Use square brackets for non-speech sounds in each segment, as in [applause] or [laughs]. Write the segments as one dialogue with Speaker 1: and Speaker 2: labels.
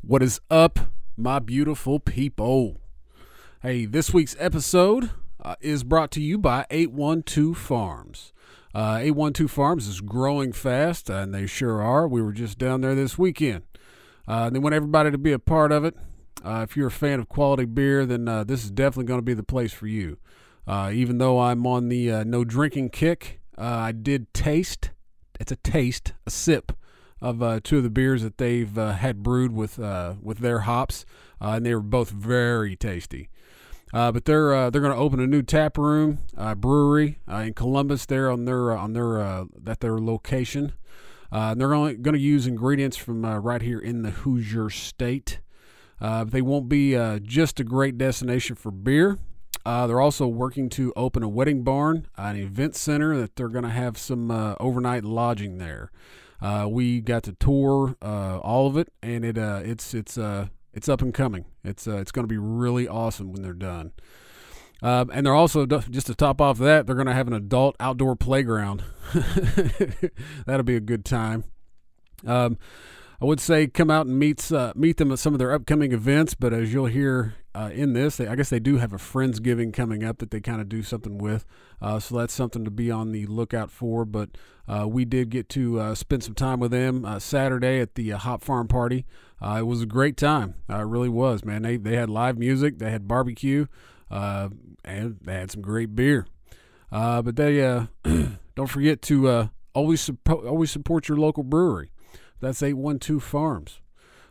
Speaker 1: What is up, my beautiful people? Hey, this week's episode uh, is brought to you by 812 Farms. Uh, 812 Farms is growing fast, and they sure are. We were just down there this weekend. Uh, they want everybody to be a part of it. Uh, if you're a fan of quality beer, then uh, this is definitely going to be the place for you. Uh, even though I'm on the uh, no drinking kick, uh, I did taste. It's a taste, a sip of uh, two of the beers that they've uh, had brewed with uh, with their hops, uh, and they were both very tasty. Uh, but they're uh, they're going to open a new tap room uh, brewery uh, in Columbus there on their uh, on their uh, at their location. Uh, and they're only going to use ingredients from uh, right here in the Hoosier state. Uh, but they won't be uh, just a great destination for beer. Uh, they're also working to open a wedding barn, an event center that they're going to have some uh, overnight lodging there. Uh, we got to tour uh, all of it, and it uh, it's it's uh, it's up and coming. It's uh, it's going to be really awesome when they're done. Um, and they're also just to top off that, they're going to have an adult outdoor playground. [laughs] That'll be a good time. Um, I would say come out and meet uh, meet them at some of their upcoming events. But as you'll hear uh, in this, they, I guess they do have a friendsgiving coming up that they kind of do something with. Uh, so that's something to be on the lookout for. But uh, we did get to uh, spend some time with them uh, Saturday at the uh, Hop Farm party. Uh, it was a great time. Uh, it really was, man. They they had live music, they had barbecue, uh, and they had some great beer. Uh, but they uh, [clears throat] don't forget to uh, always suppo- always support your local brewery. That's 812 Farms.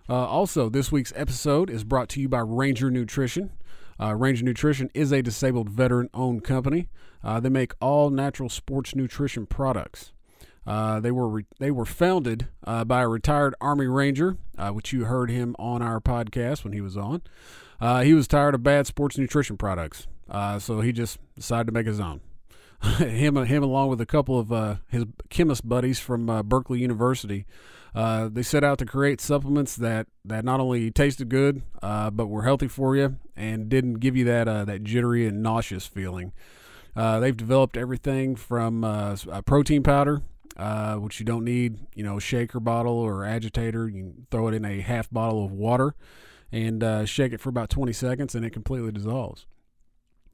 Speaker 1: Uh, also, this week's episode is brought to you by Ranger Nutrition. Uh, Ranger Nutrition is a disabled veteran owned company. Uh, they make all natural sports nutrition products. Uh, they were re- they were founded uh, by a retired Army Ranger, uh, which you heard him on our podcast when he was on. Uh, he was tired of bad sports nutrition products, uh, so he just decided to make his own. [laughs] him him along with a couple of uh, his chemist buddies from uh, Berkeley University, uh, they set out to create supplements that, that not only tasted good uh, but were healthy for you and didn't give you that uh, that jittery and nauseous feeling. Uh, they've developed everything from uh, s- uh, protein powder, uh, which you don't need, you know, shaker bottle or agitator. You can throw it in a half bottle of water and uh, shake it for about 20 seconds, and it completely dissolves.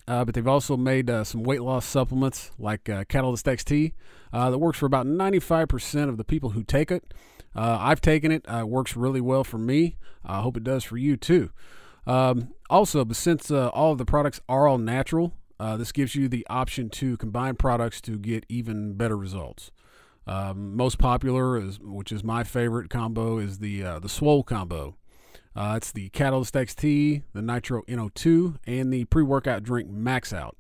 Speaker 1: Uh, but they've also made uh, some weight loss supplements like uh, Catalyst XT uh, that works for about 95% of the people who take it. Uh, I've taken it. Uh, it works really well for me. I hope it does for you too. Um, also, but since uh, all of the products are all natural, uh, this gives you the option to combine products to get even better results. Um, most popular is, which is my favorite combo, is the uh, the Swole combo. Uh, it's the Catalyst XT, the Nitro NO2, and the pre workout drink Max Out.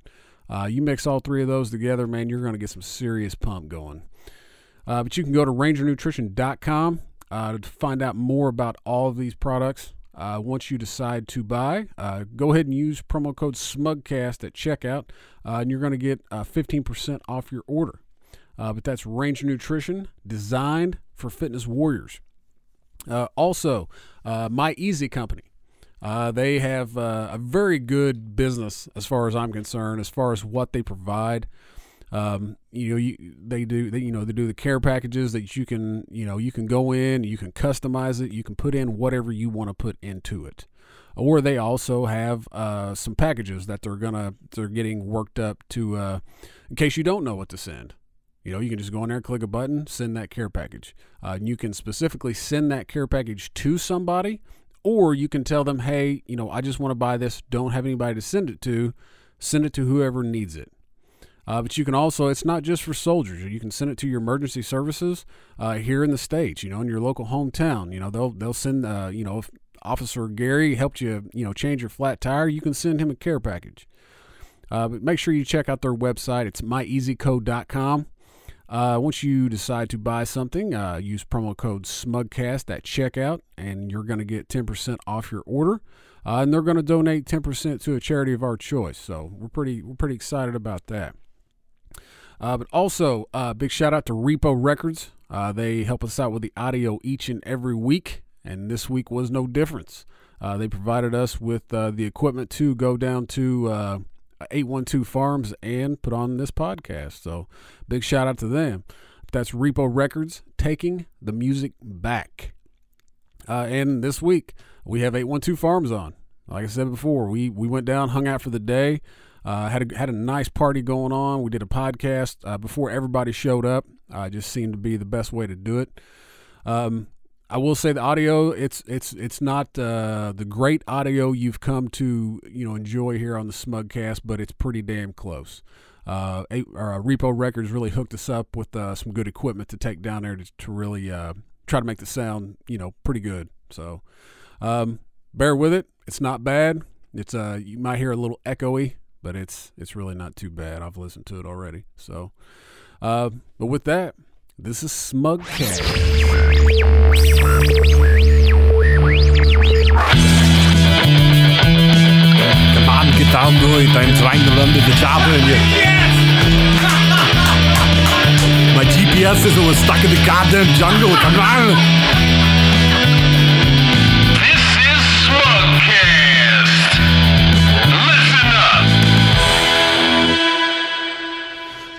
Speaker 1: Uh, you mix all three of those together, man, you're going to get some serious pump going. Uh, but you can go to rangernutrition.com uh, to find out more about all of these products. Uh, once you decide to buy, uh, go ahead and use promo code SMUGCAST at checkout, uh, and you're going to get uh, 15% off your order. Uh, but that's Ranger Nutrition, designed for fitness warriors. Uh, also, uh, My Easy Company. Uh, they have uh, a very good business, as far as I'm concerned, as far as what they provide. Um, you know, you, they do, they, you know, they do the care packages that you can, you know, you can go in, you can customize it, you can put in whatever you want to put into it. Or they also have uh, some packages that they're gonna they're getting worked up to, uh, in case you don't know what to send. You know, you can just go in there, click a button, send that care package. Uh, and you can specifically send that care package to somebody, or you can tell them, hey, you know, I just want to buy this. Don't have anybody to send it to. Send it to whoever needs it. Uh, but you can also, it's not just for soldiers. You can send it to your emergency services uh, here in the States, you know, in your local hometown. You know, they'll, they'll send, uh, you know, if Officer Gary helped you, you know, change your flat tire, you can send him a care package. Uh, but make sure you check out their website. It's myeasycode.com. Uh, once you decide to buy something, uh, use promo code SMUGCAST at checkout, and you're going to get 10% off your order. Uh, and they're going to donate 10% to a charity of our choice. So we're pretty we're pretty excited about that. Uh, but also, uh, big shout out to Repo Records. Uh, they help us out with the audio each and every week, and this week was no difference. Uh, they provided us with uh, the equipment to go down to uh, 812 Farms and put on this podcast. So, big shout out to them. That's Repo Records taking the music back. Uh, and this week we have 812 Farms on. Like I said before, we we went down, hung out for the day, uh, had a, had a nice party going on. We did a podcast uh, before everybody showed up. Uh, just seemed to be the best way to do it. Um, I will say the audio it's it's it's not uh, the great audio you've come to you know enjoy here on the Smugcast, but it's pretty damn close. Uh, a, uh, Repo Records really hooked us up with uh, some good equipment to take down there to, to really uh, try to make the sound you know pretty good. So um, bear with it; it's not bad. It's uh you might hear a little echoey, but it's it's really not too bad. I've listened to it already. So, uh, but with that, this is Smugcast.
Speaker 2: De maan geht down durch, dein reingelandet in the chapel and you- My GPS is always stuck in the goddamn jungle. Come on.
Speaker 3: This is Smugcast. Listen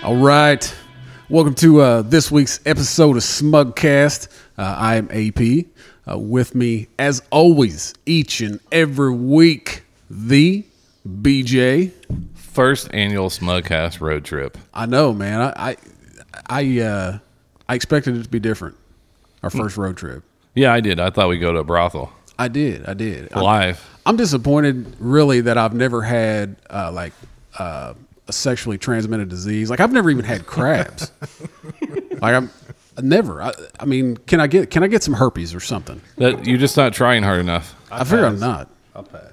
Speaker 3: up.
Speaker 1: All right. Welcome to uh, this week's episode of Smugcast. Uh, I am AP. Uh, with me, as always, each and every week, the BJ.
Speaker 4: First annual Smugcast road trip.
Speaker 1: I know, man. I I I, uh, I expected it to be different. Our
Speaker 2: Hmm.
Speaker 1: first road trip.
Speaker 4: Yeah, I did. I thought we'd go to a brothel
Speaker 1: I did. I did. I'm-
Speaker 4: live.
Speaker 1: I'm disappointed, really, that I've never had uh, like uh, a sexually transmitted disease. Like I've never even had
Speaker 5: [laughs]
Speaker 1: crabs. like I'm never. I, I mean, can I get can I get some herpes or something?
Speaker 4: That you're just not trying hard enough.
Speaker 1: I, figure I'm not.
Speaker 5: I'll pass.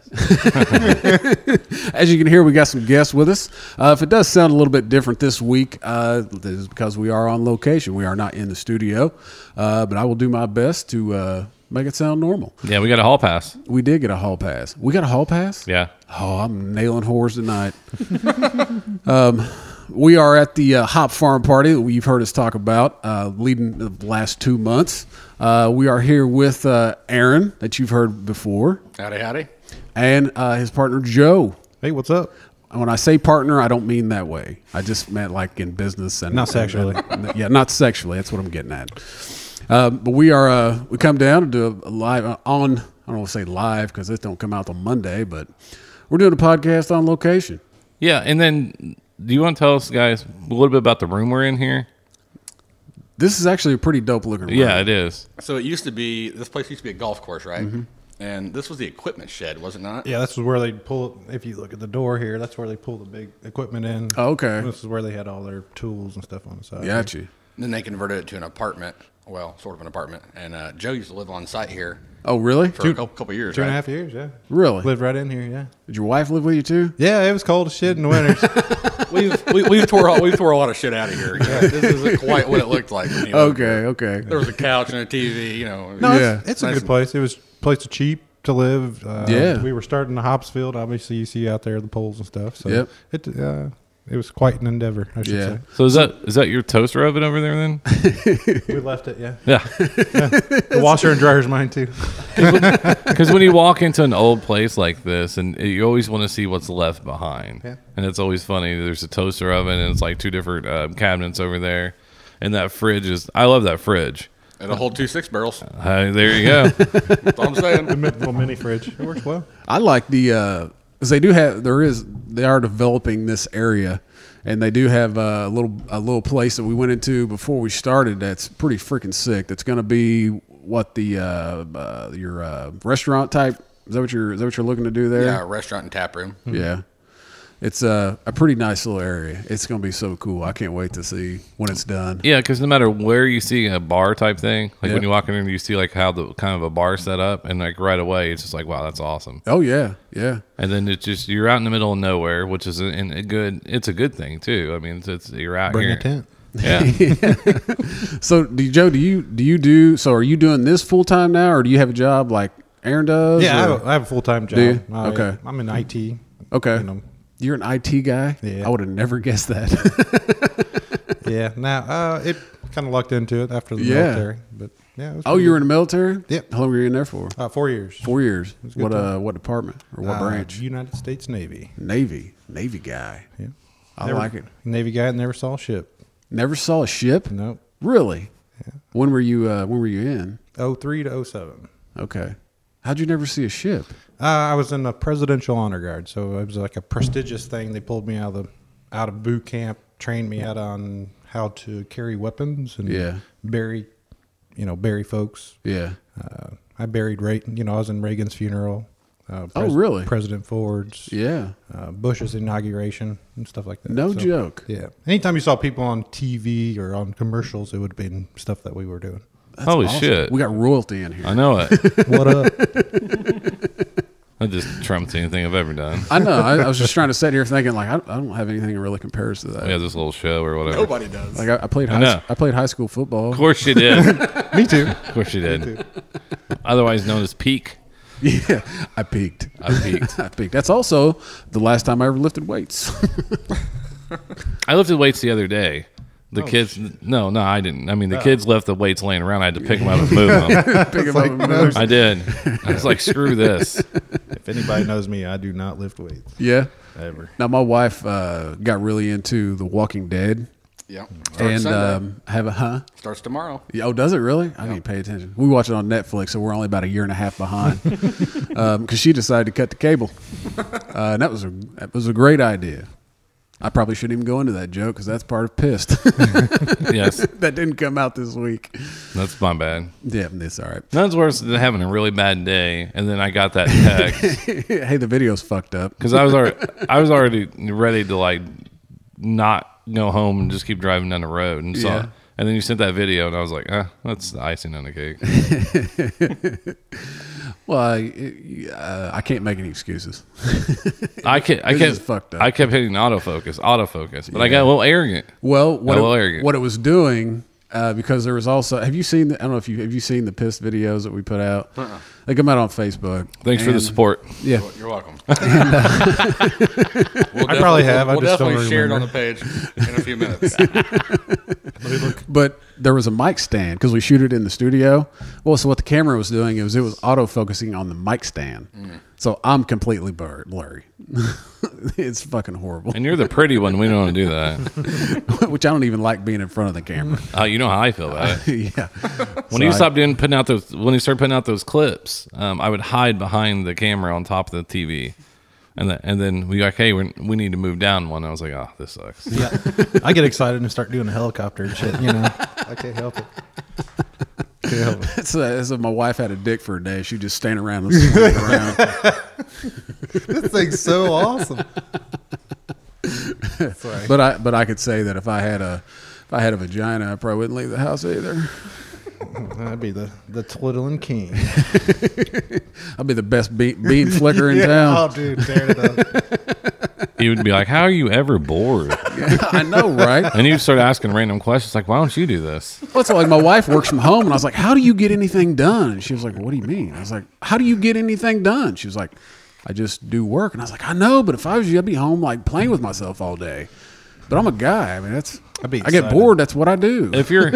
Speaker 1: [laughs] As you can hear, we got some guests with us. Uh, if it does sound a little bit different this week, uh, this is because we are on location. We are not in the studio, uh, but I will do my best to uh, make it sound normal.
Speaker 4: Yeah, we got a hall pass.
Speaker 1: We did get a hall pass. We got a hall pass.
Speaker 4: Yeah.
Speaker 1: Oh, I'm nailing whores tonight. [laughs] um, we are at the uh, Hop Farm Party that you've heard us talk about uh, leading the last two months. Uh, we are here with uh, Aaron, that you've heard before,
Speaker 5: Howdy, howdy.
Speaker 1: and uh, his partner Joe.
Speaker 6: Hey, what's up?
Speaker 1: And When I say partner, I don't mean that way. I just meant like in business and
Speaker 6: Not sexually.
Speaker 1: and- yeah, not sexually. That's what I'm getting at. Um, but we are uh, we come down to do a live uh, on. I don't want to say live because it don't come out on Monday, but we're doing a podcast on location.
Speaker 4: Yeah, and then do you want to tell us guys a little bit about the room we're in here?
Speaker 1: This is actually a pretty dope looking room.
Speaker 4: Yeah, it is.
Speaker 5: So it used to be this place used to be a golf course, right? And this was the equipment shed, was it not?
Speaker 6: Mm-hmm. Yeah, this is where they pull. If you look at the door here, that's where they pull the big equipment in.
Speaker 1: Oh, okay.
Speaker 6: This is where they had all their tools and stuff on the side.
Speaker 1: Gotcha.
Speaker 5: Then they converted it to an apartment. Well, sort of an apartment. And uh, Joe used to live on site here
Speaker 1: Oh, really?
Speaker 5: for a couple, couple years.
Speaker 6: Two
Speaker 5: right?
Speaker 6: and a half years. Yeah.
Speaker 1: Really?
Speaker 6: Lived right in here. Yeah.
Speaker 1: Did your wife live with you too?
Speaker 6: Yeah, it was cold as shit in the winters.
Speaker 5: We've we, we've tore all, we've tore a lot of shit out of here. Yeah, this isn't quite what it looked like. when you
Speaker 1: Okay,
Speaker 5: lived here.
Speaker 1: okay.
Speaker 5: There was a couch and a TV. You know.
Speaker 6: no,
Speaker 1: [laughs] Yeah.
Speaker 6: it's, it's a
Speaker 5: Nice
Speaker 6: good
Speaker 5: and-
Speaker 6: place. It was place to cheap to live. Uh,
Speaker 1: Yeah.
Speaker 6: We were starting the hops field. Obviously, you see out there the poles and stuff. So
Speaker 1: Yep.
Speaker 6: it uh, it was quite an endeavor. I should
Speaker 1: Yeah.
Speaker 4: So is that is that your toaster oven over there then?
Speaker 1: [laughs]
Speaker 6: say. We left it. Yeah.
Speaker 4: [laughs] Yeah.
Speaker 6: The washer and dryer's mine too.
Speaker 1: [laughs]
Speaker 4: Because when you walk into an old place like this, and you always want to see what's left behind,
Speaker 6: Yeah.
Speaker 4: and it's always funny. There's a toaster oven, and it's like two different uh, cabinets over there, and that fridge is. I love that fridge.
Speaker 5: And a whole two six barrels.
Speaker 4: Uh, there you go.
Speaker 5: That's all
Speaker 6: [laughs]
Speaker 5: I'm saying.
Speaker 6: Little mini fridge. It works well.
Speaker 1: I like the uh 'cause they do have there is they are developing this area and they do have a little a little place that we went into before we started that's pretty freaking sick. That's going to be what the uh, uh your uh, restaurant type is that what you're is that what you're looking to do there?
Speaker 5: yeah, a restaurant and tap room.
Speaker 1: Yeah. It's a, a pretty nice little area. It's going to be so cool. I can't wait to see when it's done.
Speaker 4: Yeah, because no matter where you see a bar type thing, like
Speaker 1: Yeah.
Speaker 4: when you walk in and you see like how the kind of a bar set up, and like right away, it's just like wow, that's awesome.
Speaker 1: Oh yeah. Yeah.
Speaker 4: And then it's just you're out in the middle of nowhere, which is a, and a good. It's a good thing too. I mean, it's, it's you're out
Speaker 6: Bring
Speaker 4: here.
Speaker 6: a tent. [laughs]
Speaker 4: Yeah,
Speaker 1: So, do you, Joe, do you do you do so? Are you doing this full time now, or do you have a job like Aaron does?
Speaker 6: Yeah, I
Speaker 1: or-
Speaker 6: have, I have a full time job.
Speaker 1: Do you?
Speaker 6: I,
Speaker 1: Okay.
Speaker 6: I'm in IT. You
Speaker 1: okay.
Speaker 6: know.
Speaker 1: You're an IT guy.
Speaker 6: Yeah.
Speaker 1: I would have never guessed that.
Speaker 6: Yeah. Now uh, it kind of lucked into it after the
Speaker 1: Yeah.
Speaker 6: military, but yeah. It was
Speaker 1: [laughs] oh, you were in the military.
Speaker 6: Yep.
Speaker 1: How long were you in there for?
Speaker 6: uh, four years.
Speaker 1: Four years.
Speaker 6: good
Speaker 1: What uh, what department or what
Speaker 6: Uh,
Speaker 1: branch?
Speaker 6: United States Navy.
Speaker 1: Navy. Navy guy.
Speaker 6: Yeah.
Speaker 1: I
Speaker 6: Never-
Speaker 1: like it.
Speaker 6: Navy guy that never saw a ship.
Speaker 1: Never saw a ship.
Speaker 6: Nope.
Speaker 1: Really? When were you? Uh, when were you in?
Speaker 6: Oh three to oh seven.
Speaker 1: Okay. How'd you never see a ship?
Speaker 6: Uh, I was in the Presidential Honor Guard, so it was like a prestigious thing. They pulled me out of the out of boot camp, trained me out on how to carry weapons and
Speaker 1: Yeah.
Speaker 6: bury, you know, bury folks.
Speaker 1: Yeah.
Speaker 6: Uh, I buried Reagan. You know, I was in Reagan's funeral. Uh,
Speaker 1: Oh, really?
Speaker 6: President Ford's.
Speaker 1: Yeah.
Speaker 6: uh, Bush's inauguration and stuff like that.
Speaker 1: No
Speaker 6: So,
Speaker 1: joke.
Speaker 6: Yeah. Anytime you saw people on TV or on commercials, it would have been stuff that we were [laughs] doing.
Speaker 4: Holy shit!
Speaker 1: We got royalty in here.
Speaker 4: I know it. [laughs]
Speaker 6: What up?
Speaker 4: that just trumps anything I've ever done.
Speaker 1: I know. I, I was just trying to sit here thinking like I, I don't have anything that really compares to that.
Speaker 4: We have this little show or whatever.
Speaker 5: Nobody does.
Speaker 1: Like I, I played high,
Speaker 4: know.
Speaker 1: s- I played high school football.
Speaker 4: Of course you did. of
Speaker 6: [laughs] Me too.
Speaker 4: course you did. Otherwise known as peak.
Speaker 1: Yeah, I peaked.
Speaker 4: I
Speaker 1: [laughs]
Speaker 4: peaked.
Speaker 1: I peaked. That's also the last time I ever lifted weights. [laughs]
Speaker 4: I lifted weights the other day.
Speaker 6: Oh,
Speaker 4: The kids, no, no, I didn't. I mean, the kids left the weights laying around. I had to pick them up and move
Speaker 6: [laughs]
Speaker 4: them.
Speaker 1: Pick 'em up and move.
Speaker 4: I did. I was like, screw this.
Speaker 6: If anybody knows me, I do not lift weights
Speaker 1: Yeah.
Speaker 6: ever.
Speaker 1: Now my wife uh, got really into The Walking Dead,
Speaker 5: Yeah.
Speaker 1: and
Speaker 5: Starts
Speaker 6: uh,
Speaker 5: Sunday.
Speaker 1: um, have a huh?
Speaker 5: starts tomorrow.
Speaker 1: Yeah, Oh, does it really? I didn't pay attention. We watch it on Netflix, so we're only about a year and a half behind because she decided to cut the cable, uh, and that was a that was a great idea. I probably shouldn't even go into that joke because that's part of pissed [laughs]
Speaker 4: Yes,
Speaker 1: that didn't come out this week.
Speaker 4: that's my bad.
Speaker 1: Yeah, it's all right. [laughs]
Speaker 4: None's worse than having a really bad day, and then I got that text
Speaker 1: hey, the video's fucked up.
Speaker 4: because I was already, I was already ready to like not go home and just keep driving down the road, and so.
Speaker 1: Yeah.
Speaker 4: And then you sent that video, and I was like, "Ah, that's the icing on the
Speaker 1: [laughs]
Speaker 4: cake."
Speaker 1: Well, I, uh, I can't make any excuses.
Speaker 4: I kept, I
Speaker 1: This
Speaker 4: kept,
Speaker 1: is fucked up.
Speaker 4: I kept hitting autofocus, autofocus, but I got a little arrogant.
Speaker 1: Well, what
Speaker 4: Hello,
Speaker 1: it,
Speaker 4: arrogant.
Speaker 1: what it was doing uh, because there was also have you seen the, I don't know if you have you seen the pissed videos that we put out? They come out on Facebook.
Speaker 4: Uh-uh. Thanks for the
Speaker 1: And-
Speaker 4: support.
Speaker 1: Yeah,
Speaker 6: [laughs]
Speaker 5: You're welcome.
Speaker 6: uh, I probably have. I
Speaker 5: we'll
Speaker 6: just
Speaker 5: definitely
Speaker 6: don't
Speaker 5: share it on
Speaker 6: remember.
Speaker 5: the page in a
Speaker 6: [laughs]
Speaker 5: few minutes.
Speaker 1: but there was a mic stand because we shoot it in the studio. Well, so what the camera was doing is it was auto focusing on the mic stand.
Speaker 4: Mm.
Speaker 1: So I'm completely blur- blurry. [laughs] it's fucking horrible. [laughs]
Speaker 4: And you're the pretty one. We don't want to do that.
Speaker 1: Which I don't even like being in front of the camera. [laughs]
Speaker 4: Uh, you know how I feel about it.
Speaker 1: yeah.
Speaker 4: When you stopped doing putting out those, when you started putting out those clips, um, I would hide behind the camera on top of the TV, and the, and then we like, hey, we're, we need to move down one. I was like, oh, this sucks.
Speaker 6: Yeah. I get excited and start doing a helicopter and shit, you know. [laughs] I can't help it. Can't help it.
Speaker 1: So, so my wife had a dick for a day. She just stand around and swing
Speaker 6: [laughs]
Speaker 1: around.
Speaker 6: [laughs] This thing's so awesome.
Speaker 1: But I but I could say that if I had a if I had a vagina, I probably wouldn't leave the house either.
Speaker 6: I'd be the, the twiddling [laughs] king.
Speaker 1: I'd be the best be-
Speaker 6: [laughs]
Speaker 1: bean flicker in
Speaker 6: Oh,
Speaker 1: town.
Speaker 6: dude, tear it up.
Speaker 4: He would be like, how are you ever bored?
Speaker 1: I know, right?
Speaker 4: And you'd start asking random questions like, why don't you do this?
Speaker 1: Well, so like my wife works from home, and I was like, "How do you get anything done?" And she was like, "What do you mean?" I was like, "How do you get anything done?" She was like, "I just do work." And I was like, "I know, but if I was you, I'd be home like playing with myself all day." But I'm a guy. I mean, that's
Speaker 6: I'd be
Speaker 1: I get
Speaker 6: excited.
Speaker 1: bored. That's what I do.
Speaker 4: If you're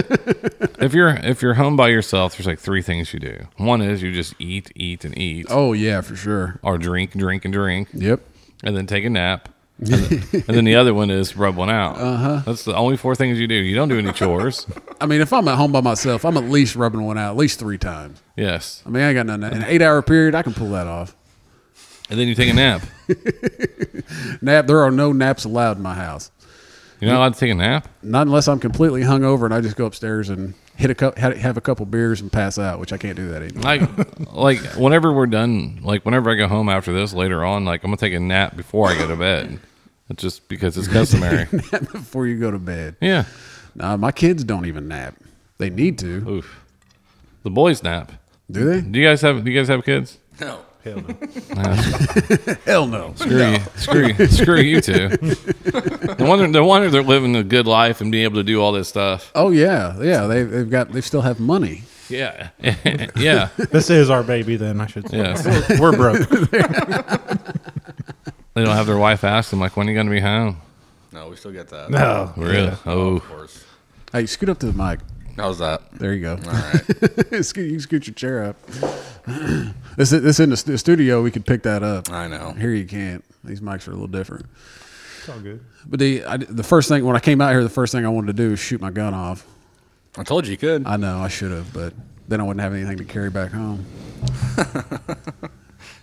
Speaker 4: if you're if you're home by yourself, there's like three things you do. One is you just eat, eat, and eat,
Speaker 1: oh yeah, for sure.
Speaker 4: or drink, drink, and drink.
Speaker 1: Yep.
Speaker 4: and then take a nap. And then, and then the other one is rub one out. Uh-huh. That's the only four things you do. You don't do any chores.
Speaker 1: I mean, if I'm at home by myself, I'm at least rubbing one out at least three times.
Speaker 4: yes.
Speaker 1: I mean, I ain't got nothing. In an eight hour period, I can pull that off.
Speaker 4: And then you take a nap.
Speaker 1: Nap. There are no naps allowed in my house.
Speaker 4: You're not allowed to take a nap.
Speaker 1: Not unless I'm completely hungover and I just go upstairs and hit a cup, had- have a couple beers and pass out, which I can't do that anymore. [laughs]
Speaker 4: Like, like whenever we're done, like whenever I go home after this later on, like I'm gonna take a nap before I go to bed. It's just because it's customary.
Speaker 1: Before you go to bed.
Speaker 4: yeah.
Speaker 1: Nah, my kids don't even nap. They need to,
Speaker 4: Oof. The boys nap.
Speaker 1: do they?
Speaker 4: Do you guys have? Do you guys have kids?
Speaker 5: No.
Speaker 1: Hell no.
Speaker 4: Screw you.
Speaker 1: [laughs]
Speaker 4: Screw you. Screw you two. No wonder. No wonder they're living a good life and being able to do all this stuff.
Speaker 1: Oh yeah, yeah. They they've got they still have money.
Speaker 4: Yeah. [laughs] yeah.
Speaker 6: [laughs] This is our baby, then, I should say.
Speaker 4: Yes.
Speaker 6: We're broke.
Speaker 4: They don't have their wife ask them like, "When are you going to be home?"
Speaker 5: No, we still get
Speaker 6: [laughs]
Speaker 5: that.
Speaker 6: No.
Speaker 4: Really?
Speaker 5: Of
Speaker 4: Oh,
Speaker 5: course.
Speaker 1: Hey, scoot up to the mic.
Speaker 5: How's that?
Speaker 1: There you go.
Speaker 5: All
Speaker 1: [laughs]
Speaker 5: right.
Speaker 1: scoot, you can scoot your chair up. [clears throat] this is- this in the stu- studio we could pick that up. [laughs]
Speaker 5: I know.
Speaker 1: Here you can't. These mics are a little different.
Speaker 6: It's all good.
Speaker 1: But the I, the first thing when I came out here, the first thing I wanted to do was shoot my gun off. Uh,
Speaker 5: I told you you could.
Speaker 1: I know I should have, but Then I wouldn't have anything to carry back home.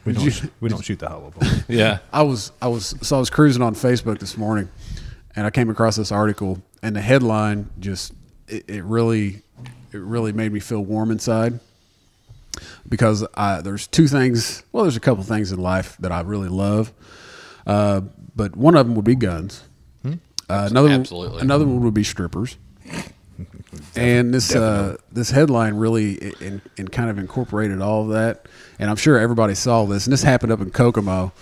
Speaker 6: We don't, sh- we don't shoot the hollow ball.
Speaker 4: Yeah.
Speaker 1: I was I was so I was cruising on Facebook this morning, and I came across this article, and the headline just it, it really it really made me feel warm inside because I, there's two things. Well, there's a couple things in life that I really love, uh, but one of them would be guns. Uh, another
Speaker 5: Absolutely.
Speaker 1: One, another one would be strippers. And this uh, this headline really i- in, in kind of incorporated all of that, and I'm sure everybody saw this. And this happened up in Kokomo,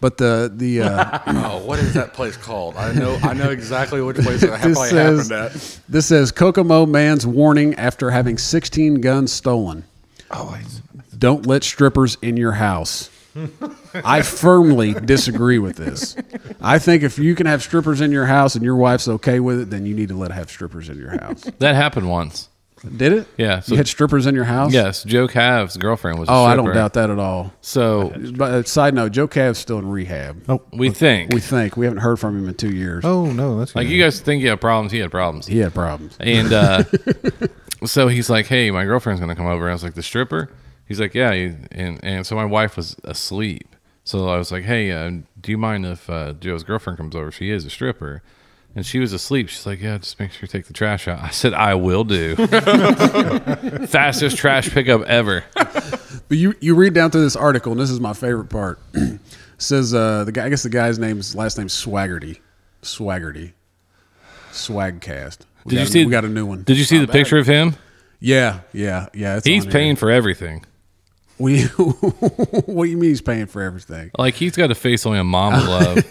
Speaker 1: but the the uh,
Speaker 5: Oh, what is that place called? I know, I know exactly which place
Speaker 1: [laughs]
Speaker 5: that
Speaker 1: this
Speaker 5: probably
Speaker 1: says
Speaker 5: happened at.
Speaker 1: this says Kokomo man's warning after having 16 guns stolen.
Speaker 5: Oh,
Speaker 1: Don't let strippers in your
Speaker 5: [laughs]
Speaker 1: house. I firmly disagree with this. I think if you can have strippers in your house and your wife's okay with it, then you need to let have strippers in your house.
Speaker 4: That happened once.
Speaker 1: Did it?
Speaker 4: Yeah, so-
Speaker 1: you had strippers in your house.
Speaker 4: Yes, Joe Cav's girlfriend was. A
Speaker 1: Oh, I
Speaker 4: stripper.
Speaker 1: don't doubt that at all.
Speaker 4: So
Speaker 1: But uh, side note, Joe Cav's still in rehab. Oh.
Speaker 4: we think,
Speaker 1: We think we haven't heard from him in two years.
Speaker 6: Oh no, that's
Speaker 4: like,
Speaker 6: good.
Speaker 4: you guys think he had problems. He had problems.
Speaker 1: He had problems.
Speaker 4: And uh, [laughs] so he's like, "Hey, my girlfriend's gonna come over." I was like, "The stripper?" He's like, "Yeah." you- And and so my wife was asleep, so I was like, "Hey, uh, do you mind if uh, Joe's girlfriend comes over? She is a stripper." And she was asleep. She's like, "Yeah, just make sure you take the trash out." I said, "I will do." [laughs] Fastest trash pickup ever.
Speaker 1: But you you read down through this article, and this is my favorite part. [clears throat] It says uh, the guy, I guess the guy's name's last name's Swaggerty, Swaggerty, Swagcast. We
Speaker 4: Did
Speaker 1: got a-
Speaker 4: you see?
Speaker 1: We got a new one.
Speaker 4: Did you see the picture of him?
Speaker 1: yeah, yeah, yeah. it's
Speaker 4: He's
Speaker 1: on here. [laughs]
Speaker 4: paying for everything.
Speaker 1: What do you, [laughs] what do you mean he's paying for everything?
Speaker 4: Like he's got a face only a mom would
Speaker 1: [laughs]
Speaker 4: love.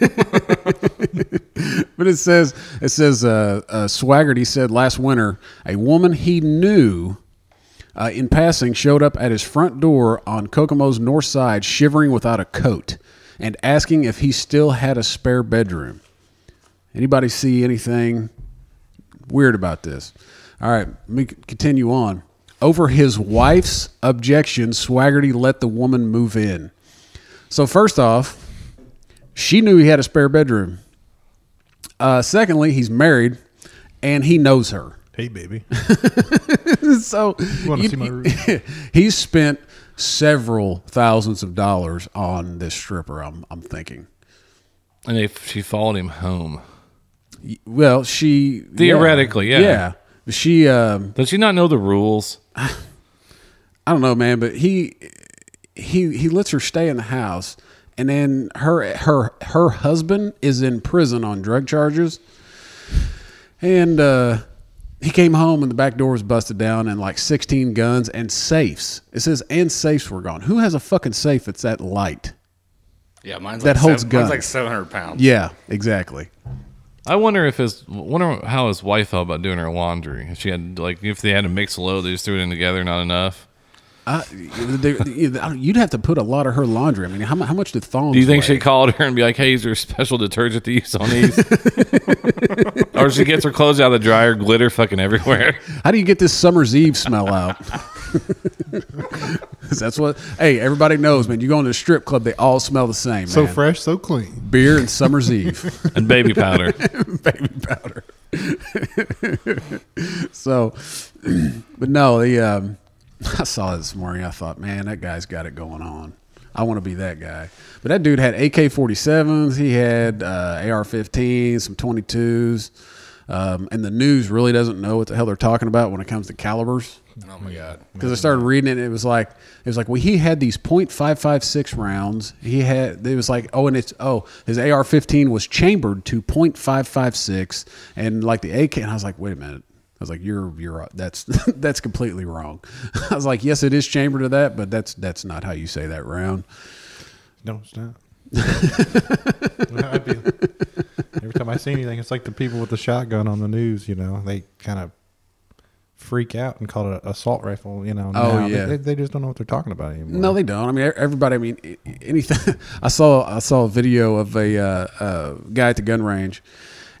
Speaker 1: But it says it says uh, uh, Swaggerty said last winter a woman he knew uh, in passing showed up at his front door on Kokomo's north side, shivering without a coat, and asking if he still had a spare bedroom. Anybody see anything weird about this? All right, let me c- continue on. Over his wife's objection, Swaggerty let the woman move in. So first off, she knew he had a spare bedroom. Uh, secondly, he's married, and he knows her. [laughs]
Speaker 6: hey baby,
Speaker 1: So
Speaker 6: wanna
Speaker 1: you-
Speaker 6: see my room?
Speaker 1: [laughs] he's spent several thousands of dollars on this stripper. I'm I'm thinking.
Speaker 4: and they, she followed him home.
Speaker 1: Well, she
Speaker 4: Theoretically, yeah.
Speaker 1: yeah. She, um,
Speaker 4: Does she not know the rules?
Speaker 1: I don't know, man, but he, he, he lets her stay in the house, and then her, her, her husband is in prison on drug charges, and uh, he came home and the back door was busted down, and like sixteen guns and safes. It says and safes were gone. Who has a fucking safe that's that light?
Speaker 5: Yeah, mine's
Speaker 1: That
Speaker 5: like
Speaker 1: holds
Speaker 5: seven,
Speaker 1: guns.
Speaker 5: Mine's like seven hundred pounds.
Speaker 1: Yeah, exactly.
Speaker 4: I wonder if his wonder how his wife felt about doing her laundry. If she had like if they had a mix load, they just threw it in together, not enough.
Speaker 1: I, they, you'd have to put a lot of her laundry. I mean, how, mu- how much did thongs?
Speaker 4: Do you think
Speaker 1: weigh?
Speaker 4: she called her and be like, "Hey, is there a special detergent to use on [laughs] these?" or she gets her clothes out of the dryer, glitter fucking everywhere.
Speaker 1: How do you get this summer's eve smell out? [laughs] 'Cause that's what. Hey, everybody knows, man. You go into a strip club, they all smell the same.
Speaker 6: so
Speaker 1: man.
Speaker 6: fresh, so clean.
Speaker 1: beer and summer's eve [laughs]
Speaker 4: and baby powder.
Speaker 1: baby powder. [laughs] so, [clears throat] but no, the um, I saw it this morning. I thought, man, that guy's got it going on. I want to be that guy. But that dude had AK-47s. He had uh, AR-15s, some 22s. Um, and the news really doesn't know what the hell they're talking about when it comes to calibers.
Speaker 5: Oh my god.
Speaker 1: because I started reading it. And it was like it was like well, he had these .556 rounds. He had it was like oh, and it's oh, his AR-15 was chambered to .556, and like the AK. And I was like, wait a minute. I was like, you're you're uh, that's [laughs] that's completely wrong. [laughs] I was like, yes, it is chambered to that, but that's that's not how you say that round.
Speaker 6: No, it's not. I'd be, every time I see anything, it's like the people with the shotgun on the news. You know, they kind of freak out and call it an assault rifle. You know,
Speaker 1: Oh,
Speaker 6: now. They-
Speaker 1: yeah.
Speaker 6: they, they just don't know what they're talking about anymore.
Speaker 1: No, they don't. I mean, e- everybody. I mean, e- anything. [laughs] I saw I saw a video of a uh, uh, guy at the gun range,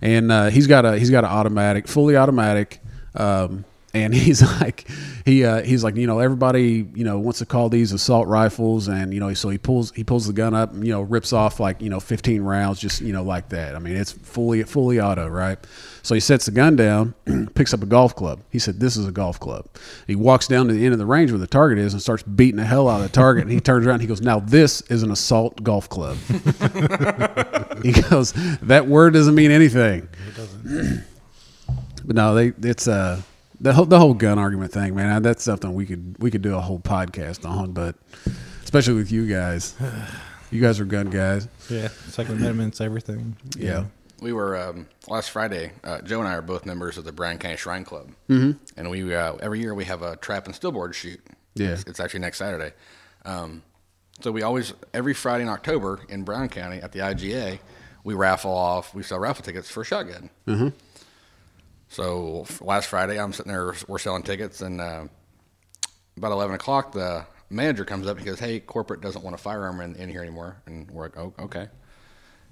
Speaker 1: and uh, he's got a he's got an automatic, fully automatic, um, and [laughs] he's like he uh, he's like you know everybody you know wants to call these assault rifles and you know so he pulls he pulls the gun up and, you know rips off like you know 15 rounds just you know like that i mean it's fully fully auto right so he sets the gun down [clears throat] picks up a golf club he said this is a golf club he walks down to the end of the range where the target is and starts beating the hell out of the target and he turns around and he goes now this is an assault golf club [laughs] he goes that word doesn't mean anything [clears throat] but no, they it's uh the whole the whole gun argument thing, man. I- That's something we could we could do a whole podcast on, but especially with you guys, you guys are gun guys.
Speaker 6: Yeah, Second Amendment's everything.
Speaker 1: Yeah,
Speaker 5: We were um, last Friday. Uh, Joe and I are both members of the Bryan County Shrine Club, mm-hmm. and we uh, every year we have a trap and stillboard shoot.
Speaker 1: Yeah.
Speaker 5: it's, it's actually next Saturday. Um, so we always every Friday in October in Brown County at the IGA, we raffle off. We sell raffle tickets for shotgun. Mm-hmm. So f- last Friday, I'm sitting there. We're selling tickets, and uh, about eleven o'clock, the manager comes up. and He goes, "Hey, corporate doesn't want a firearm in, in here anymore." And we're like, "Oh, okay."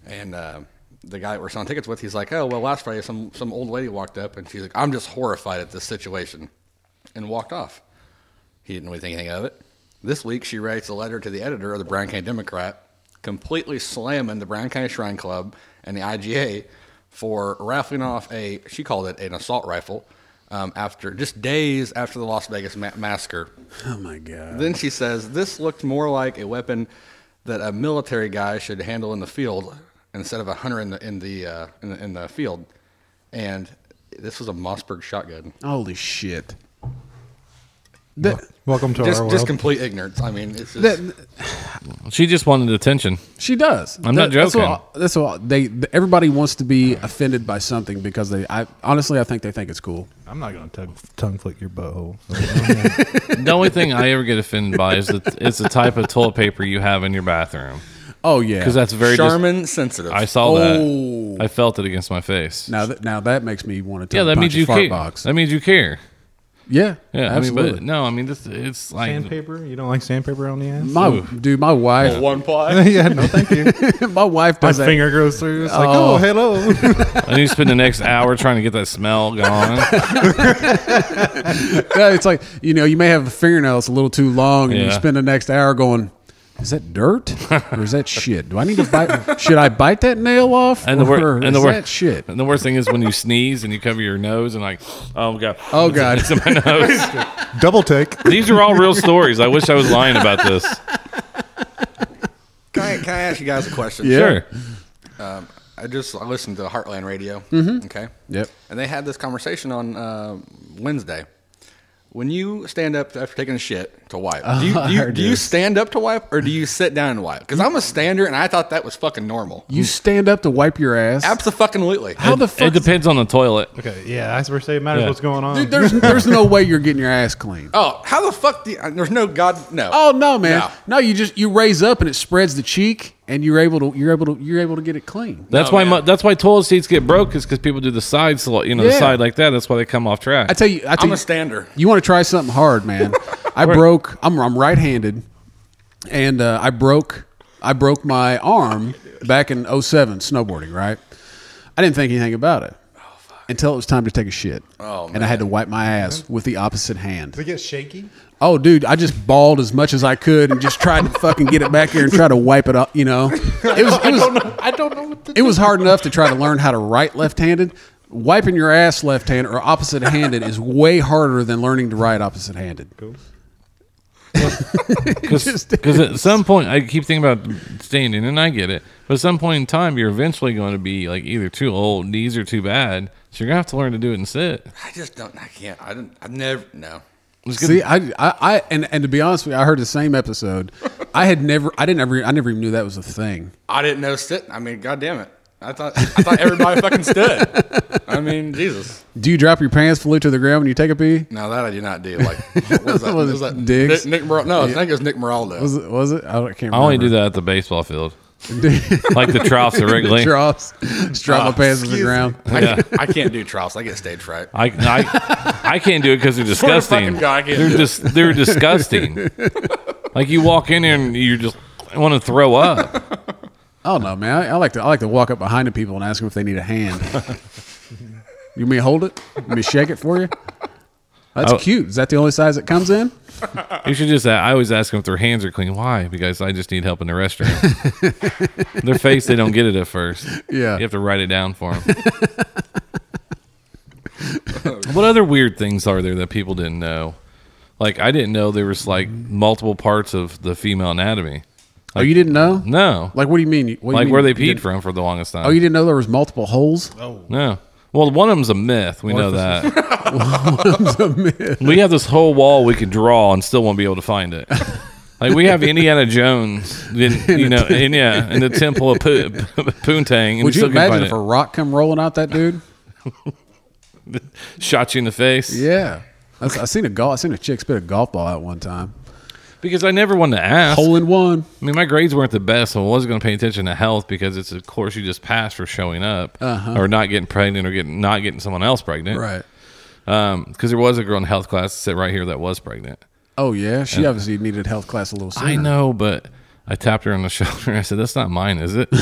Speaker 5: And uh, the guy that we're selling tickets with, he's like, "Oh, well, last Friday, some some old lady walked up, and she's like, I'm just horrified at this situation,' and walked off. He didn't really think anything of it. This week, she writes a letter to the editor of the Brown County Democrat, completely slamming the Brown County Shrine Club and the IGA for raffling off a she called it an assault rifle um, after just days after the Las Vegas ma- massacre.
Speaker 1: Oh my god.
Speaker 5: Then she says, This looked more like a weapon that a military guy should handle in the field instead of a hunter in the in the uh, in the, in the field. And this was a Mossberg shotgun.
Speaker 1: Holy shit. That,
Speaker 6: Welcome to
Speaker 5: Just
Speaker 6: our
Speaker 5: just
Speaker 6: world.
Speaker 5: complete ignorance. I mean, it's just,
Speaker 1: that,
Speaker 4: She just wanted attention.
Speaker 1: she does.
Speaker 4: I'm not
Speaker 1: That's
Speaker 4: joking.
Speaker 1: what- That's what, they. Everybody wants to be offended by something because they. I honestly, I think they think it's cool.
Speaker 6: I'm not gonna tug, tongue flick your butthole.
Speaker 1: [laughs]
Speaker 4: The only thing I ever get offended by is the it's the type of toilet paper you have in your bathroom
Speaker 1: Oh yeah.
Speaker 4: because that's very. dis-
Speaker 5: Charmin sensitive.
Speaker 4: I saw
Speaker 1: Oh.
Speaker 4: that. I felt it against my face.
Speaker 1: now that now that makes me want to.
Speaker 4: yeah, that
Speaker 1: punch
Speaker 4: means
Speaker 1: a
Speaker 4: you
Speaker 1: fart
Speaker 4: care.
Speaker 1: Box.
Speaker 4: That means you care.
Speaker 1: yeah.
Speaker 4: Yeah,
Speaker 1: Absolutely.
Speaker 4: I mean, but no, I mean this. It's like
Speaker 6: sandpaper? You don't like sandpaper on the ass?
Speaker 1: My dude, my wife,
Speaker 5: One
Speaker 6: [laughs]
Speaker 5: ply.
Speaker 6: yeah, no, thank
Speaker 1: [laughs]
Speaker 6: you.
Speaker 1: my wife
Speaker 6: My
Speaker 1: does that.
Speaker 6: finger goes through. It's like, oh, hello.
Speaker 1: [laughs]
Speaker 4: I need to spend the next hour trying to get that smell gone.
Speaker 1: Yeah, it's like you know, you may have a fingernail that's a little too long, and you
Speaker 4: Yeah.
Speaker 1: spend the next hour going, "Is that dirt or is that shit? Do I need to bite? should I bite that nail off?
Speaker 4: And the
Speaker 1: or
Speaker 4: worst, and the
Speaker 1: is
Speaker 4: worst,
Speaker 1: that shit?
Speaker 4: And the worst thing is when you sneeze and you cover your nose and like, oh god,
Speaker 1: Oh god,
Speaker 4: It's in my nose.
Speaker 6: Double take.
Speaker 4: These are all real stories. I wish I was lying about
Speaker 1: [laughs]
Speaker 4: this.
Speaker 5: Can I, can I ask you guys a question?
Speaker 1: Yeah.
Speaker 4: Sure.
Speaker 5: I just I listened to Heartland Radio.
Speaker 1: Mm-hmm.
Speaker 5: Okay.
Speaker 1: Yep.
Speaker 5: And they had this conversation on uh, Wednesday. When you stand up after taking a shit to wipe,
Speaker 1: [laughs]
Speaker 5: do you, do, you, do you stand up to wipe or do you sit down and wipe? Because I'm a stander and I thought that was fucking normal.
Speaker 1: you stand up to wipe your ass.
Speaker 5: Absolutely.
Speaker 1: How the
Speaker 4: It
Speaker 1: fuck?
Speaker 4: depends on the toilet.
Speaker 6: Okay, yeah, I was say it matters
Speaker 4: Yeah.
Speaker 6: what's going on.
Speaker 1: Dude, there's there's no way you're getting your ass clean.
Speaker 5: Oh, how the fuck do you, uh, there's no god no.
Speaker 1: Oh no, man.
Speaker 5: No.
Speaker 1: No. you just you raise up and it spreads the cheek, and you're able to you're able to you're able to get it clean.
Speaker 4: That's
Speaker 5: No,
Speaker 4: why
Speaker 5: man.
Speaker 4: mu- that's why toilet seats get broke is because people do the side sl- you know the
Speaker 1: Yeah.
Speaker 4: side like that. That's why they come off track.
Speaker 1: I tell you, I tell
Speaker 5: I'm
Speaker 1: you,
Speaker 5: a stander.
Speaker 1: You want to try something hard, man. I broke. I'm I'm right-handed, and uh, I broke I broke my arm back in 07 snowboarding. Right, I didn't think anything about it until it was time to take a shit,
Speaker 5: Oh,
Speaker 1: and I had to wipe my ass with the opposite hand.
Speaker 6: it get shaky?
Speaker 1: Oh, dude, I just bawled as much as I could and just tried to fucking get it back here and try to wipe it up. You
Speaker 6: [laughs]
Speaker 1: know, it was it was
Speaker 6: I don't know what to
Speaker 1: it was hard enough to try to learn how to write left-handed. Wiping your ass left-handed or opposite-handed is way harder than learning to write opposite-handed.
Speaker 4: Because at some point I keep thinking about standing, and I get it. But at some point in time, you're eventually going to be like either too old, knees are too bad, so you're gonna have to learn to do it and sit.
Speaker 5: I just don't I can't I didn't I've never no.
Speaker 1: See, I, I, I, and, and to be honest with you, I heard the same episode. I had never, I didn't ever, I never even knew that was a thing.
Speaker 5: I didn't know sit I mean, god damn it. I thought I
Speaker 1: [laughs]
Speaker 5: thought everybody fucking stood. I mean, Jesus.
Speaker 1: Do you drop your pants flew to the ground when you take a pee?
Speaker 5: Now that I do not do. Like
Speaker 1: [laughs]
Speaker 5: what was that?
Speaker 1: Was it
Speaker 5: that
Speaker 1: Diggs?
Speaker 5: Nick, Nick Mor- no, I think it was Nick Moraldo.
Speaker 1: Was it? Was it? I, don't, I can't. remember.
Speaker 4: I only do that at the baseball [laughs] field,
Speaker 1: that.
Speaker 4: like the troughs
Speaker 1: [laughs]
Speaker 4: at Wrigley.
Speaker 1: Drops, just drop
Speaker 4: Oh,
Speaker 1: my pants to the ground.
Speaker 5: I,
Speaker 4: Yeah.
Speaker 5: I can't do trials. I get stage fright.
Speaker 1: Uh-huh.
Speaker 4: I, I, I can't do it
Speaker 5: [laughs]
Speaker 4: because they're
Speaker 5: fucking
Speaker 4: disgusting.
Speaker 5: guy, I can't
Speaker 4: They're
Speaker 5: do it.
Speaker 4: just they're disgusting. like you walk in there and you just want to throw up.
Speaker 1: I don't know, man. I, I like to, I like to walk up behind the people and
Speaker 4: [laughs]
Speaker 1: ask them if they need a hand. you want me to hold it? You want me to shake it for you? That's
Speaker 4: Oh.
Speaker 1: cute. Is that the only size it comes in?
Speaker 4: You should just. a- I always ask them if their hands are clean. Why? Because I just need help in the [laughs] restroom. their face, they don't get it at first.
Speaker 1: Yeah.
Speaker 4: you have to write it down for them. what other weird things are there that people didn't know? Like I didn't know there was like multiple parts of the female anatomy.
Speaker 1: oh, you didn't know?
Speaker 4: No,
Speaker 1: Like, what do you mean? What do you
Speaker 4: like
Speaker 1: mean
Speaker 4: where they
Speaker 1: you
Speaker 4: peed
Speaker 1: didn't-
Speaker 4: from for the longest time.
Speaker 1: Oh, you didn't know there was multiple holes?
Speaker 4: No. Well, one of them's a myth. We
Speaker 1: [laughs]
Speaker 4: know that. We have this whole wall we could draw and still won't be able to find it. Like we have Indiana Jones,
Speaker 1: [laughs]
Speaker 4: in, you know, in, yeah, in the Temple of Pu- Poontang, and we
Speaker 1: Would you
Speaker 4: still
Speaker 1: imagine if a
Speaker 4: can
Speaker 1: rock come rolling out that
Speaker 4: [laughs]
Speaker 1: dude?
Speaker 4: shot you in the face?
Speaker 1: yeah. That's, I seen a golf. I seen a chick spit a golf ball out one time.
Speaker 4: Because I never wanted to ask.
Speaker 1: Hole in one.
Speaker 4: I mean, my grades weren't the best, so I wasn't going to pay attention to health because it's a course you just pass for showing up or not getting pregnant or getting not getting someone else pregnant.
Speaker 1: Right.
Speaker 4: Because there was a girl in health class that sit right here that was pregnant.
Speaker 1: Oh yeah, she obviously needed health class a little sooner.
Speaker 4: I know, but I tapped her on the [laughs] shoulder and I said, That's not mine, is it? [laughs]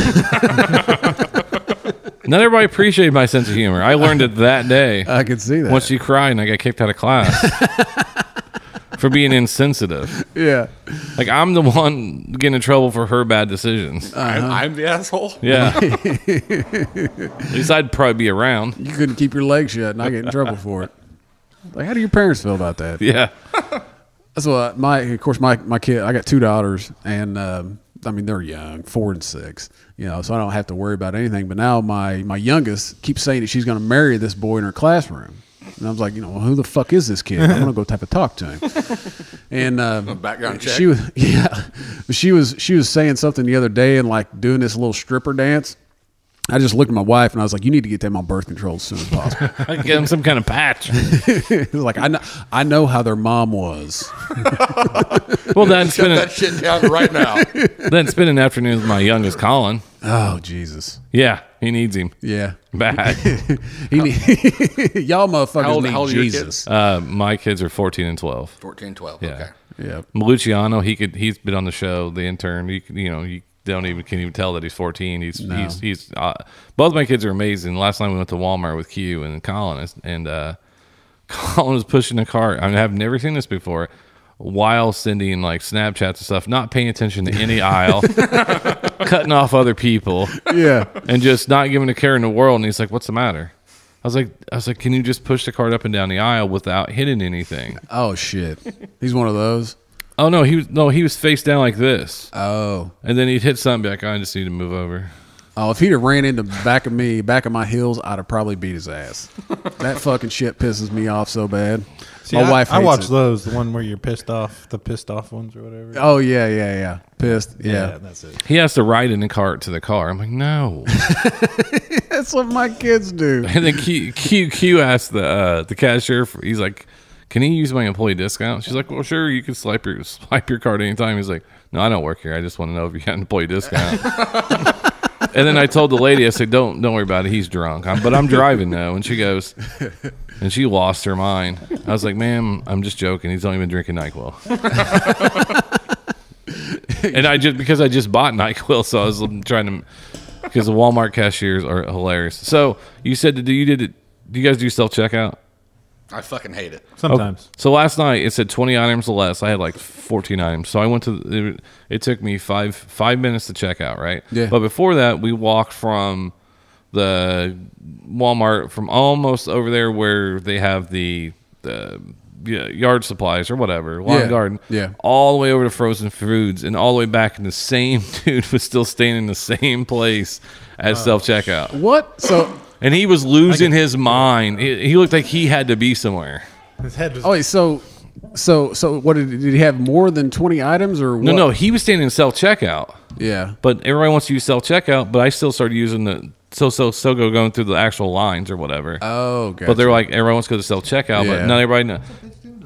Speaker 4: not everybody appreciated my sense of humor. I learned it that day.
Speaker 1: I could see that.
Speaker 4: Once she cried and I got kicked out of class for being insensitive.
Speaker 1: yeah.
Speaker 4: Like, I'm the one getting in trouble for her bad decisions.
Speaker 5: I'm, I'm the asshole.
Speaker 4: yeah. At least I'd probably be around.
Speaker 1: You couldn't keep your legs shut, and I get in trouble for it. Like, how do your parents feel about that?
Speaker 4: [laughs] Yeah.
Speaker 1: That's what my, of course, my my kid. I got two daughters, and um, I mean they're young, four and six. You know, so I don't have to worry about anything. But now my my youngest keeps saying that she's going to marry this boy in her classroom, and I was like, you know, well, who the fuck is this kid? I'm going to go type of talk to him. And um,
Speaker 5: background
Speaker 1: She was [laughs] yeah, she was she was saying something the other day and like doing this little stripper dance. I just looked at my wife and I was like, you need to get them on birth control as soon as possible.
Speaker 4: I could get them some kind of patch.
Speaker 1: like I know I know how their mom was.
Speaker 4: Well, then
Speaker 5: Shut
Speaker 4: spend,
Speaker 5: that
Speaker 4: a,
Speaker 5: shit down
Speaker 1: [laughs]
Speaker 5: right now.
Speaker 4: then spend an afternoon with my youngest, Colin.
Speaker 1: Oh Jesus.
Speaker 4: Yeah, he needs him
Speaker 1: Yeah.
Speaker 4: bad.
Speaker 1: He need- [laughs] y'all motherfuckers
Speaker 5: How old-
Speaker 1: need
Speaker 5: how old are your
Speaker 1: Jesus.
Speaker 4: Uh, my kids are 14 and 12.
Speaker 5: 14, 12.
Speaker 4: Yeah.
Speaker 5: Okay.
Speaker 1: Yeah.
Speaker 4: Luciano, he could he's been on the show, the intern. You can- you know, you don't even can even tell that he's 14. He's he's he's uh, both my kids are amazing. Last night we went to Walmart with Q and Colin is- and uh [laughs] Colin was pushing a cart. I mean, I've never seen this before. While sending like Snapchats and stuff, not paying attention to any aisle, cutting off other people,
Speaker 1: Yeah.
Speaker 4: and just not giving a care in the world. And he's like, "What's the matter?" I was like, "I was like, can you just push the cart up and down the aisle without hitting anything?"
Speaker 1: Oh shit. He's one of those.
Speaker 4: Oh no, he was no, he was face down like this,
Speaker 1: Oh.
Speaker 4: and then he'd hit something back. I just need to move over.
Speaker 1: Oh, if he'd have ran into the back of me, back of my heels, I'd have probably beat his ass. that fucking shit pisses me off so bad.
Speaker 6: See,
Speaker 1: my
Speaker 6: I,
Speaker 1: wife
Speaker 6: I
Speaker 1: hates
Speaker 6: watch
Speaker 1: it.
Speaker 6: those, the one where you're pissed off, the pissed off ones or whatever.
Speaker 1: Oh yeah, yeah, yeah. Pissed. Yeah.
Speaker 6: that's it.
Speaker 4: He has to ride in the cart to the car. I'm like, no. [laughs]
Speaker 1: That's what my kids do.
Speaker 4: and then Q Q, Q asked the uh, the cashier. For, he's like, can he use my employee discount? She's like, well, sure, you can swipe your swipe your card anytime. He's like, no, I don't work here. I just want to know if you got an employee discount. and then I told the lady, I said, don't don't worry about it. He's drunk, I'm, but I'm driving now. And she goes, and she lost her mind. I was like, ma'am, I'm just joking. He's only been drinking Nyquil. and I just because I just bought Nyquil, so I was trying to because the Walmart cashiers are hilarious. So you said to do you did it? Do you guys do self checkout?
Speaker 5: I fucking hate it.
Speaker 6: Sometimes.
Speaker 4: So last night it said twenty items or less. I had like fourteen items. So I went to. The, it took me five five minutes to check out. Right.
Speaker 1: Yeah.
Speaker 4: But before that, we walked from the Walmart from almost over there where they have the the yeah, yard supplies or whatever lawn
Speaker 1: Yeah.
Speaker 4: garden.
Speaker 1: Yeah.
Speaker 4: All the way over to frozen foods and all the way back, and the same [laughs] dude was still staying in the same place as self checkout
Speaker 1: What? So
Speaker 4: and he was losing his mind. He, he looked like he had to be somewhere.
Speaker 6: His head was. [laughs]
Speaker 1: oh, wait, so so so what did, did he have more than 20 items or what?
Speaker 4: No, no, he was standing in self checkout,
Speaker 1: Yeah.
Speaker 4: but everybody wants to use self checkout. But I still started using the so so so go going through the actual lines or whatever.
Speaker 1: Oh, gotcha.
Speaker 4: But they're like everyone wants to go to self checkout,
Speaker 1: Yeah.
Speaker 4: but not everybody. Know.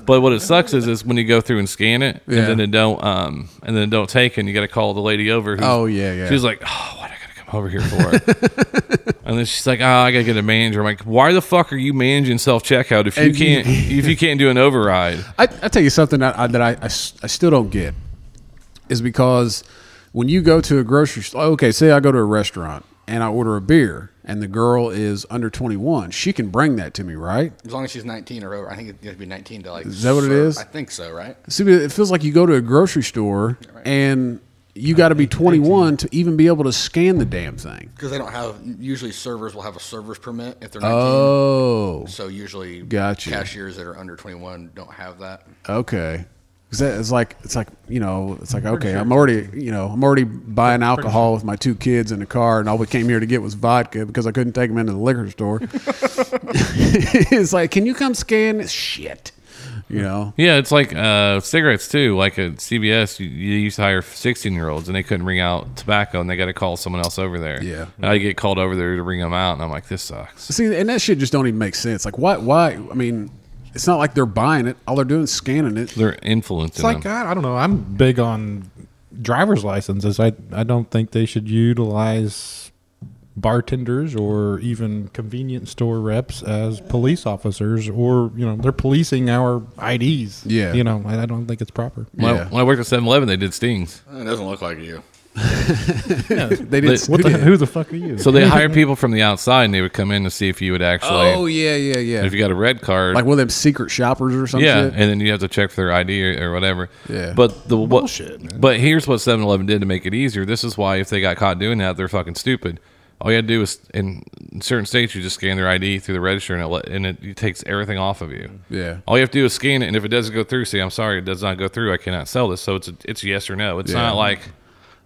Speaker 4: But what it sucks is is when you go through and scan it,
Speaker 1: Yeah.
Speaker 4: and then they don't um and then they don't take, it, and you got to call the lady over. who's-
Speaker 1: Oh, yeah, yeah.
Speaker 4: She's like, oh, what I gotta come over here for it.
Speaker 1: [laughs]
Speaker 4: and then she's like, oh, I gotta get a manager. I'm like, why the fuck are you managing self checkout if you
Speaker 1: And you- [laughs]
Speaker 4: can't if you can't do an override?
Speaker 1: I, I tell you something that, I, that I, I s- I still don't oh, get is because when you go to a grocery store, okay, say I go to a restaurant and I order a beer and the girl is under 21, she can bring that to me, right?
Speaker 5: As long as she's 19 or over, I think it- you have to be 19 to like.
Speaker 1: Is that what it is?
Speaker 5: I think so, right?
Speaker 1: See, but it feels like you go to a grocery store and you got to be 21 to even be able to scan the damn thing.
Speaker 5: Because they don't have usually servers will have a server's permit if they're 19.
Speaker 1: Oh,
Speaker 5: so usually
Speaker 1: Gotcha.
Speaker 5: cashiers that are under 21 don't have that.
Speaker 1: okay. 'Cause that is like it's like you know it's like okay I'm already you know I'm already buying alcohol with my two kids in the car and all we came here to get was vodka because I couldn't take them into the liquor store. [laughs] it's like can you come scan shit, you know?
Speaker 4: Yeah, it's like uh, cigarettes too. Like at CBS, you, you used to hire sixteen-year-olds, and they couldn't bring out tobacco, and they got to call someone else over there.
Speaker 1: Yeah.
Speaker 4: and I get called over there to bring them out, and I'm like, this sucks.
Speaker 1: See, and that shit just don't even make sense. Like why why I mean it's not like they're buying it. All they're doing is scanning it.
Speaker 4: They're influencing
Speaker 6: It's like
Speaker 4: them.
Speaker 6: I, I don't know. I'm big on driver's licenses. I I don't think they should utilize bartenders or even convenience store reps as police officers or you know they're policing our IDs.
Speaker 1: Yeah.
Speaker 6: you know I, I don't think it's proper.
Speaker 4: When,
Speaker 1: Yeah.
Speaker 4: I, when I worked at 7-Eleven, they did stings.
Speaker 5: It doesn't look like you.
Speaker 1: They didn't.
Speaker 6: What
Speaker 1: who
Speaker 6: the,
Speaker 1: did?
Speaker 6: who the fuck are you?
Speaker 4: So
Speaker 1: [laughs]
Speaker 4: they hired people from the outside, and they would come in to see if you would actually.
Speaker 1: Oh yeah, yeah, yeah.
Speaker 4: If you got a red card,
Speaker 1: like one of them secret shoppers or something.
Speaker 4: yeah, and then you have to check for their ID or, or whatever.
Speaker 1: Yeah.
Speaker 4: But the what, But here's what 7-Eleven did to make it easier. This is why if they got caught doing that, they're fucking stupid. All you had to do is in certain states, you just scan their ID through the register, and it let, and it, takes everything off of you.
Speaker 1: Yeah.
Speaker 4: All you have to do is scan it, and if it doesn't go through, say I'm sorry, it does not go through. I cannot sell this. So it's a, it's yes or no. It's not like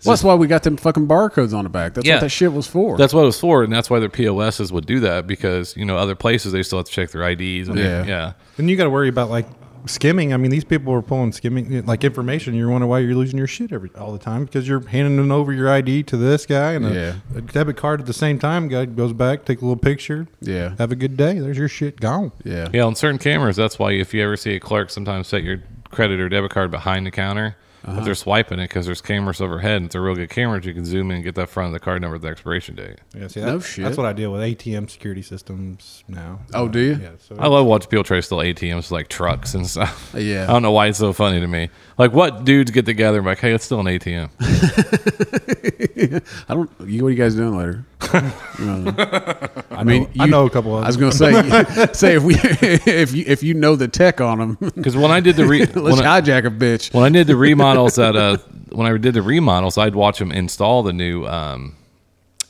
Speaker 1: Well, that's why we got them fucking barcodes on the back. That's
Speaker 4: Yeah.
Speaker 1: what that shit was for.
Speaker 4: that's what it was for, and that's why their POSs would do that because you know other places they still have to check their IDs. and-
Speaker 1: Yeah.
Speaker 4: yeah.
Speaker 6: Then you got to worry about like skimming. I mean, these people were pulling skimming like information. You're wondering why you're losing your shit every all the time because you're handing them over your ID to this guy and a,
Speaker 1: Yeah.
Speaker 6: a debit card at the same time. Guy goes back, take a little picture.
Speaker 1: Yeah.
Speaker 6: have a good day. There's your shit gone.
Speaker 1: yeah.
Speaker 4: Yeah, on certain cameras, that's why if you ever see a clerk, sometimes set your credit or debit card behind the counter.
Speaker 1: Uh-huh.
Speaker 4: But they're swiping it because there's cameras overhead. And if they're real good cameras, you can zoom in and get that front of the card number, the expiration date.
Speaker 6: Yeah, see,
Speaker 1: No
Speaker 6: that-
Speaker 1: shit.
Speaker 6: That's what I deal with ATM security systems now.
Speaker 1: Oh, do you?
Speaker 6: Yeah. So
Speaker 4: I love watching people try to steal ATMs like trucks and stuff.
Speaker 1: [laughs] Yeah.
Speaker 4: I don't know why it's so funny to me. Like, what dudes get together and be like, hey, let's steal an ATM?
Speaker 1: I don't. You, what are you guys doing later?
Speaker 6: [laughs] I mean,
Speaker 1: you-
Speaker 6: I know a couple of.
Speaker 1: I was gonna
Speaker 6: [laughs]
Speaker 1: say, say if we, [laughs] if you, if you know the tech on them,
Speaker 4: Because when I did the
Speaker 1: [laughs]
Speaker 4: re-
Speaker 1: let's
Speaker 4: when I-
Speaker 1: hijack a bitch.
Speaker 4: when I did the remodels at uh when I did the remodels, I'd watch them install the new um,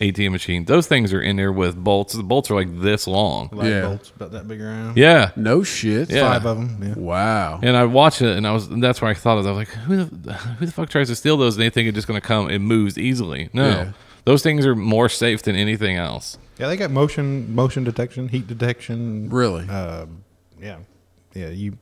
Speaker 4: ATM machine. Those things are in there with bolts. The bolts are like this long.
Speaker 6: light
Speaker 1: yeah.
Speaker 6: Bolts about that big around.
Speaker 4: Yeah,
Speaker 1: No shit.
Speaker 4: Yeah.
Speaker 6: Five of them. Yeah.
Speaker 1: Wow.
Speaker 4: And I watched it, and I was and that's where I thought of. it. I was like, who the, who the fuck tries to steal those? And they think it's just going to come. It moves easily. No,
Speaker 1: Yeah.
Speaker 4: those things are more safe than anything else.
Speaker 6: Yeah, they got motion motion detection, heat detection.
Speaker 1: Really?
Speaker 6: Um, yeah, yeah. You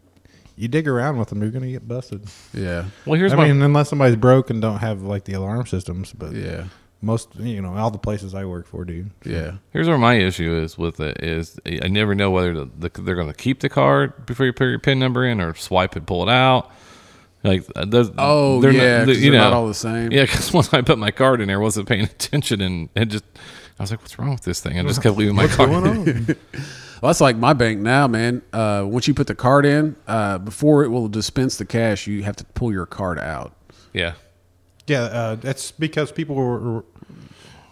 Speaker 6: you dig around with them, you're gonna get busted.
Speaker 1: yeah.
Speaker 4: Well, here's
Speaker 6: I
Speaker 4: my
Speaker 6: mean, unless somebody's broke and don't have like the alarm systems, but
Speaker 1: Yeah.
Speaker 6: most you know all the places I work for do.
Speaker 1: Yeah.
Speaker 4: here's where my issue is with it is I never know whether the, the, they're going to keep the card before you put your pin number in, or swipe it, pull it out. Like uh, those,
Speaker 1: Oh,
Speaker 4: they're
Speaker 1: yeah,
Speaker 4: not,
Speaker 1: 'cause
Speaker 4: you
Speaker 1: they're
Speaker 4: know,
Speaker 1: not all the same.
Speaker 4: Yeah, because [laughs] once I put my card in there, I wasn't paying [laughs] attention, and and just I was like, what's wrong with this thing? I just kept leaving my card.
Speaker 6: Going on?
Speaker 1: Well, that's like my bank now, man. Uh, once you put the card in, uh, before it will dispense the cash, you have to pull your card out.
Speaker 4: [laughs] Yeah.
Speaker 6: yeah, uh, that's because people were. were-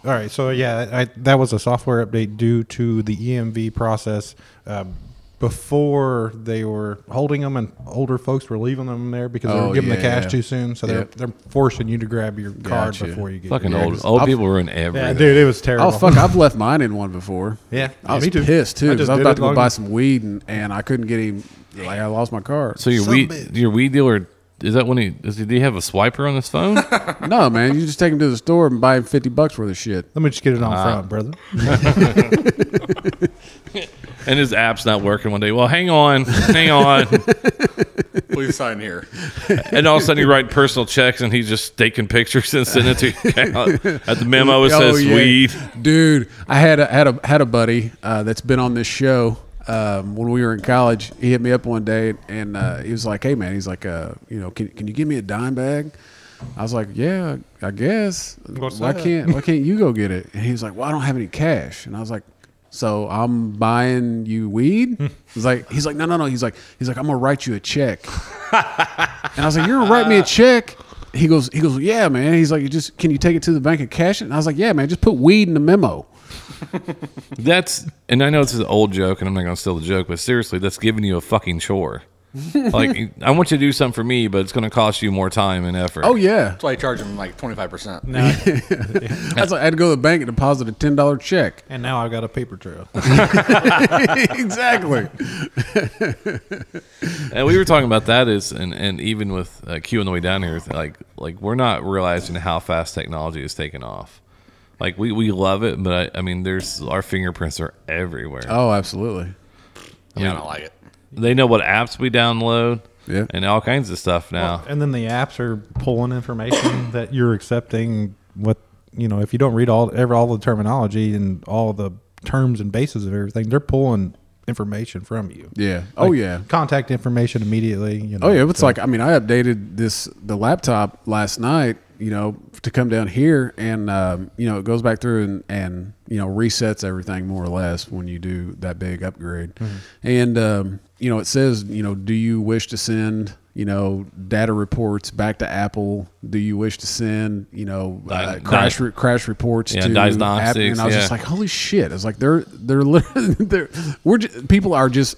Speaker 6: all right, so yeah, I, that was a software update due to the EMV process. Um, before they were holding them, and older folks were leaving them there because they
Speaker 1: Oh,
Speaker 6: were giving
Speaker 1: yeah,
Speaker 6: the cash
Speaker 1: yeah.
Speaker 6: too soon. So they're
Speaker 1: Yep.
Speaker 6: they're forcing you to grab your card
Speaker 1: Gotcha.
Speaker 6: before you get
Speaker 4: Fucking
Speaker 6: your
Speaker 4: old old people ruin everything.
Speaker 6: Yeah, dude, it was terrible.
Speaker 1: Oh fuck!
Speaker 6: [laughs]
Speaker 1: I've left mine in one before.
Speaker 6: Yeah,
Speaker 1: I was
Speaker 6: me too.
Speaker 1: pissed too.
Speaker 6: I
Speaker 1: 'cause I,
Speaker 6: just
Speaker 1: was
Speaker 6: did
Speaker 1: about
Speaker 6: it
Speaker 1: to go
Speaker 6: long-
Speaker 1: buy some weed and, and I couldn't get even like I lost my card.
Speaker 4: So your
Speaker 6: Some
Speaker 4: weed,
Speaker 6: bitch.
Speaker 4: your weed dealer is that when he is he, do you have a swiper on his phone? [laughs]
Speaker 1: no, man, you just take him to the store and buy him fifty bucks worth of shit.
Speaker 6: Let me just get it
Speaker 4: Uh,
Speaker 6: on front, [laughs] brother.
Speaker 4: and his app's not working one day. Well, hang on,
Speaker 1: [laughs]
Speaker 4: hang on,
Speaker 5: Please sign here.
Speaker 4: and all of a sudden you write personal checks, and he's just taking pictures and sending it to you. At the memo,
Speaker 1: [laughs]
Speaker 4: it
Speaker 1: Oh,
Speaker 4: says
Speaker 1: yeah.
Speaker 4: weed.
Speaker 1: dude. I had a had a had a buddy uh, that's been on this show um, when we were in college. He hit me up one day and uh, he was like, "Hey, man," he's like, uh, "You know, can can you give me a dime bag?" I was like, "Yeah, I guess."
Speaker 6: What's
Speaker 1: why
Speaker 6: that?"
Speaker 1: can't Why can't you go get it? And he was like, "Well, I don't have any cash." And I was like. So I'm buying you weed.
Speaker 6: Hmm.
Speaker 1: He's like, he's [laughs] like, no, no, no. He's like, he's like, I'm gonna write you a check. And I was like, "You're gonna write me a check he goes, he goes, yeah, man. He's like, you just can you take it to the bank and cash it? And I was like, yeah, man, just put weed in the memo.
Speaker 4: That's and I know this is an old joke, and I'm not gonna steal the joke, but seriously, that's giving you a fucking
Speaker 1: [laughs]
Speaker 4: chore. like I want you to do something for me, but it's gonna cost you more time and effort.
Speaker 1: Oh yeah,
Speaker 5: That's why I charge them like 25%.
Speaker 1: that's like I had to go to the bank and deposit a ten dollar check.
Speaker 6: And now I've got a paper trail.
Speaker 1: [laughs] exactly.
Speaker 4: And we were talking about that is, and, and even with uh, Q on the way down here, like like we're not realizing how fast technology is taking off. Like we, we love it, but I, I mean, there's our fingerprints are everywhere.
Speaker 1: [laughs] Oh, absolutely.
Speaker 5: Yeah, I don't like it.
Speaker 4: They know what apps we download,
Speaker 1: Yeah.
Speaker 4: and all kinds of stuff now.
Speaker 6: And then the apps are pulling information [coughs] that you're accepting. What you know, if you don't read all ever all the terminology and all the terms and bases of everything, they're pulling information from you.
Speaker 1: Yeah. Oh
Speaker 6: Like,
Speaker 1: yeah.
Speaker 6: Contact information immediately. You know.
Speaker 1: Oh yeah, it's
Speaker 6: so-
Speaker 1: like I mean, I updated this the laptop last night, you know, to come down here, and um, you know, it goes back through and and you know resets everything more or less when you do that big upgrade,
Speaker 4: Mm-hmm.
Speaker 1: and um, you know, it says, you know, do you wish to send you know data reports back to Apple? Do you wish to send you know uh,
Speaker 4: Di-
Speaker 1: crash
Speaker 4: di-
Speaker 1: re- crash reports
Speaker 4: Yeah,
Speaker 1: to
Speaker 4: diagnostics,
Speaker 1: Apple? And I was just
Speaker 4: yeah.
Speaker 1: like, holy shit! It's like they're they're literally [laughs] they're we're just, people are just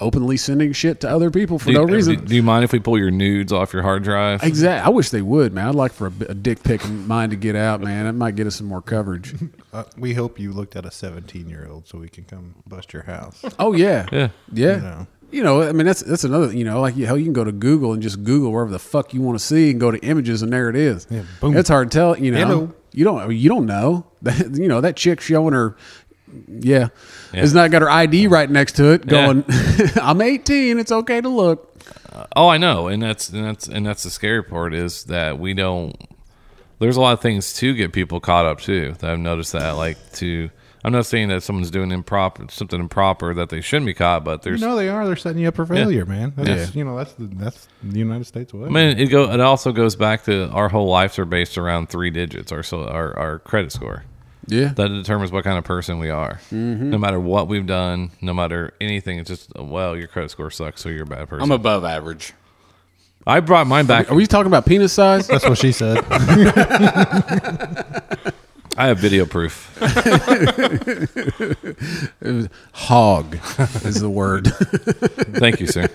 Speaker 1: openly sending shit to other people for
Speaker 4: Do,
Speaker 1: no
Speaker 4: you-
Speaker 1: reason.
Speaker 4: do, do you mind if we pull your nudes off your hard drive?
Speaker 1: Exactly. I wish they would, man. I'd like for a, bi- a dick pic of mine to get out, man. That might get us some more coverage.
Speaker 6: Uh, we hope you looked at a 17 year old so we can come bust
Speaker 1: [laughs]
Speaker 6: your house.
Speaker 1: Oh yeah,
Speaker 4: [laughs] Yeah.
Speaker 1: yeah.
Speaker 6: You know.
Speaker 1: You know, I mean, that's that's another. You know, like you, hell, you can go to Google and just Google wherever the fuck you want to see, and go to images, and there it is.
Speaker 6: Yeah, boom.
Speaker 1: It's hard to tell. You know,
Speaker 6: Hello.
Speaker 1: you don't I mean, you don't know. [laughs] That, you know that chick showing her. Yeah,
Speaker 4: Yeah.
Speaker 1: it's not got her ID right next to it.
Speaker 4: Yeah.
Speaker 1: Going, [laughs] I'm 18. It's okay to look.
Speaker 4: Oh, I know, and that's and that's and that's the scary part is that we don't. There's a lot of things to get people caught up to. That I've noticed that, like to. I'm not saying that someone's doing improper something improper that they shouldn't be caught, but there's.
Speaker 6: No, they are. They're setting you up for failure, man. That's
Speaker 4: Yeah.
Speaker 6: you know that's the, that's the United States way.
Speaker 4: I mean, it go. It also goes back to our whole lives are based around three digits, our so our, our credit score.
Speaker 1: Yeah,
Speaker 4: That determines what kind of person we are.
Speaker 1: Mm-hmm.
Speaker 4: No matter what we've done, no matter anything, it's just well, your credit score sucks, so you're a bad person.
Speaker 5: I'm above average.
Speaker 4: I brought mine back.
Speaker 1: are we talking about penis size? [laughs]
Speaker 6: That's what she said. [laughs]
Speaker 4: I have video proof.
Speaker 1: Hog is the word. [laughs]
Speaker 4: Thank you, sir.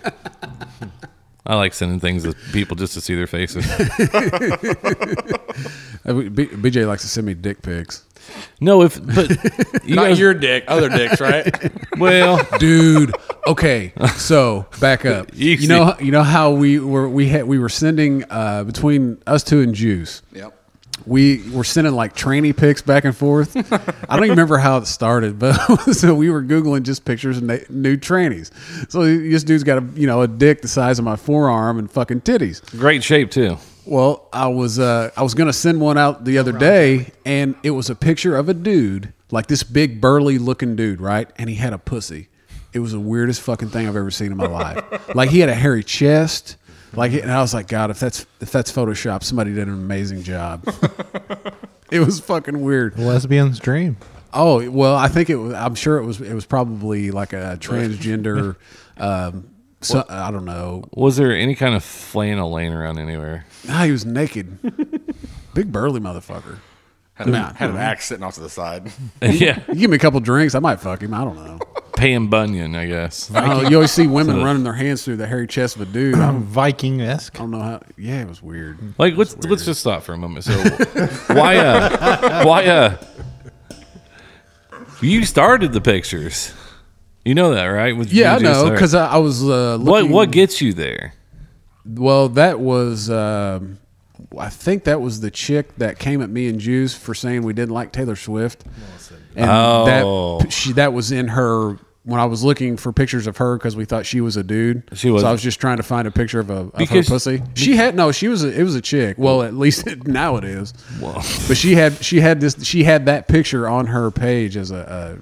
Speaker 4: I like sending things to people just to see their faces.
Speaker 1: Uh, we- B- BJ likes to send me dick pics.
Speaker 4: [laughs] No, if but you
Speaker 5: Not
Speaker 4: guys,
Speaker 5: your dick, other dicks, right?
Speaker 4: [laughs] well,
Speaker 1: dude. Okay, so back up.
Speaker 4: Easy.
Speaker 1: You know, you know how we were we had we were sending uh, between us two and Juice.
Speaker 5: yep.
Speaker 1: We were sending like tranny pics back and forth. I don't even remember how it started, but [laughs] so we were googling just pictures of na- new trannies. So this dude's got a you know a dick the size of my forearm and fucking titties.
Speaker 4: great shape too.
Speaker 1: Well, I was uh, I was gonna send one out the other day, and it was a picture of a dude, like this big burly looking dude, right? And he had a pussy. It was the weirdest fucking thing I've ever seen in my life. like he had a hairy chest. Like, and I was like, God, if that's if that's Photoshop, somebody did an amazing job. it was fucking weird.
Speaker 6: Lesbian's dream.
Speaker 1: Oh well, I think it was. I'm sure it was. It was probably like a transgender. um, so, I don't know.
Speaker 4: Was there any kind of flannel laying around anywhere?
Speaker 1: Nah, he was naked. Big burly motherfucker.
Speaker 5: Had, a-
Speaker 1: Nah.
Speaker 5: had an axe sitting off to the side.
Speaker 4: [laughs] yeah,
Speaker 1: You give me a couple drinks, I might fuck him. I don't know.
Speaker 4: Pam Bunyan, I guess.
Speaker 1: I don't know. You always see women running their hands through the hairy chest of a dude. I don't,
Speaker 6: Viking esque.
Speaker 1: I don't know how. Yeah, it was weird.
Speaker 4: Like let's let's just stop for a moment. So why uh why uh you started the pictures? You know that, right? With-
Speaker 1: Yeah, I
Speaker 4: you just
Speaker 1: know
Speaker 4: started.
Speaker 1: because I, I was uh,
Speaker 4: what
Speaker 1: looking.
Speaker 4: what gets you there?
Speaker 1: Well, that was. Um, I think that was the chick that came at me and Jews for saying we didn't like Taylor Swift. And
Speaker 4: Oh.
Speaker 1: that she that was in her when I was looking for pictures of her because we thought she was a dude.
Speaker 4: She was.
Speaker 1: So I was just trying to find a picture of a of
Speaker 4: Because-
Speaker 1: her pussy. She had no. She was. A, it was a chick. Well, at least [laughs] now it is.
Speaker 4: Well,
Speaker 1: but she had she had this she had that picture on her page as a,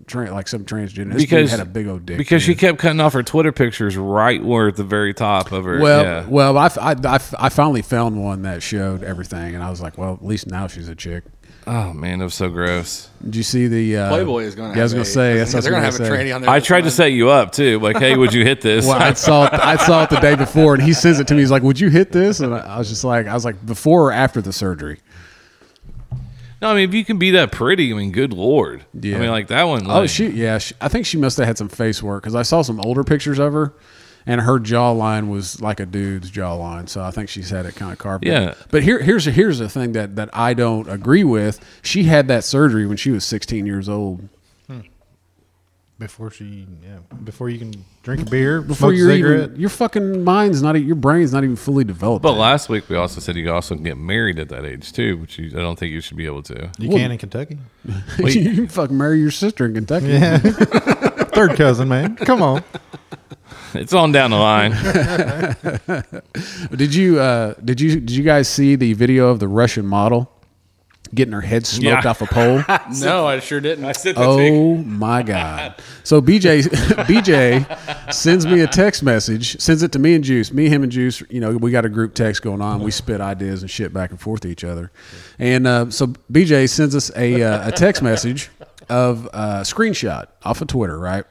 Speaker 1: a tra- like some transgender. This dude
Speaker 4: because
Speaker 1: had a big old dick.
Speaker 4: Because
Speaker 1: man.
Speaker 4: she kept cutting off her Twitter pictures right where at the very top of her.
Speaker 1: Well,
Speaker 4: yeah.
Speaker 1: well, I, I, I, I finally found one that showed everything, and I was like, well, at least now she's a chick.
Speaker 4: oh man, that was so gross.
Speaker 1: Did you see the uh,
Speaker 5: Playboy is going to.
Speaker 1: Yeah, I was gonna say that's
Speaker 5: they're
Speaker 1: what I
Speaker 5: going to have
Speaker 1: was
Speaker 5: a
Speaker 1: gonna say.
Speaker 5: tranny on there.
Speaker 4: I tried to
Speaker 5: say.
Speaker 4: set you up too. Like, hey, would you hit
Speaker 1: [laughs]
Speaker 4: this?
Speaker 1: Well, I saw it, I saw it the day before, and he sends it to me. He's like, "Would you hit this?" And I I was just like, "I was like before or after the surgery."
Speaker 4: [laughs] no, I mean, if you can be that pretty, I mean, good lord. I mean, like that one.
Speaker 1: Oh,
Speaker 4: like-
Speaker 1: she yeah, she, I think she must have had some face work because I saw some older pictures of her, and her jawline was like a dude's jawline. So I think she's had it kind of carved.
Speaker 4: Yeah.
Speaker 1: But here here's here's the thing that that I don't agree with. She had that surgery when she was 16 years old.
Speaker 6: Before she, yeah, before you can drink a beer,
Speaker 1: Before
Speaker 6: smoke a
Speaker 1: you're
Speaker 6: cigarette.
Speaker 1: even your fucking mind's not e- your brain's not even fully developed. [laughs]
Speaker 4: But
Speaker 1: yet.
Speaker 4: last week we also said you also can get married at that age too, which you, I don't think you should be able to. [laughs]
Speaker 6: you can in Kentucky.
Speaker 1: you can fucking marry your sister in Kentucky.
Speaker 6: Yeah. Third cousin, man. Come on.
Speaker 4: It's on down the line.
Speaker 1: [laughs] Did you uh, did you did you guys see the video of the Russian model getting her head smoked
Speaker 4: Yeah.
Speaker 1: off a
Speaker 4: [laughs]
Speaker 1: pole?
Speaker 5: [laughs] No, I sure didn't. I said
Speaker 1: oh my god! So [laughs] BJ BJ sends me a text message, sends it to me and Juice. Me, him, and Juice. You know, we got a group text going on. We spit ideas and shit back and forth to each other. And uh, so BJ sends us a uh, a text message of uh, screenshot off of Twitter, right?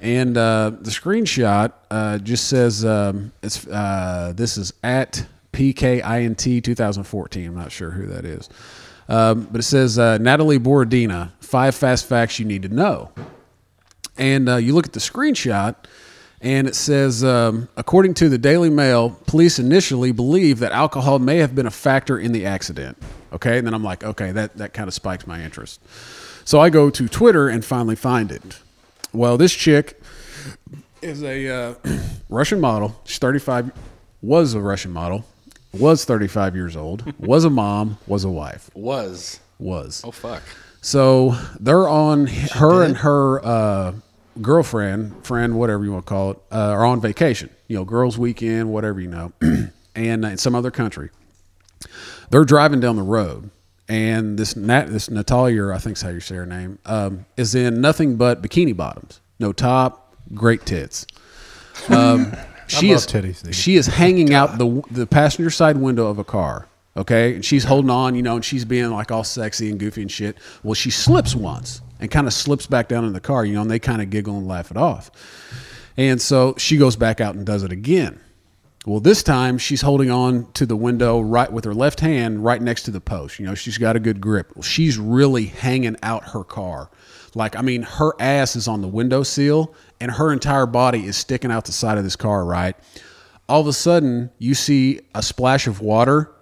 Speaker 1: And uh, the screenshot uh, just says um, it's uh, this is at PKINT 2014. I'm not sure who that is. Um, but it says uh, Natalie Borodina, five fast facts you need to know. And uh, you look at the screenshot, and it says, um, according to the Daily Mail, police initially believe that alcohol may have been a factor in the accident. Okay, and then I'm like, okay, that, that kind of spikes my interest. So I go to Twitter and finally find it. Well, this chick is a uh, [clears throat] Russian model. She's 35, was a Russian model, was 35 years old, was a mom, was a wife,
Speaker 5: was.
Speaker 1: was.
Speaker 5: Oh fuck.
Speaker 1: So they're on her and her uh, girlfriend, friend, whatever you want to call it, uh, are on vacation. You know, girls' weekend, whatever you know, [clears throat] and uh, in some other country. They're driving down the road, and this Nat, this Natalia, or I think's how you say her name, um, is in nothing but bikini bottoms, no top, great
Speaker 6: [laughs]
Speaker 1: tits. Um, she
Speaker 6: love
Speaker 1: is
Speaker 6: titties, dude.
Speaker 1: she is hanging out
Speaker 6: [laughs]
Speaker 1: the the passenger side window of a car. Okay, and she's holding on, you know, and she's being like all sexy and goofy and shit. Well, she slips once and kind of slips back down in the car, you know, and they kind of giggle and laugh it off. And so she goes back out and does it again. Well, this time she's holding on to the window right with her left hand, right next to the post. You know, she's got a good grip. Well, she's really hanging out her car. Like, I mean, her ass is on the windowsill and her entire body is sticking out the side of this car, right? All of a sudden, you see a splash of water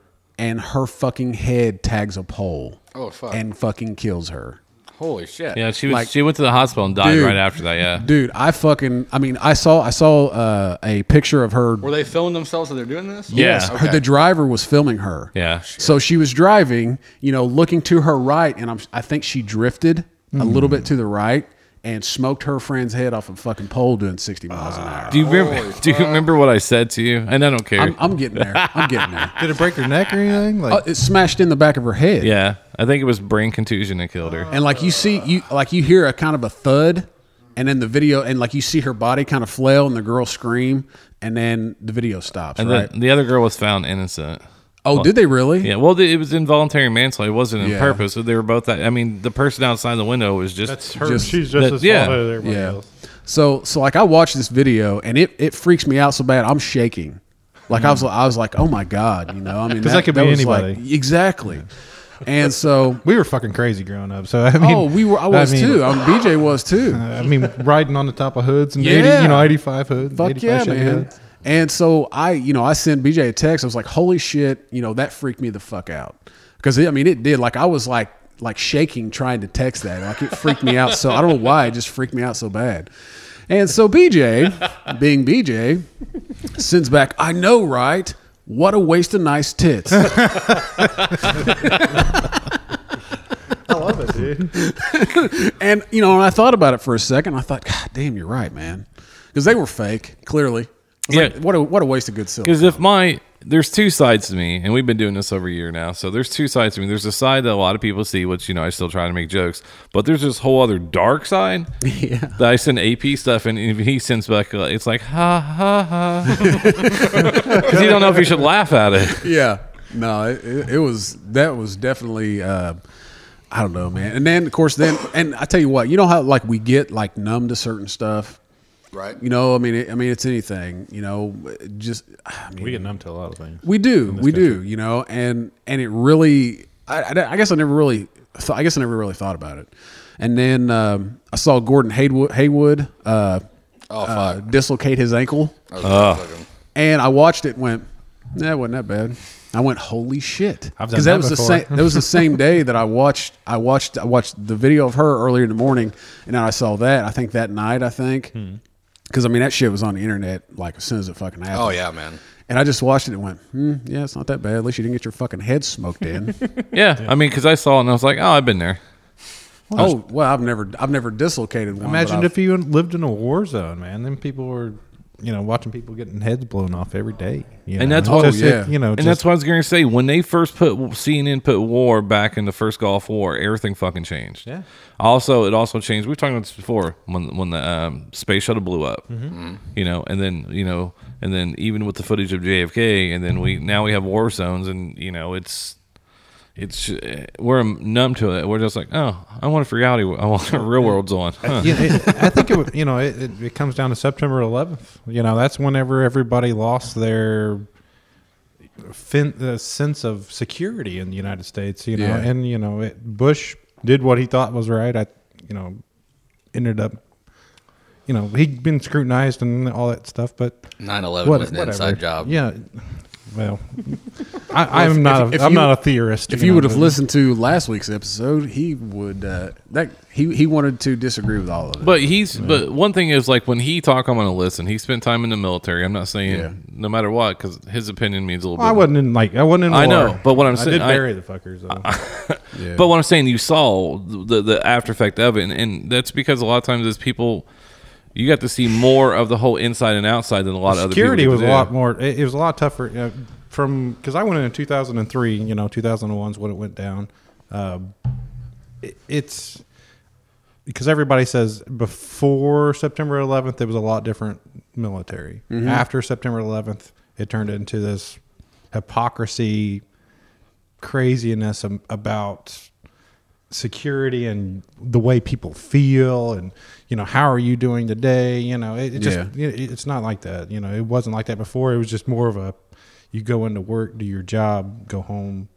Speaker 1: and her fucking head tags a pole.
Speaker 5: Oh, fuck.
Speaker 1: And fucking kills her.
Speaker 5: Holy shit.
Speaker 4: Yeah, she was.
Speaker 1: Like-
Speaker 4: she went to the hospital and died
Speaker 1: Dude.
Speaker 4: right after that. Yeah.
Speaker 1: Dude, I fucking I mean, I saw I saw uh, a picture of her
Speaker 5: Were they filming themselves while they're doing this?
Speaker 4: Yeah.
Speaker 1: Yes, her, the driver was filming her.
Speaker 4: Yeah.
Speaker 1: So she was driving, you know, looking to her right, and I'm, I think she drifted a little bit to the right and smoked her friend's head off a fucking pole doing 60 miles an hour.
Speaker 4: Do you
Speaker 1: [laughs]
Speaker 4: remember? Do you remember what I said to you? And I don't care.
Speaker 1: I'm, I'm getting there. I'm getting
Speaker 4: [laughs]
Speaker 1: there.
Speaker 6: Did it break her neck or anything? Like,
Speaker 1: Uh, it smashed in the back of her head.
Speaker 4: yeah, I think it was brain contusion that killed her.
Speaker 1: And like you see, you like you hear a kind of a thud, and then the video, and like you see her body kind of flail, and the girl scream, and then the video stops.
Speaker 4: and
Speaker 1: right?
Speaker 4: then the other girl was found innocent.
Speaker 1: oh, did they really?
Speaker 4: Yeah, well, it was involuntary manslaughter. It wasn't in
Speaker 1: Yeah.
Speaker 4: purpose. So they were both. I mean, the person outside the window was just.
Speaker 6: that's her.
Speaker 1: Just-
Speaker 6: she's just
Speaker 4: that-
Speaker 6: as
Speaker 4: yeah.
Speaker 6: yeah, as everybody
Speaker 1: yeah.
Speaker 6: else.
Speaker 1: So so like I watched this video and it it freaks me out so bad I'm shaking. Like I was I was like oh my god you know I mean
Speaker 6: Mm. 'Cause that could be
Speaker 1: was like-
Speaker 6: anybody.
Speaker 1: exactly. And so
Speaker 6: We were fucking crazy growing up. So, [laughs] I mean,
Speaker 1: oh we were I was
Speaker 6: mean, uh,
Speaker 1: too. Um, BJ was too.
Speaker 6: I mean, riding on the top of hoods and,
Speaker 1: Yeah.
Speaker 6: 80, you know, 85 hoods.
Speaker 1: Fuck
Speaker 6: 85
Speaker 1: yeah,
Speaker 6: Chevy
Speaker 1: man.
Speaker 6: hoods.
Speaker 1: And so I, you know, I sent BJ a text. I was like, holy shit, you know, that freaked me the fuck out. Because I mean, it did. Like I was like like shaking trying to text that. Like it freaked me out. So I don't know why it just freaked me out so bad. And so BJ, being BJ, sends back, I know, right? What a waste of nice [laughs] tits.
Speaker 6: I love it, [laughs] dude.
Speaker 1: And you know, and I thought about it for a second. I thought, God damn, you're right, man. Because they were fake, clearly. I was
Speaker 4: Yeah.
Speaker 1: [laughs] Like, what a what a waste of good silk.
Speaker 4: Because if my there's two sides to me, and we've been doing this over a year now. So there's two sides to me. There's a side that a lot of people see, which you know I still try to make jokes, but there's this whole other dark side
Speaker 1: Yeah.
Speaker 4: that I send AP stuff, and if he sends back, uh, it's like ha ha ha, [laughs] because you don't know if you should laugh at it.
Speaker 1: yeah no it, it, it was that was definitely uh i don't know man and then of course then and i tell you what you know how like we get like numb to certain stuff
Speaker 5: Right.
Speaker 1: you know i mean it, i mean it's anything you know it just I mean,
Speaker 6: We get numb to a lot of things.
Speaker 1: we do we do you know and and it really i, I, I guess i never really thought i guess i never really thought about it and then um, i saw gordon haywood haywood uh,
Speaker 5: Oh,
Speaker 1: uh, dislocate his ankle
Speaker 5: I was gonna fucking-
Speaker 1: and I watched it and went, that wasn't that bad. I went, holy shit,
Speaker 6: I've done
Speaker 1: that,
Speaker 6: that
Speaker 1: was the
Speaker 6: before.
Speaker 1: same. That was the same day that I watched. I watched. I watched the video of her earlier in the morning, and then I saw that. I think that night. I think
Speaker 6: Hmm.
Speaker 1: because I mean that shit was on the internet like as soon as it fucking happened.
Speaker 5: Oh yeah, man.
Speaker 1: And I just watched it and went, hmm, yeah, it's not that bad. At least you didn't get your fucking head smoked
Speaker 6: [laughs]
Speaker 1: in.
Speaker 4: Yeah, I mean, because I saw it and I was like, oh, I've been there.
Speaker 1: oh well, I've never, I've never dislocated one. but
Speaker 6: Imagine
Speaker 1: I've-
Speaker 6: if you lived in a war zone, man. Then people were, you know, watching people getting heads blown off every day. you
Speaker 4: And
Speaker 6: know?
Speaker 4: that's what-
Speaker 6: Just,
Speaker 1: Oh, yeah.
Speaker 6: you know,
Speaker 4: And
Speaker 6: just-
Speaker 4: that's what I was going to say. When they first put CNN put war back in the first Gulf War, everything fucking changed.
Speaker 6: Yeah.
Speaker 4: Also, it also changed. We've talked about this before when when the um, space shuttle blew up.
Speaker 6: Mm-hmm.
Speaker 4: You know, and then you know, and then even with the footage of JFK, and then we now we have war zones, and you know, it's it's uh, we're numb to it. We're just like, oh, I want if reality. I want real world's on. Huh.
Speaker 6: yeah, it, I think it would, you know it, it, it comes down to September 11th. You know that's whenever everybody lost their fin- the sense of security in the United States. You know,
Speaker 1: Yeah.
Speaker 6: and you know it, Bush did what he thought was right. I you know ended up you know he'd been scrutinized and all that stuff, but
Speaker 5: 9/11
Speaker 6: what-
Speaker 5: was an
Speaker 6: whatever.
Speaker 5: inside job.
Speaker 6: Yeah. Well, I, I'm not.
Speaker 1: if-
Speaker 6: a,
Speaker 1: if
Speaker 6: I'm
Speaker 1: you-
Speaker 6: not a theorist.
Speaker 1: If
Speaker 6: you
Speaker 1: you
Speaker 6: know,
Speaker 1: would have
Speaker 6: but-
Speaker 1: listened to last week's episode, he would uh, that he he wanted to disagree with all of it.
Speaker 4: But he's but one thing is like when he talk, I'm going to listen. He spent time in the military. I'm not saying
Speaker 1: Yeah.
Speaker 4: no matter what because his opinion means a little.
Speaker 6: Well, I
Speaker 4: bit.
Speaker 6: wasn't in like I wasn't in.
Speaker 4: I
Speaker 6: war.
Speaker 4: know, but what I'm saying-
Speaker 6: I did
Speaker 4: I-
Speaker 6: bury the fuckers. Though.
Speaker 1: Yeah.
Speaker 4: But what I'm saying, you saw the the after effect of it, and, and that's because a lot of times as people, you got to see more of the whole inside and outside than a lot of
Speaker 6: security
Speaker 4: other people
Speaker 6: was
Speaker 4: get
Speaker 6: a
Speaker 4: to
Speaker 6: lot
Speaker 4: do.
Speaker 6: more. It, it was a lot tougher uh, from because I went in in 2003. You know, 2001 is when it went down. Uh, it, it's because everybody says before September 11th it was a lot different military.
Speaker 4: Mm-hmm.
Speaker 6: After September 11th, it turned into this hypocrisy, craziness am- about security and the way people feel and you know how are you doing today you know it, it just
Speaker 1: Yeah.
Speaker 6: it, it's not like that you know it wasn't like that before it was just more of a you go into work do your job go home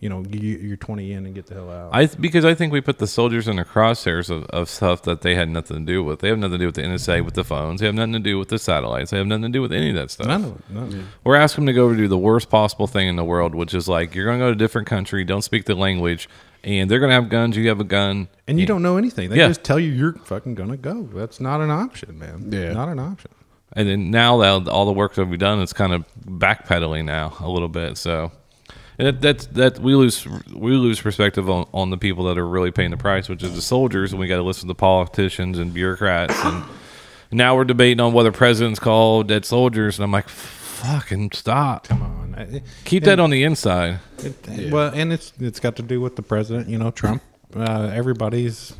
Speaker 6: you know you, you're 20 in and get the hell out
Speaker 4: I th- because I think we put the soldiers in the crosshairs of, of stuff that they had nothing to do with. They have nothing to do with the NSA, with the phones. They have nothing to do with the satellites. They have nothing to do with any of that stuff.
Speaker 6: none of it none of it.
Speaker 4: Or ask them to go do the worst possible thing in the world, which is like you're going to go to a different country, don't speak the language, and they're going to have guns. You have a gun.
Speaker 6: and you don't know anything they
Speaker 4: Yeah.
Speaker 6: just tell you you're fucking gonna go that's not an option man
Speaker 1: Yeah.
Speaker 6: not an option
Speaker 4: and then now that all the work that we've done is kind of backpedaling now a little bit so and that, that's that we lose we lose perspective on, on the people that are really paying the price which is the soldiers and we got to listen to politicians and bureaucrats and now we're debating on whether presidents call dead soldiers and i'm like fucking stop
Speaker 6: come on I-
Speaker 4: keep
Speaker 6: and-
Speaker 4: that on the inside
Speaker 6: It, Well, and it's it's got to do with the president, you know, Trump. Uh, everybody's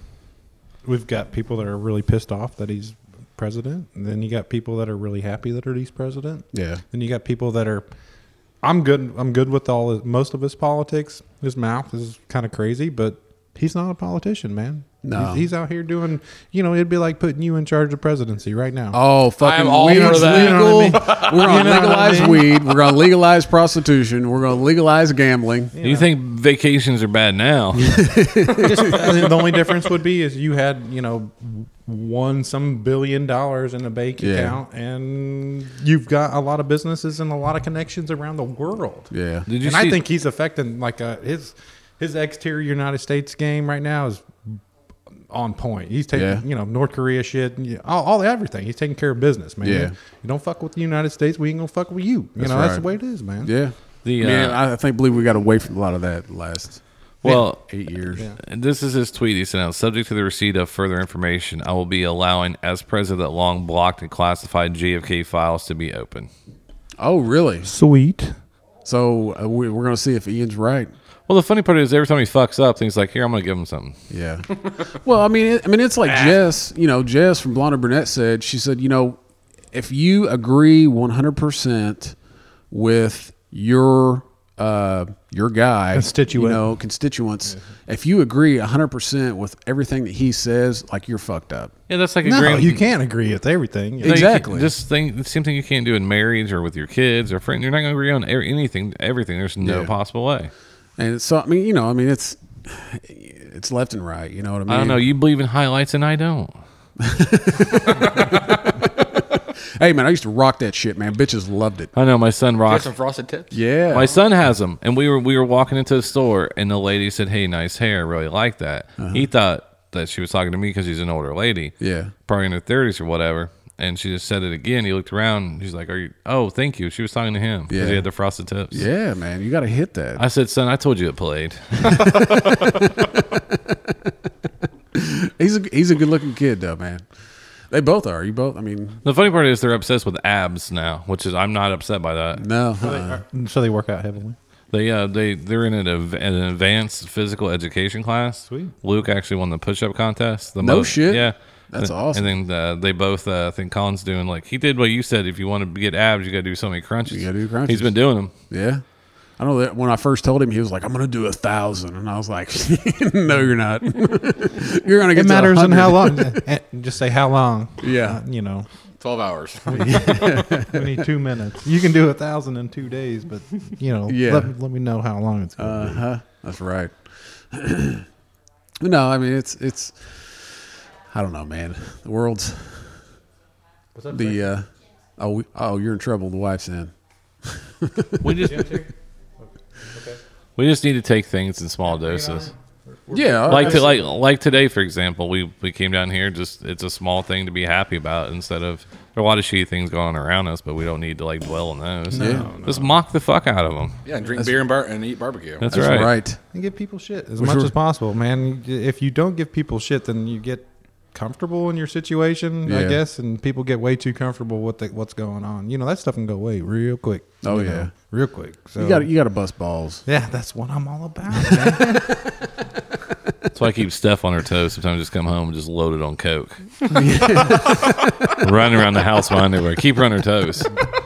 Speaker 6: we've got people that are really pissed off that he's president, and then you got people that are really happy that he's president.
Speaker 1: Yeah.
Speaker 6: Then you got people that are I'm good I'm good with all his, most of his politics. His mouth is kind of crazy, but he's not a politician, man.
Speaker 1: No.
Speaker 6: He's, he's out here doing, you know, it'd be like putting you in charge of presidency right now.
Speaker 1: Oh, fucking
Speaker 5: I'm all
Speaker 1: weed's
Speaker 5: for that.
Speaker 1: legal.
Speaker 6: You know what
Speaker 1: We're
Speaker 6: You
Speaker 1: going
Speaker 6: know
Speaker 1: to
Speaker 6: what I
Speaker 1: legalize
Speaker 6: mean?
Speaker 1: weed. We're going to legalize prostitution. We're going to legalize gambling.
Speaker 4: you think vacations are bad now
Speaker 6: Just- I think the only difference would be is you had you know won some billion dollars in a bank
Speaker 1: Yeah.
Speaker 6: account, and you've got a lot of businesses and a lot of connections around the world.
Speaker 1: Yeah.
Speaker 4: Did you
Speaker 6: and
Speaker 4: see-
Speaker 6: I think he's affecting like uh his his exterior United States game right now is on point. He's taking
Speaker 1: Yeah.
Speaker 6: you know North Korea shit, and, yeah, all, all everything. He's taking care of business, man.
Speaker 1: Yeah.
Speaker 6: You don't fuck with the United States, we ain't gonna fuck with you. You know that's the
Speaker 1: right.
Speaker 6: way it is, man.
Speaker 1: Yeah.
Speaker 4: The,
Speaker 1: I, mean,
Speaker 4: uh,
Speaker 1: I I think believe we got away from a lot of that last
Speaker 4: well
Speaker 1: eight years.
Speaker 4: And this is his tweet. He sent out, subject to the receipt of further information, I will be allowing, as president, long blocked and classified JFK files to be open.
Speaker 1: Oh, really?
Speaker 6: Sweet.
Speaker 1: So uh, we, we're gonna see if Ian's right.
Speaker 4: Well, the funny part is every time he fucks up, then he's like, "Here, I'm gonna give him something."
Speaker 1: Yeah. [laughs] well, I mean, it, I mean, it's like Jess. You know, Jess from Blonde and Burnett said she said, you know, if you agree 100 percent with your uh, your guy,
Speaker 6: Constituent.
Speaker 1: you know, constituents, if you agree 100 percent with everything that he says, like you're fucked up.
Speaker 4: Yeah, that's like a
Speaker 6: No,
Speaker 4: grand-
Speaker 6: you can't agree with everything.
Speaker 4: No, you can't-
Speaker 1: Exactly.
Speaker 4: This thing, the same thing you can't do in marriage or with your kids or friend. You're not gonna agree on e- anything, everything. There's no
Speaker 1: Yeah.
Speaker 4: possible way.
Speaker 1: And so, I mean, you know, I mean, it's it's left and right. You know what I mean?
Speaker 4: I don't know. You believe in highlights, and I don't.
Speaker 1: Hey, man, I used to rock that shit, man. Bitches loved it.
Speaker 4: I know my son
Speaker 5: Got
Speaker 4: rocks.
Speaker 5: some frosted tips.
Speaker 1: Yeah.
Speaker 4: My son has them, and we were we were walking into the store, and the lady said, "Hey, nice hair. I really like that." He thought that she was talking to me because she's an older lady,
Speaker 1: Uh-huh. Yeah.
Speaker 4: probably in her thirties or whatever. And she just said it again. He looked around. He's like, "Are you? Oh, thank you." She was talking to him because
Speaker 1: Yeah.
Speaker 4: he had the frosted tips.
Speaker 1: yeah, man, you got to hit that.
Speaker 4: I said, "Son, I told you it played." [laughs]
Speaker 1: He's a he's a good looking kid though, man. They both are. You both. I mean,
Speaker 4: the funny part is they're obsessed with abs now, which is I'm not upset by that.
Speaker 1: no. uh,
Speaker 6: So they work out heavily.
Speaker 4: They uh they they're in an, av- an advanced physical education class.
Speaker 6: Sweet.
Speaker 4: Luke actually won the push up contest. The
Speaker 1: No
Speaker 4: most,
Speaker 1: shit.
Speaker 4: Yeah.
Speaker 1: That's
Speaker 4: And-
Speaker 1: awesome.
Speaker 4: And then uh, they both, uh, I think Colin's doing like he did what you said. If you want to get abs, you got to do so many crunches.
Speaker 1: You gotta do crunches.
Speaker 4: He's been doing them.
Speaker 1: yeah. I know that when I first told him, he was like, "I'm going to do a thousand. and I was like, [laughs] "No, you're not. [laughs] you're going to get
Speaker 6: It
Speaker 1: to
Speaker 6: matters
Speaker 1: 100."
Speaker 6: in how long. [laughs] Eh, Just say how long.
Speaker 1: Yeah.
Speaker 6: Uh, you know,
Speaker 5: 12
Speaker 1: [laughs]
Speaker 5: hours.
Speaker 6: we need two minutes. You can do a thousand in two days, but you know,
Speaker 1: Yeah.
Speaker 6: let, let me know how long
Speaker 1: [laughs]
Speaker 6: it's going.
Speaker 1: Uh huh. That's right. [clears throat] no, I mean it's it's. I don't know, man. The world's. the uh, oh we, oh you're in trouble. The wife's in.
Speaker 4: We just we just need to take things in small doses.
Speaker 1: yeah, uh,
Speaker 4: Like
Speaker 1: I-
Speaker 4: to, like like today, for example, we we came down here. Just it's a small thing to be happy about instead of there are a lot of shitty things going on around us, but we don't need to like dwell on those. Just mock the fuck out of them.
Speaker 5: Yeah, and drink beer and, bar- and eat barbecue.
Speaker 4: That's,
Speaker 1: that's
Speaker 4: right.
Speaker 1: right.
Speaker 6: and give people shit as much as possible, man. If you don't give people shit, then you get comfortable in your situation, I
Speaker 1: Yeah.
Speaker 6: guess, and people get way too comfortable with the, what's going on. You know, that stuff can go away real quick.
Speaker 1: Oh,
Speaker 6: you know,
Speaker 1: yeah.
Speaker 6: real quick. So
Speaker 1: You got you got to bust balls.
Speaker 6: yeah, that's what I'm all [laughs] about. man.
Speaker 4: That's why I keep Steph on her toes. Sometimes I just come home and just load it on coke. Running around the house with my underwear. Keep her on her toes.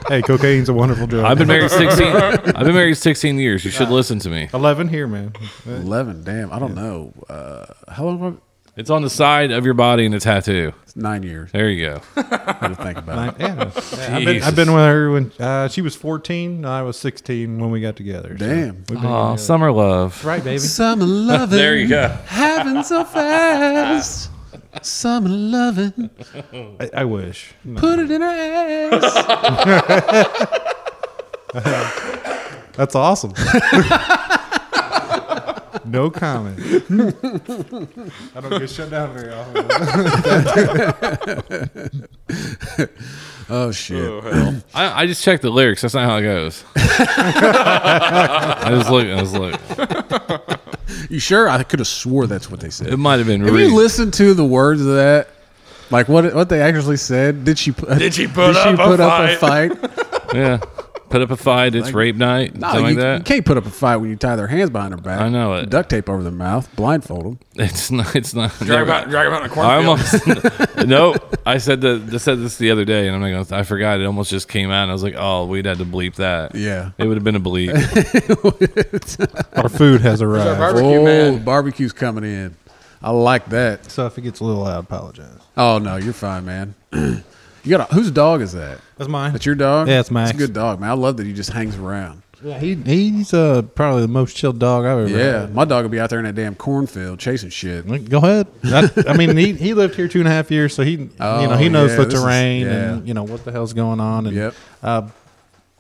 Speaker 6: hey, cocaine's a wonderful drug. [laughs]
Speaker 4: I've been married sixteen. I've been married sixteen years. You should listen to me.
Speaker 6: eleven here, man.
Speaker 1: 11 damn i don't know uh how long have I,
Speaker 4: It's on the side of your body in a tattoo.
Speaker 1: it's nine years
Speaker 4: There you go.
Speaker 1: i had to
Speaker 6: [laughs]
Speaker 1: think about
Speaker 6: Nine-
Speaker 1: it
Speaker 6: yeah. Yeah, I've, been,
Speaker 4: Jesus.
Speaker 6: I've been with her when uh, she was 14. I was 16 when we got together. so
Speaker 1: damn
Speaker 6: we've been
Speaker 4: Aw,
Speaker 6: together.
Speaker 4: summer love.
Speaker 6: right, baby.
Speaker 1: summer loving
Speaker 4: There you go.
Speaker 1: having so fast summer loving
Speaker 6: [laughs] I, I wish. No.
Speaker 1: put it in her ass [laughs]
Speaker 6: That's awesome. no comment. I don't get shut down very often.
Speaker 1: [laughs] oh shit
Speaker 4: I, I just checked the lyrics. That's not how
Speaker 1: [laughs]
Speaker 4: it goes. I just look. I was like,
Speaker 1: you sure i could have swore that's what they said
Speaker 4: it might have been.
Speaker 1: have
Speaker 4: re-
Speaker 1: you listened to the words of that like what what they actually said did she put did
Speaker 5: she put
Speaker 1: she
Speaker 5: up a
Speaker 1: put up a
Speaker 4: [laughs]
Speaker 1: fight
Speaker 4: yeah. Put up a fight. It's rape night.
Speaker 1: no
Speaker 4: something
Speaker 1: you,
Speaker 4: like
Speaker 1: you
Speaker 4: that.
Speaker 1: can't put up a fight when you tie their hands behind their back
Speaker 4: I know it.
Speaker 1: duct tape over their mouth blindfold them
Speaker 4: It's not. It's not.
Speaker 5: Drag him out, drag him out in a
Speaker 4: I
Speaker 5: cornfield.
Speaker 4: [laughs]
Speaker 1: [laughs]
Speaker 4: almost no. I said the, the said this the other day, and I'm not gonna. I forgot. It almost just came out, and I was like, "Oh, we'd had to bleep
Speaker 1: [laughs]
Speaker 4: that."
Speaker 1: Yeah.
Speaker 4: it would have been
Speaker 1: [laughs]
Speaker 4: a bleep.
Speaker 6: [laughs] Our food has
Speaker 5: Our
Speaker 6: arrived.
Speaker 5: barbecue
Speaker 1: oh,
Speaker 5: man.
Speaker 1: barbecue's coming in. I like that.
Speaker 6: So if it gets a little loud, apologize.
Speaker 1: Oh no, you're fine, man. you got a, whose dog is that?
Speaker 6: That's mine.
Speaker 1: That's your dog.
Speaker 6: Yeah, it's
Speaker 1: It's
Speaker 6: Max.
Speaker 1: a good dog, man. I love that he just hangs around.
Speaker 6: Yeah, he, he's uh, probably the most chilled dog I've ever
Speaker 1: Yeah, my dog would be out there in that damn cornfield chasing shit.
Speaker 6: had. Go ahead. That- I mean, he, he lived here two and a half years, so he you know
Speaker 1: Oh,
Speaker 6: he knows
Speaker 1: yeah,
Speaker 6: the
Speaker 1: this is-
Speaker 6: terrain
Speaker 1: yeah.
Speaker 6: and you know what the hell's going on. And
Speaker 1: Yep.
Speaker 6: uh,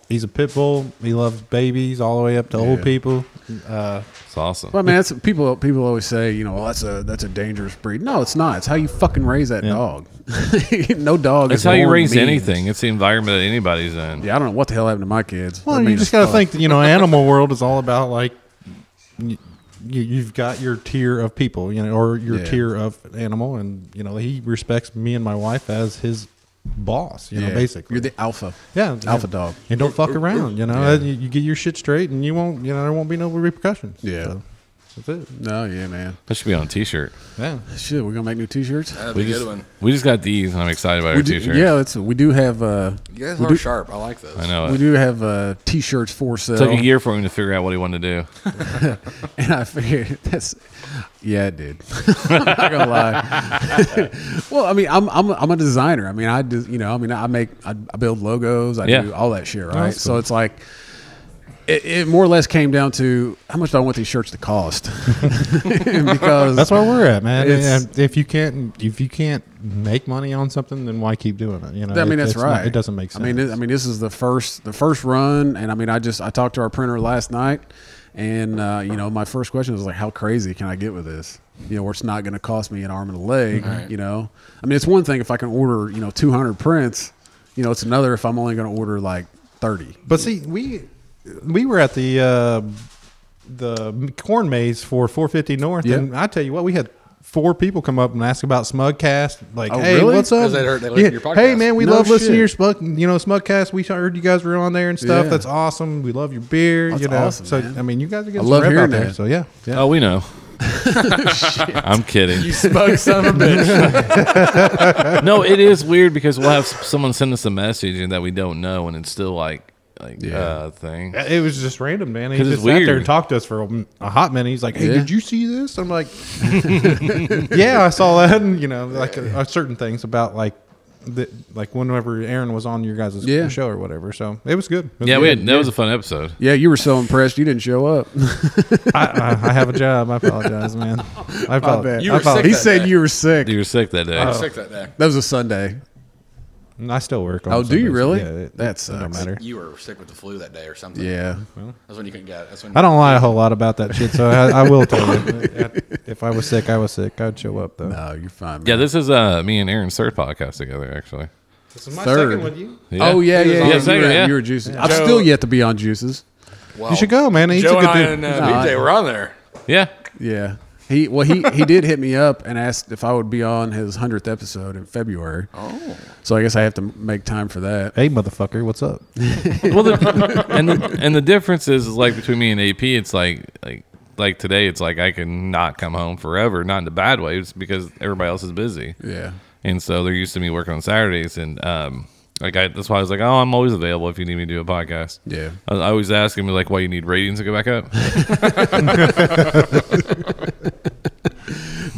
Speaker 6: he's a pit bull. He loves babies all the way up to old
Speaker 1: Yeah.
Speaker 6: people.
Speaker 4: It's awesome.
Speaker 1: Well, man, that's, people people always say, you know, well, that's a that's a dangerous breed. No, it's not. It's how you fucking raise that dog. [laughs] no dog.
Speaker 4: That's
Speaker 1: is
Speaker 4: how you
Speaker 1: born
Speaker 4: raise
Speaker 1: mean.
Speaker 4: anything. It's the environment that anybody's in.
Speaker 1: Yeah, I don't know what the hell happened to my kids.
Speaker 6: Well,
Speaker 1: They're
Speaker 6: you
Speaker 1: mean
Speaker 6: just
Speaker 1: as
Speaker 6: got to
Speaker 1: fuck.
Speaker 6: think, that, you
Speaker 1: [laughs]
Speaker 6: know, animal world is all about like you, you've got your tier of people, you know, or your
Speaker 1: Yeah.
Speaker 6: tier of animal, and you know, he respects me and my wife as his boss, you know,
Speaker 1: Yeah.
Speaker 6: basically.
Speaker 1: You're the alpha.
Speaker 6: yeah,
Speaker 1: Alpha
Speaker 6: yeah.
Speaker 1: dog.
Speaker 6: and don't fuck around. You know, you, you get your shit straight, and you won't. You know, there won't be no repercussions.
Speaker 1: Yeah.
Speaker 6: So, that's it.
Speaker 1: No, yeah, man.
Speaker 4: That should be on a T-shirt.
Speaker 6: Yeah,
Speaker 1: Shit, we're gonna make new T-shirts.
Speaker 5: That'd
Speaker 4: We
Speaker 5: be a
Speaker 4: just
Speaker 5: good one.
Speaker 4: we just got these, and I'm excited about
Speaker 1: We
Speaker 4: our
Speaker 1: do,
Speaker 4: T-shirt.
Speaker 1: yeah, it's, we do have. Uh,
Speaker 5: You guys
Speaker 1: we
Speaker 5: are
Speaker 1: do-
Speaker 5: sharp. I like those.
Speaker 4: I know.
Speaker 1: we
Speaker 4: It
Speaker 1: do have uh, T-shirts for sale.
Speaker 4: took a year for him to figure out what he wanted to do.
Speaker 1: [laughs] And I figured that's yeah, it did. [laughs] I'm not gonna lie. [laughs] well, I mean, I'm I'm I'm a designer. I mean, I do you know, I mean, I make I, I build logos, I
Speaker 4: Yeah.
Speaker 1: do all that shit, right?
Speaker 6: that's
Speaker 1: So
Speaker 6: cool.
Speaker 1: it's like it, it more or less came down to how much do I want these shirts to
Speaker 4: [laughs]
Speaker 1: cost? [laughs] because
Speaker 6: that's where we're at, man.
Speaker 1: It's-
Speaker 6: And if you can't, if you can't make money on something, then why keep doing it? You know,
Speaker 1: I mean,
Speaker 6: It-
Speaker 1: that's
Speaker 6: it's
Speaker 1: right.
Speaker 6: Not, it doesn't make sense.
Speaker 1: I mean, it, I mean, this is the first the first run, and I mean, I just I talked to our printer last night, and uh, you know, my first question was like, how crazy can I get with this? You know, where it's not going to cost me an arm and a leg. You know, I mean, it's one thing if I can order you know 200 prints. You know, it's another if I'm only going to order like 30.
Speaker 6: But see, we we were at the uh, the corn maze for 450 North,
Speaker 1: Yeah.
Speaker 6: and I tell you what, we had four people come up and ask about Smugcast. Like,
Speaker 1: Oh,
Speaker 6: hey,
Speaker 1: really?
Speaker 6: what's up?
Speaker 5: 'Cause they heard they listened to your
Speaker 6: Hey,
Speaker 5: podcast."
Speaker 6: man, we
Speaker 1: No
Speaker 6: love listening to your
Speaker 1: shit.
Speaker 6: Smug. You know, Smugcast. We heard you guys were on there and stuff.
Speaker 1: Yeah.
Speaker 6: That's awesome. We love your beer.
Speaker 1: That's
Speaker 6: you know,
Speaker 1: awesome,
Speaker 6: so
Speaker 1: man.
Speaker 6: I mean, you guys are getting
Speaker 1: love
Speaker 6: some rep
Speaker 1: hearing
Speaker 6: out there.
Speaker 1: that.
Speaker 6: So yeah, yeah.
Speaker 4: Oh, we [laughs] know. I'm kidding.
Speaker 1: Smug son of a bitch.
Speaker 4: [laughs] no, it is weird because we'll have s- someone send us a message and that we don't know, and it's still like like uh thing.
Speaker 6: It was just random, man. He
Speaker 4: 'Cause
Speaker 6: just
Speaker 4: it's
Speaker 6: sat there
Speaker 4: weird.
Speaker 6: and talked to us for a, a hot minute. He's like, "Hey,
Speaker 1: Yeah.
Speaker 6: did you see this?"
Speaker 1: [laughs]
Speaker 6: I'm like, "Yeah, I saw that." And you know, like uh, certain things about like the, like whenever Aaron was on your guys'
Speaker 1: Yeah.
Speaker 6: show or whatever. So it was good. It was
Speaker 4: Yeah,
Speaker 6: good.
Speaker 4: we had, that was a fun episode.
Speaker 1: Yeah, you were so impressed you didn't show up. [laughs]
Speaker 6: I, I, I have a job. I apologize, man. I apologize.
Speaker 5: You were
Speaker 6: I, apologize.
Speaker 1: he
Speaker 5: that
Speaker 1: said
Speaker 5: day.
Speaker 1: you were sick.
Speaker 4: You were sick that day.
Speaker 5: I
Speaker 1: Oh.
Speaker 5: was sick that day.
Speaker 1: That was a Sunday.
Speaker 6: I still work. on
Speaker 1: Oh, do you
Speaker 6: Sundays.
Speaker 1: really?
Speaker 6: Yeah,
Speaker 1: That
Speaker 6: it, that sucks. Don't
Speaker 1: sucks.
Speaker 6: matter.
Speaker 5: You were sick with the flu that day or something.
Speaker 1: Yeah.
Speaker 5: That's when you couldn't get it. That's when
Speaker 6: I don't lie a whole lot about that shit, so I, I will tell
Speaker 1: [laughs]
Speaker 6: you. If I was sick, I was sick. I'd show up though.
Speaker 1: No, Oh, you're fine. Man.
Speaker 4: yeah, this is uh me and Aaron's third podcast together actually.
Speaker 6: This is my
Speaker 1: Third.
Speaker 6: second with you.
Speaker 1: Oh yeah, yeah, yeah.
Speaker 4: Yeah,
Speaker 1: You,
Speaker 4: second,
Speaker 1: were,
Speaker 4: yeah.
Speaker 1: you were juices. I'm
Speaker 5: Joe-
Speaker 1: still yet to be on juices.
Speaker 5: Well,
Speaker 6: You should go, man. He's a
Speaker 5: Joe
Speaker 6: good
Speaker 5: and I
Speaker 6: dude.
Speaker 5: and
Speaker 1: No,
Speaker 5: uh,
Speaker 1: I-
Speaker 5: BJ were on there.
Speaker 4: Yeah.
Speaker 1: Yeah. He well he he did hit me up and asked if I would be on his hundredth episode in February. Oh. So I guess I have to make time for that.
Speaker 6: Hey, motherfucker, what's up?
Speaker 1: [laughs]
Speaker 4: well, the, and the, and the difference is, is like between me and AP, it's like like like today, it's like I can not come home forever, not in a bad way, it's because everybody else is busy,
Speaker 1: Yeah.
Speaker 4: and so they're used to me working on Saturdays, and um, like I that's why I was like, oh, I'm always available if you need me to do a podcast.
Speaker 1: Yeah.
Speaker 4: I, I always ask him like, why you need ratings to go back
Speaker 1: [laughs]
Speaker 4: up?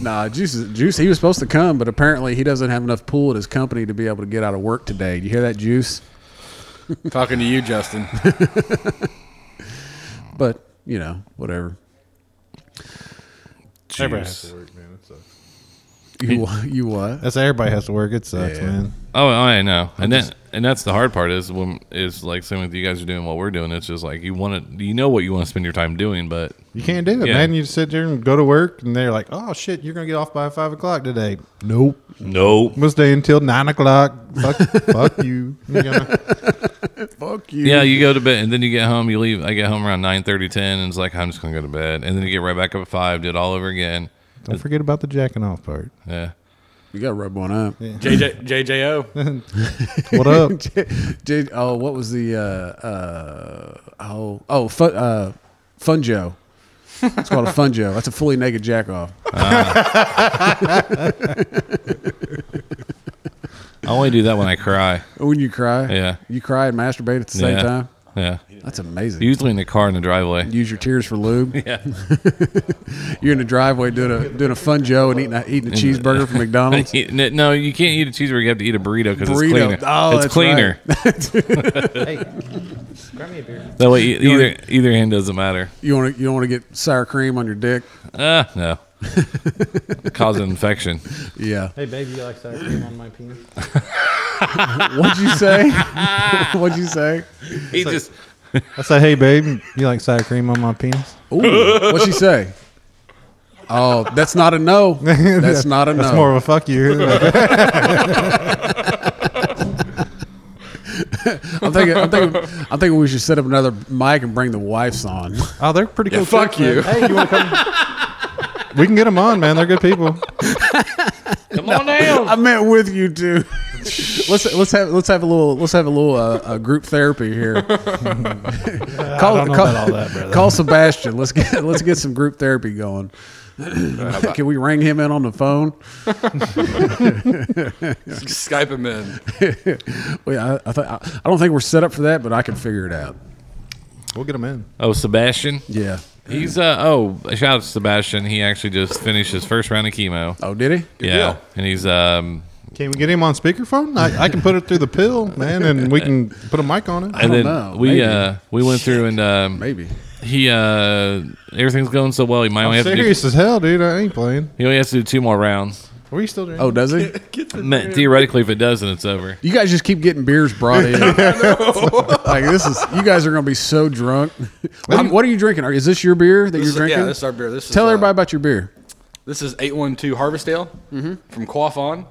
Speaker 1: Nah, juice is- juice. He was supposed to come, but apparently he doesn't have enough pool at his company to be able to get out of work today. You hear that, Juice?
Speaker 5: [laughs] Talking to you, Justin.
Speaker 1: [laughs] But you know, whatever.
Speaker 4: Jeez.
Speaker 1: You wha- you what?
Speaker 6: That's everybody has to work. It sucks,
Speaker 1: Yeah.
Speaker 6: man.
Speaker 4: Oh, I know, and then and that's the hard part is when is like same with you guys are doing what we're doing. It's just like you want to, you know what you want to spend your time doing, but
Speaker 6: You can't do it,
Speaker 4: Yeah.
Speaker 6: man. You just sit there and go to work, and they're like, "Oh shit, you're gonna get off by five o'clock today." Nope.
Speaker 4: no,
Speaker 6: We'll stay until nine o'clock. Fuck, fuck you. You know?
Speaker 1: Fuck you.
Speaker 4: Yeah, you go to bed and then you get home. You leave. I get home around 9, 10, and it's like I'm just gonna go to bed. And then you get right back up at five, do it all over again.
Speaker 6: Don't forget about the jacking off part.
Speaker 4: Yeah,
Speaker 1: You gotta rub one up.
Speaker 5: JJ, JJO.
Speaker 1: [laughs]
Speaker 6: What up?
Speaker 1: Did oh what was the uh uh oh oh fun uh funjo. It's called a
Speaker 4: [laughs]
Speaker 1: funjo. That's a fully naked jack off.
Speaker 4: [laughs] I only do that when I cry.
Speaker 1: When you cry,
Speaker 4: Yeah.
Speaker 1: you cry and masturbate at the same
Speaker 4: yeah.
Speaker 1: time.
Speaker 4: Yeah,
Speaker 1: That's amazing.
Speaker 4: usually in the car in the driveway.
Speaker 1: Use your tears for lube.
Speaker 4: [laughs] Yeah, [laughs]
Speaker 1: You're in the driveway doing a doing a fun Joe and eating a, eating a cheeseburger
Speaker 4: [laughs]
Speaker 1: from McDonald's.
Speaker 4: no, you can't eat a cheeseburger. You have to eat a burrito because it's
Speaker 1: Burrito.
Speaker 4: cleaner.
Speaker 1: Oh,
Speaker 4: it's
Speaker 1: that's
Speaker 4: cleaner. [laughs] That
Speaker 1: [laughs]
Speaker 4: way, e-
Speaker 1: wanna-
Speaker 4: either either hand doesn't matter.
Speaker 1: You want to you don't want to get sour cream on your dick.
Speaker 4: Ah,
Speaker 1: [laughs]
Speaker 4: no, cause an infection.
Speaker 1: Yeah.
Speaker 6: Hey, baby, you like sour cream on my penis?
Speaker 1: What'd you say? [laughs] What'd you say?
Speaker 4: He just
Speaker 6: I say, hey, babe, you like sour cream on my penis?
Speaker 1: Ooh, what'd she say? Oh, that's not a
Speaker 6: [laughs]
Speaker 1: no. That's not a no.
Speaker 6: That's more of a fuck you. Like,
Speaker 1: I'm thinking, I'm thinking, I'm thinking we should set up another mic and bring the wives on.
Speaker 6: oh, they're pretty cool.
Speaker 5: fuck
Speaker 6: chicks, man.
Speaker 5: you.
Speaker 6: Hey, you want to come? we can get them on, man. They're good people.
Speaker 4: come on down.
Speaker 1: I meant with you two. [laughs] let's let's have let's have a little let's have a little uh, uh, group therapy
Speaker 6: [laughs]
Speaker 1: here. [laughs] call,
Speaker 6: don't know
Speaker 1: call-
Speaker 6: about all that, brother.
Speaker 1: call Sebastian. Let's get let's get some group therapy going. [laughs] Can we ring him in on the phone? [laughs]
Speaker 5: [laughs] Skype him in.
Speaker 1: Well, yeah, I, I, th- I don't think we're set up for that, but I can figure it out.
Speaker 6: We'll get him in.
Speaker 4: [laughs] Oh, Sebastian.
Speaker 1: Yeah.
Speaker 4: He's uh oh, shout out to Sebastian. He actually just finished his first round of chemo.
Speaker 1: Oh, did he?
Speaker 4: yeah, and he's um
Speaker 6: Can we get him on speakerphone? I, I can put it through the pill, man, and we can put a mic on it.
Speaker 4: and
Speaker 1: don't
Speaker 4: then
Speaker 1: know.
Speaker 4: we
Speaker 1: Maybe.
Speaker 4: uh we went through and um
Speaker 1: Maybe.
Speaker 4: he uh everything's going so well. He might only
Speaker 6: I'm
Speaker 4: have
Speaker 6: serious
Speaker 4: to do,
Speaker 6: as hell, dude. I ain't playing.
Speaker 4: he only has to do two more rounds.
Speaker 6: Are you still drinking?
Speaker 1: Oh, does he?
Speaker 4: Man, theoretically, if it does, then it's over.
Speaker 1: You guys just keep getting beers brought
Speaker 5: [laughs]
Speaker 1: in. [laughs] like this is you guys are going to be so
Speaker 5: [laughs]
Speaker 1: drunk. What, what are you drinking? Are- Is this your beer that
Speaker 5: This
Speaker 1: you're
Speaker 5: is,
Speaker 1: drinking?
Speaker 5: yeah, this is our beer. This
Speaker 1: Tell
Speaker 5: is, uh,
Speaker 1: everybody about your beer.
Speaker 5: This is 812 Harvest Ale
Speaker 1: Mm-hmm.
Speaker 5: from Quaff On.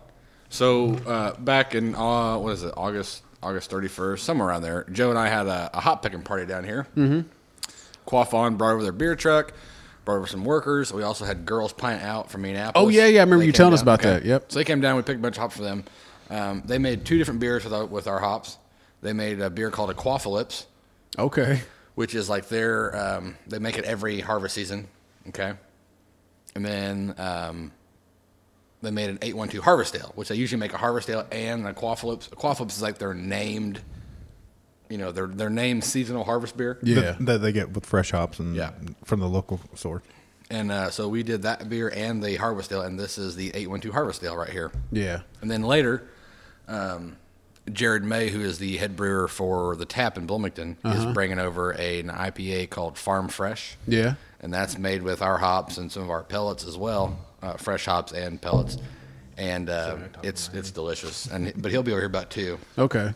Speaker 5: So uh, back in, uh, what is it, August August 31st, somewhere around there, Joe and I had a, a hop picking party down here. Mm-hmm. Quaff On brought over their beer truck, brought over some workers. We also had Girls Pint Out from Indianapolis.
Speaker 1: Oh, yeah, yeah, I remember you
Speaker 5: came
Speaker 1: telling us
Speaker 5: down.
Speaker 1: about that, yep.
Speaker 5: So they came down, we picked a bunch of hops for them. Um, they made two different beers with our, with our hops. They made a beer called a Quaffalips
Speaker 1: Okay.
Speaker 5: which is like their um, they make it every harvest season. Okay, and then um, they made an eight one two harvest ale, which they usually make a harvest ale and a quafflips. Quafflips is like their named, you know, their their named seasonal harvest beer.
Speaker 1: Yeah.
Speaker 6: That, that they get with fresh hops and
Speaker 5: Yeah.
Speaker 6: from the local store.
Speaker 5: And uh, so we did that beer and the harvest ale, and this is the eight one two harvest ale right here.
Speaker 1: Yeah.
Speaker 5: And then later, um, Jared May, who is the head brewer for the tap in Bloomington, is bringing over a, an IPA called Farm Fresh.
Speaker 1: Uh-huh. Yeah.
Speaker 5: And that's made with our hops and some of our pellets as well, uh, fresh hops and pellets. And uh, it's it's delicious. And but he'll be over here about two.
Speaker 1: Okay.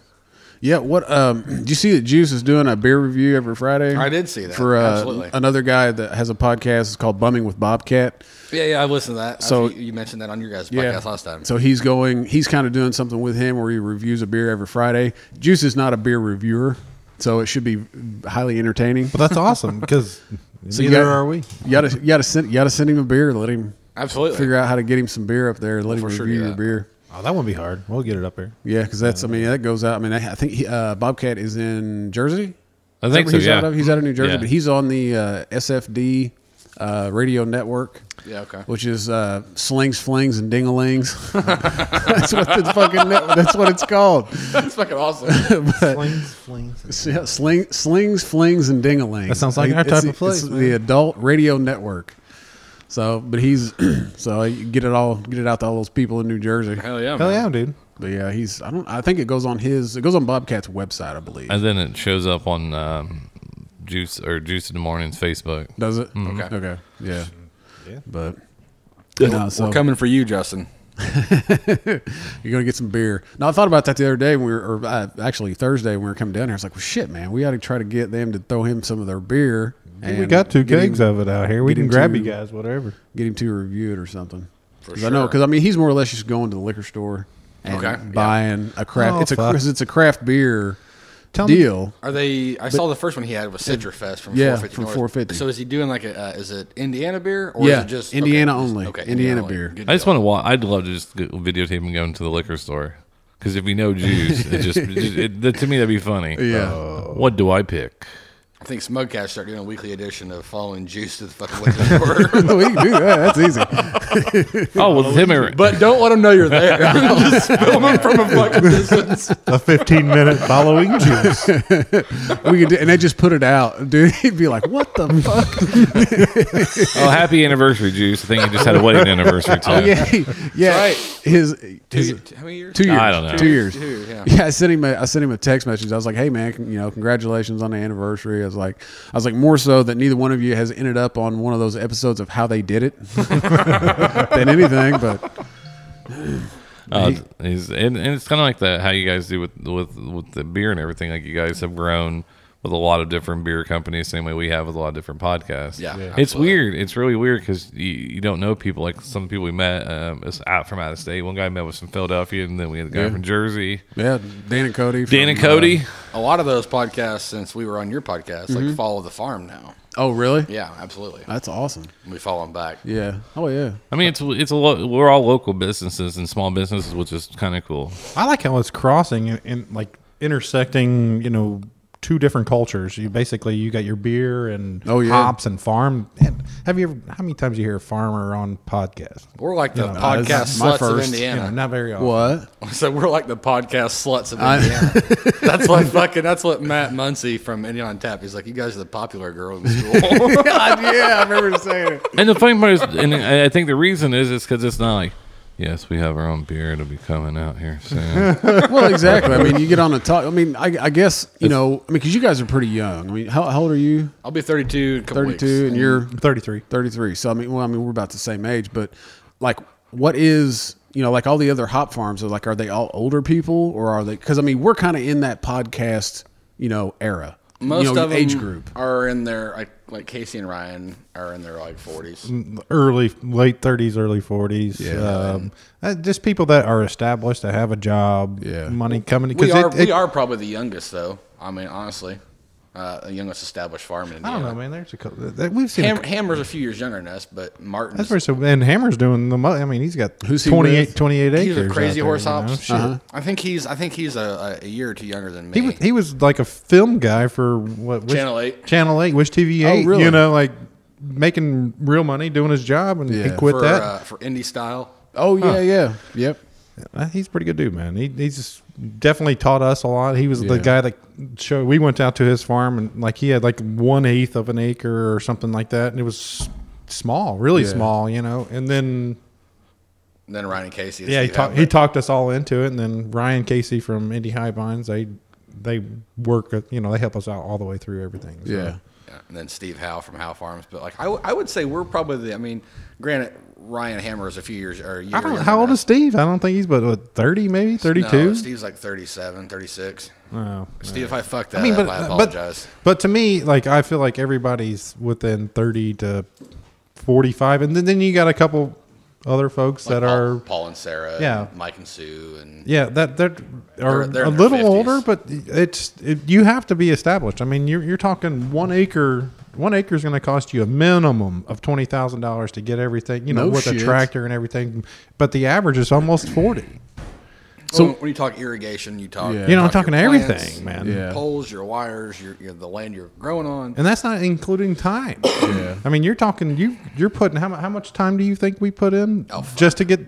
Speaker 1: Yeah, what um [clears throat] do you see that Juice is doing a beer review every Friday?
Speaker 5: I did see that.
Speaker 1: For uh,
Speaker 5: Absolutely.
Speaker 1: another guy that has a podcast it's called Bumming with Bobcat.
Speaker 5: Yeah, yeah, I listened to that.
Speaker 1: So-
Speaker 5: So you you mentioned that on your guys'
Speaker 1: Yeah.
Speaker 5: podcast last time.
Speaker 1: So he's going, he's kind of doing something with him where he reviews a beer every Friday. Juice is not a beer reviewer, so it should be highly entertaining.
Speaker 6: But that's awesome because
Speaker 1: you
Speaker 6: neither
Speaker 1: got-
Speaker 6: are we.
Speaker 1: You gotta, you gotta send, you gotta send him a beer. Let him
Speaker 5: Absolutely.
Speaker 1: figure out how to get him some beer up there. Let him
Speaker 5: For sure
Speaker 1: review
Speaker 5: do
Speaker 1: your
Speaker 5: that.
Speaker 1: beer.
Speaker 6: Oh, that won't be hard. We'll get it up here.
Speaker 1: Yeah, because that's, I mean, that goes out. I mean, I, I think he, uh, Bobcat is in Jersey.
Speaker 4: I
Speaker 1: Is that
Speaker 4: think
Speaker 1: where
Speaker 4: so.
Speaker 1: He's
Speaker 4: yeah,
Speaker 1: out of he's out of New Jersey,
Speaker 4: Yeah.
Speaker 1: but he's on the uh, SFD uh, radio network.
Speaker 5: Yeah, okay.
Speaker 1: Which is uh, slings, flings, and dingalings. [laughs] that's what the fucking net, that's what it's called.
Speaker 5: [laughs] That's fucking awesome.
Speaker 1: [laughs]
Speaker 6: Flings, flings.
Speaker 1: Yeah, sling, slings, flings, and dingalings.
Speaker 6: That sounds like our
Speaker 1: It's
Speaker 6: type
Speaker 1: the-
Speaker 6: of place,
Speaker 1: It's
Speaker 6: man.
Speaker 1: the adult radio network. So, but he's [clears throat] so you get it all, get it out to all those people in New Jersey.
Speaker 5: Hell yeah.
Speaker 6: Hell
Speaker 5: man.
Speaker 6: yeah, dude.
Speaker 1: But yeah, he's I don't I think it goes on his it goes on Bobcat's website, I believe.
Speaker 4: and then it shows up on um, Juice or Juice in the Morning's Facebook.
Speaker 1: Does it?
Speaker 5: Okay.
Speaker 1: Okay. Yeah.
Speaker 6: Yeah.
Speaker 1: But
Speaker 5: We're-
Speaker 1: no, so-
Speaker 5: We're coming for you, Justin.
Speaker 1: [laughs] You're gonna get some beer. Now I thought about that the other day when we were, or uh, actually Thursday when we were coming down here. I was like, well, shit, man, we ought to try to get them to throw him some of their beer. And
Speaker 6: we got two
Speaker 1: get him-
Speaker 6: kegs of it out here. We
Speaker 1: get him
Speaker 6: can grab
Speaker 1: to-
Speaker 6: you guys, whatever.
Speaker 1: Get him to review it or something. Because
Speaker 5: sure.
Speaker 1: I know, because I mean, he's more or less just going to the liquor store and
Speaker 5: Okay, yeah.
Speaker 1: buying a craft.
Speaker 6: Oh,
Speaker 1: it's a
Speaker 6: fuck.
Speaker 1: cause it's a craft beer
Speaker 6: Tell me-
Speaker 1: deal.
Speaker 5: Are they? I saw the first one he had was Citrus Fest from
Speaker 1: Yeah,
Speaker 5: 450
Speaker 1: from
Speaker 5: North.
Speaker 1: 450.
Speaker 5: So is he doing like a? Uh, is it Indiana beer or
Speaker 1: Yeah,
Speaker 5: is it just
Speaker 1: Indiana only. Indiana
Speaker 5: only.
Speaker 1: beer.
Speaker 5: Good
Speaker 4: I just
Speaker 5: deal.
Speaker 4: want to watch. I'd love to just go- videotape him going to the liquor store because if we know Juice, it just it, it, that- to me that'd be funny. Uh,
Speaker 1: Yeah.
Speaker 4: What do I pick?
Speaker 5: I think Smugcast start doing a weekly edition of following Juice to
Speaker 1: [laughs]
Speaker 5: the fucking liquor store. [laughs]
Speaker 1: we Oh, can do that. That's easy.
Speaker 4: Oh, well, him or
Speaker 5: but don't let him know you're there. just film him from
Speaker 1: [laughs]
Speaker 5: a fucking distance.
Speaker 6: A 15 [laughs] minute following juice.
Speaker 1: We could, do, and they just put it out, dude. [laughs] He'd be like, "What
Speaker 6: [laughs]
Speaker 1: the fuck?"
Speaker 4: oh, happy anniversary, Juice. I think he just had a wedding anniversary. Too.
Speaker 1: Oh yeah, yeah.
Speaker 5: right.
Speaker 1: His,
Speaker 5: Two,
Speaker 1: his
Speaker 5: ye- how many years?
Speaker 1: Two years.
Speaker 4: I don't know.
Speaker 1: Two years.
Speaker 5: Two years,
Speaker 1: yeah.
Speaker 5: yeah.
Speaker 1: I sent him. A, I sent him a text message. I was like, "Hey, man, con- you know, congratulations on the anniversary." I was like, I was like, more so that neither one of you has ended up on one of those episodes of how they did it [laughs] than anything. But
Speaker 4: Uh, he's, and, and it's kind of like the how you guys do with, with with the beer and everything. Like you guys have grown with a lot of different beer companies, same way we have with a lot of different podcasts.
Speaker 5: Yeah, Yeah.
Speaker 4: it's weird. It's really weird because you, you don't know people. Like some people we met um, is out from out of state. One guy met was from Philadelphia, and then we had a guy
Speaker 1: Yeah.
Speaker 4: from Jersey.
Speaker 1: yeah, Dan and Cody.
Speaker 4: Dan
Speaker 1: from,
Speaker 4: and Cody.
Speaker 1: Mm-hmm.
Speaker 5: A lot of those podcasts, since we were on your podcast, like follow the farm now.
Speaker 1: Oh, really?
Speaker 5: Yeah, absolutely.
Speaker 1: That's awesome.
Speaker 5: We follow them back.
Speaker 1: Yeah. Oh, yeah.
Speaker 4: I mean, it's it's a lo- we're all local businesses and small businesses, which is kind of cool.
Speaker 6: I like how it's crossing and, and like intersecting, you know, two different cultures. You basically you got your beer and
Speaker 1: Oh, yeah.
Speaker 6: hops and farm. Man, have you ever? How many times you hear farmer on podcast?
Speaker 5: We're like the
Speaker 6: Yeah,
Speaker 5: podcast
Speaker 1: that's my
Speaker 5: sluts of
Speaker 1: first,
Speaker 6: You know,
Speaker 5: Indiana.
Speaker 6: not very
Speaker 1: [laughs]
Speaker 6: often.
Speaker 1: What?
Speaker 5: [laughs] So we're like the podcast sluts
Speaker 1: [laughs]
Speaker 5: of Indiana. that's what fucking. That's what Matt Muncie from Indiana on Tap. He's like, you guys are the popular girl
Speaker 1: [laughs]
Speaker 5: in school.
Speaker 1: yeah, I remember saying it.
Speaker 4: And the funny part is, and I I think the reason is, is because it's not like, yes, we have our own beer. It'll be coming out here soon.
Speaker 1: Well, exactly. I mean, you get on the top. I mean, I, I guess you know. I mean, because you guys are pretty young. I mean, how, how old are you?
Speaker 5: I'll be 32 in a couple
Speaker 1: Thirty-two,
Speaker 5: weeks.
Speaker 1: and you're
Speaker 6: I'm 33.
Speaker 1: 33. So I mean, well, I mean, we're about the same age, but like, what is you know, like all the other hop farms are like, are they all older people or are they? Because I mean, we're kind of in that podcast, you know, era, You
Speaker 5: Most
Speaker 1: know,
Speaker 5: of 'em
Speaker 1: age group.
Speaker 5: are in their like, like Casey and Ryan are in their like
Speaker 1: Mm,
Speaker 5: 40s.
Speaker 6: early late 30s early 40s um, uh, just people that are established that have a job
Speaker 1: Yeah.
Speaker 6: money coming
Speaker 5: We
Speaker 6: it-
Speaker 5: are
Speaker 6: it-
Speaker 5: we are probably the youngest though. I mean, honestly, uh, the youngest established farm in
Speaker 6: i
Speaker 5: Indiana.
Speaker 6: don't know man there's a couple that we've seen a
Speaker 5: Ham-
Speaker 6: cou-
Speaker 5: Hammer's a few years younger than us, but Martin's
Speaker 6: that's where so and hammer's doing the money i mean he's got
Speaker 1: Who's he
Speaker 6: 28
Speaker 1: with?
Speaker 6: 28
Speaker 5: he's
Speaker 6: acres
Speaker 5: a
Speaker 6: out
Speaker 5: crazy
Speaker 6: there,
Speaker 5: horse
Speaker 6: you know?
Speaker 5: hops.
Speaker 6: Shit.
Speaker 5: I think he's I think he's a, a year or two younger than me.
Speaker 6: He was, he was like a film guy for what Wish-
Speaker 5: Channel 8.
Speaker 6: Channel Eight, Wish TV
Speaker 1: Oh,
Speaker 6: Eight.
Speaker 1: really?
Speaker 6: You know, like making real money, doing his job, and he
Speaker 1: Yeah.
Speaker 6: quit
Speaker 5: for
Speaker 6: that.
Speaker 5: Uh, for indie style.
Speaker 1: Oh yeah, yeah, yep.
Speaker 6: Uh, He's a pretty good dude, man. He, he's just definitely taught us a lot. He was the guy that showed. We went out to his farm and like he had like one eighth of an acre or something like that, and it was small, really
Speaker 1: Yeah.
Speaker 6: small, you know. And then
Speaker 5: And then Ryan and Casey.
Speaker 6: yeah, he,
Speaker 5: Steve
Speaker 6: talked he
Speaker 5: Abbott.
Speaker 6: talked us all into it. And then Ryan Casey from Indy High Vines, they they work, at- you know, they help us out all the way through everything. so.
Speaker 1: Yeah.
Speaker 5: Yeah, and then Steve Howe from Howe Farms. But like I, w- I would say we're probably the, I mean, granted Ryan Hammer is a few years or a year
Speaker 6: I don't.
Speaker 5: younger
Speaker 6: How
Speaker 5: than
Speaker 6: old is
Speaker 5: us.
Speaker 6: Steve? I don't think he's but what, thirty, maybe
Speaker 5: No,
Speaker 6: thirty-two.
Speaker 5: Steve's like 37, 36.
Speaker 6: Oh.
Speaker 5: Steve, if I fucked that
Speaker 6: I mean,
Speaker 5: up,
Speaker 6: but
Speaker 5: I
Speaker 6: but-
Speaker 5: apologize.
Speaker 6: But, to me, like I feel like everybody's within thirty to forty-five, and then, then you got a couple other folks
Speaker 5: Like
Speaker 6: that
Speaker 5: Paul,
Speaker 6: are
Speaker 5: Paul and Sarah,
Speaker 6: Yeah.
Speaker 5: and Mike and Sue, and
Speaker 6: yeah that that are
Speaker 5: They're- they're
Speaker 6: a
Speaker 5: in their
Speaker 6: little
Speaker 5: 50s.
Speaker 6: older, but it's it, you have to be established. I mean, you're you're talking one acre. One acre is going to cost you a minimum of twenty thousand dollars to get everything, you know,
Speaker 1: No
Speaker 6: with a
Speaker 1: shit.
Speaker 6: tractor and everything. But the average is almost forty.
Speaker 5: so when, you talk irrigation, you talk
Speaker 1: Yeah.
Speaker 6: You know, I'm
Speaker 5: talk
Speaker 6: talking
Speaker 5: your
Speaker 6: everything,
Speaker 5: plants,
Speaker 6: man.
Speaker 5: your
Speaker 1: Yeah.
Speaker 5: Poles, your wires, your, your the land you're growing on.
Speaker 6: and that's not
Speaker 1: [coughs]
Speaker 6: including time. Yeah. I mean, you're talking you you're putting how mu- how much time do you think we put in
Speaker 5: Oh, fuck.
Speaker 6: just to get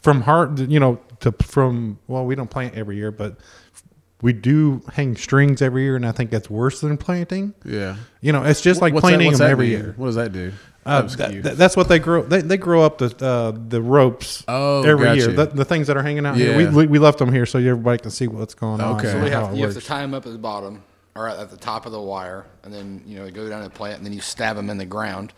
Speaker 6: from hard you know to from well we don't plant every year but we do hang strings every year and I think that's worse than planting.
Speaker 1: Yeah.
Speaker 6: You know, it's just like
Speaker 1: What's that-
Speaker 6: planting
Speaker 1: what's
Speaker 6: them
Speaker 1: that
Speaker 6: every
Speaker 1: mean? Oh,
Speaker 6: year.
Speaker 1: What does that do?
Speaker 6: Uh,
Speaker 1: That was
Speaker 6: that-
Speaker 1: cute.
Speaker 6: that- that's what they grow. They, they grow up the uh, the ropes
Speaker 1: Oh,
Speaker 6: every
Speaker 1: gotcha.
Speaker 6: year. The, the things that are hanging out here.
Speaker 1: Yeah.
Speaker 6: We, we left them here so everybody can see what's going on.
Speaker 1: Okay.
Speaker 6: and
Speaker 5: So we
Speaker 6: how
Speaker 5: have
Speaker 6: it
Speaker 5: you have to
Speaker 6: works.
Speaker 5: tie them up at the bottom or at the top of the wire, and then you know go down to the plant, and then you stab them in the ground,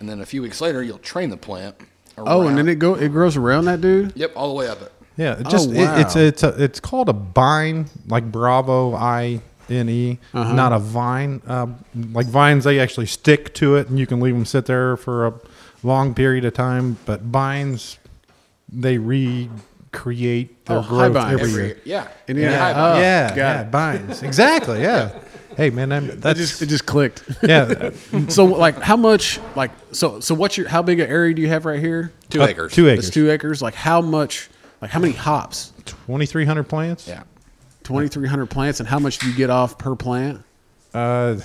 Speaker 5: and then a few weeks later you'll train the plant.
Speaker 1: oh,
Speaker 5: around-
Speaker 1: and then it go it grows around that dude.
Speaker 5: yep all the way up it.
Speaker 6: Yeah, it just
Speaker 1: Oh,
Speaker 6: it, it's
Speaker 1: wow.
Speaker 6: it's a, it's called a vine, like Bravo I N E,
Speaker 1: Uh-huh.
Speaker 6: not a vine. Uh, like vines, they actually stick to it, and you can leave them sit there for a long period of time. But vines, they recreate their
Speaker 1: Oh, high
Speaker 6: growth
Speaker 1: vine.
Speaker 6: every,
Speaker 1: Every-
Speaker 6: year.
Speaker 5: Yeah,
Speaker 1: And
Speaker 5: yeah.
Speaker 1: yeah,
Speaker 5: high
Speaker 1: oh,
Speaker 6: yeah,
Speaker 1: got
Speaker 6: yeah,
Speaker 1: it.
Speaker 6: vines.
Speaker 1: [laughs]
Speaker 6: Exactly. Yeah. Hey man, that,
Speaker 1: It
Speaker 6: that's
Speaker 1: just it just clicked. [laughs]
Speaker 6: yeah.
Speaker 1: so like, how much like so so what's your how big an area do you have right here?
Speaker 5: two acres.
Speaker 6: Uh, Two
Speaker 1: It's
Speaker 6: acres,
Speaker 1: two acres. Like how much? Like how many hops?
Speaker 6: twenty three hundred plants.
Speaker 5: Yeah,
Speaker 1: Twenty three hundred plants, and how much do you get off per plant?
Speaker 6: Uh,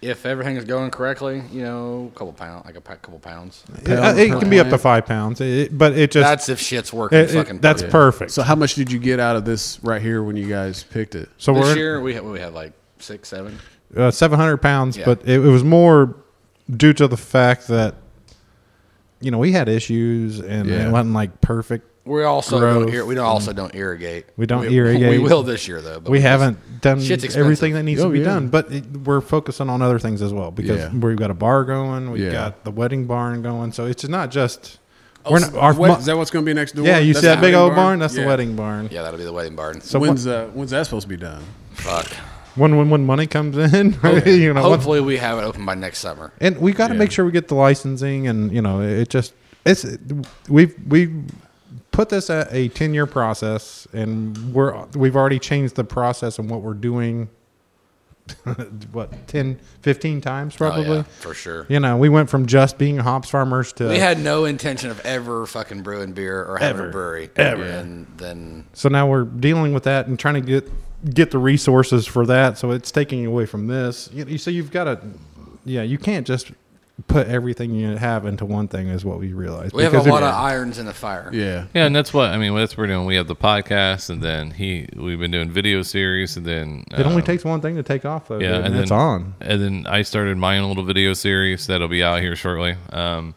Speaker 5: if everything is going correctly, you know, a couple pound, like a pa- couple pounds.
Speaker 6: it, it can be up to five pounds, it, but it just
Speaker 5: That's if shit's working.
Speaker 6: it- it-
Speaker 5: fucking
Speaker 6: that's
Speaker 5: perfect.
Speaker 6: perfect.
Speaker 1: So how much did you get out of this right here when you guys picked it?
Speaker 6: so
Speaker 5: This
Speaker 6: we're
Speaker 5: year we had, we had like six, seven.
Speaker 6: uh, 700 pounds,
Speaker 5: Yeah.
Speaker 6: but it, it was more due to the fact that, you know, we had issues and
Speaker 1: Yeah.
Speaker 6: it wasn't like perfect.
Speaker 5: We also
Speaker 6: Growth.
Speaker 5: don't ir- we don't also don't irrigate.
Speaker 6: We don't irrigate.
Speaker 5: We [laughs] will this year though. But
Speaker 6: we
Speaker 5: just-
Speaker 6: haven't done
Speaker 5: Shit's expensive.
Speaker 6: everything that needs
Speaker 1: Oh,
Speaker 6: to be
Speaker 1: yeah.
Speaker 6: done, but it, we're focusing on other things as well because
Speaker 1: Yeah.
Speaker 6: we've got a bar going, we've
Speaker 1: Yeah.
Speaker 6: got the wedding barn going, so it's not just we're not our
Speaker 1: Oh, What-
Speaker 6: mo-
Speaker 1: is that what's going to be next door?
Speaker 6: yeah. You
Speaker 1: That's
Speaker 6: see
Speaker 1: the
Speaker 6: that big
Speaker 1: wedding
Speaker 6: old barn? That's
Speaker 1: Yeah.
Speaker 6: the wedding barn.
Speaker 5: Yeah, that'll be the wedding barn.
Speaker 6: So
Speaker 1: when's uh, when's that supposed to be done?
Speaker 5: Fuck.
Speaker 6: when when when money comes in, [laughs] you know, once-
Speaker 5: Hopefully we have it open by next summer.
Speaker 6: and we got to make sure we get the licensing and you know it just it's we've we put this at a 10 year process and we're we've already changed the process and what we're doing [laughs] what 10, 15 times probably.
Speaker 5: Oh, yeah, for sure.
Speaker 6: You know, we went from just being hops farmers to
Speaker 5: We had no intention of ever fucking brewing beer or having
Speaker 6: Ever.
Speaker 5: a brewery.
Speaker 6: Ever.
Speaker 5: And then
Speaker 6: so now we're dealing with that and trying to get get the resources for that. So it's taking away from this. You, you so you've got to, yeah, you can't just put everything you have into one thing is what we realized.
Speaker 5: we have a
Speaker 6: Because if-
Speaker 5: lot of irons in the fire.
Speaker 7: Yeah.
Speaker 4: Yeah, and that's what I mean. That's what we're doing. We have the podcast, and then he we've been doing video series, and then
Speaker 6: It only
Speaker 4: um,
Speaker 6: takes one thing to take off though.
Speaker 4: yeah,
Speaker 6: dude, and,
Speaker 4: then
Speaker 6: it's on.
Speaker 4: And then I started my own little video series that'll be out here shortly. Um,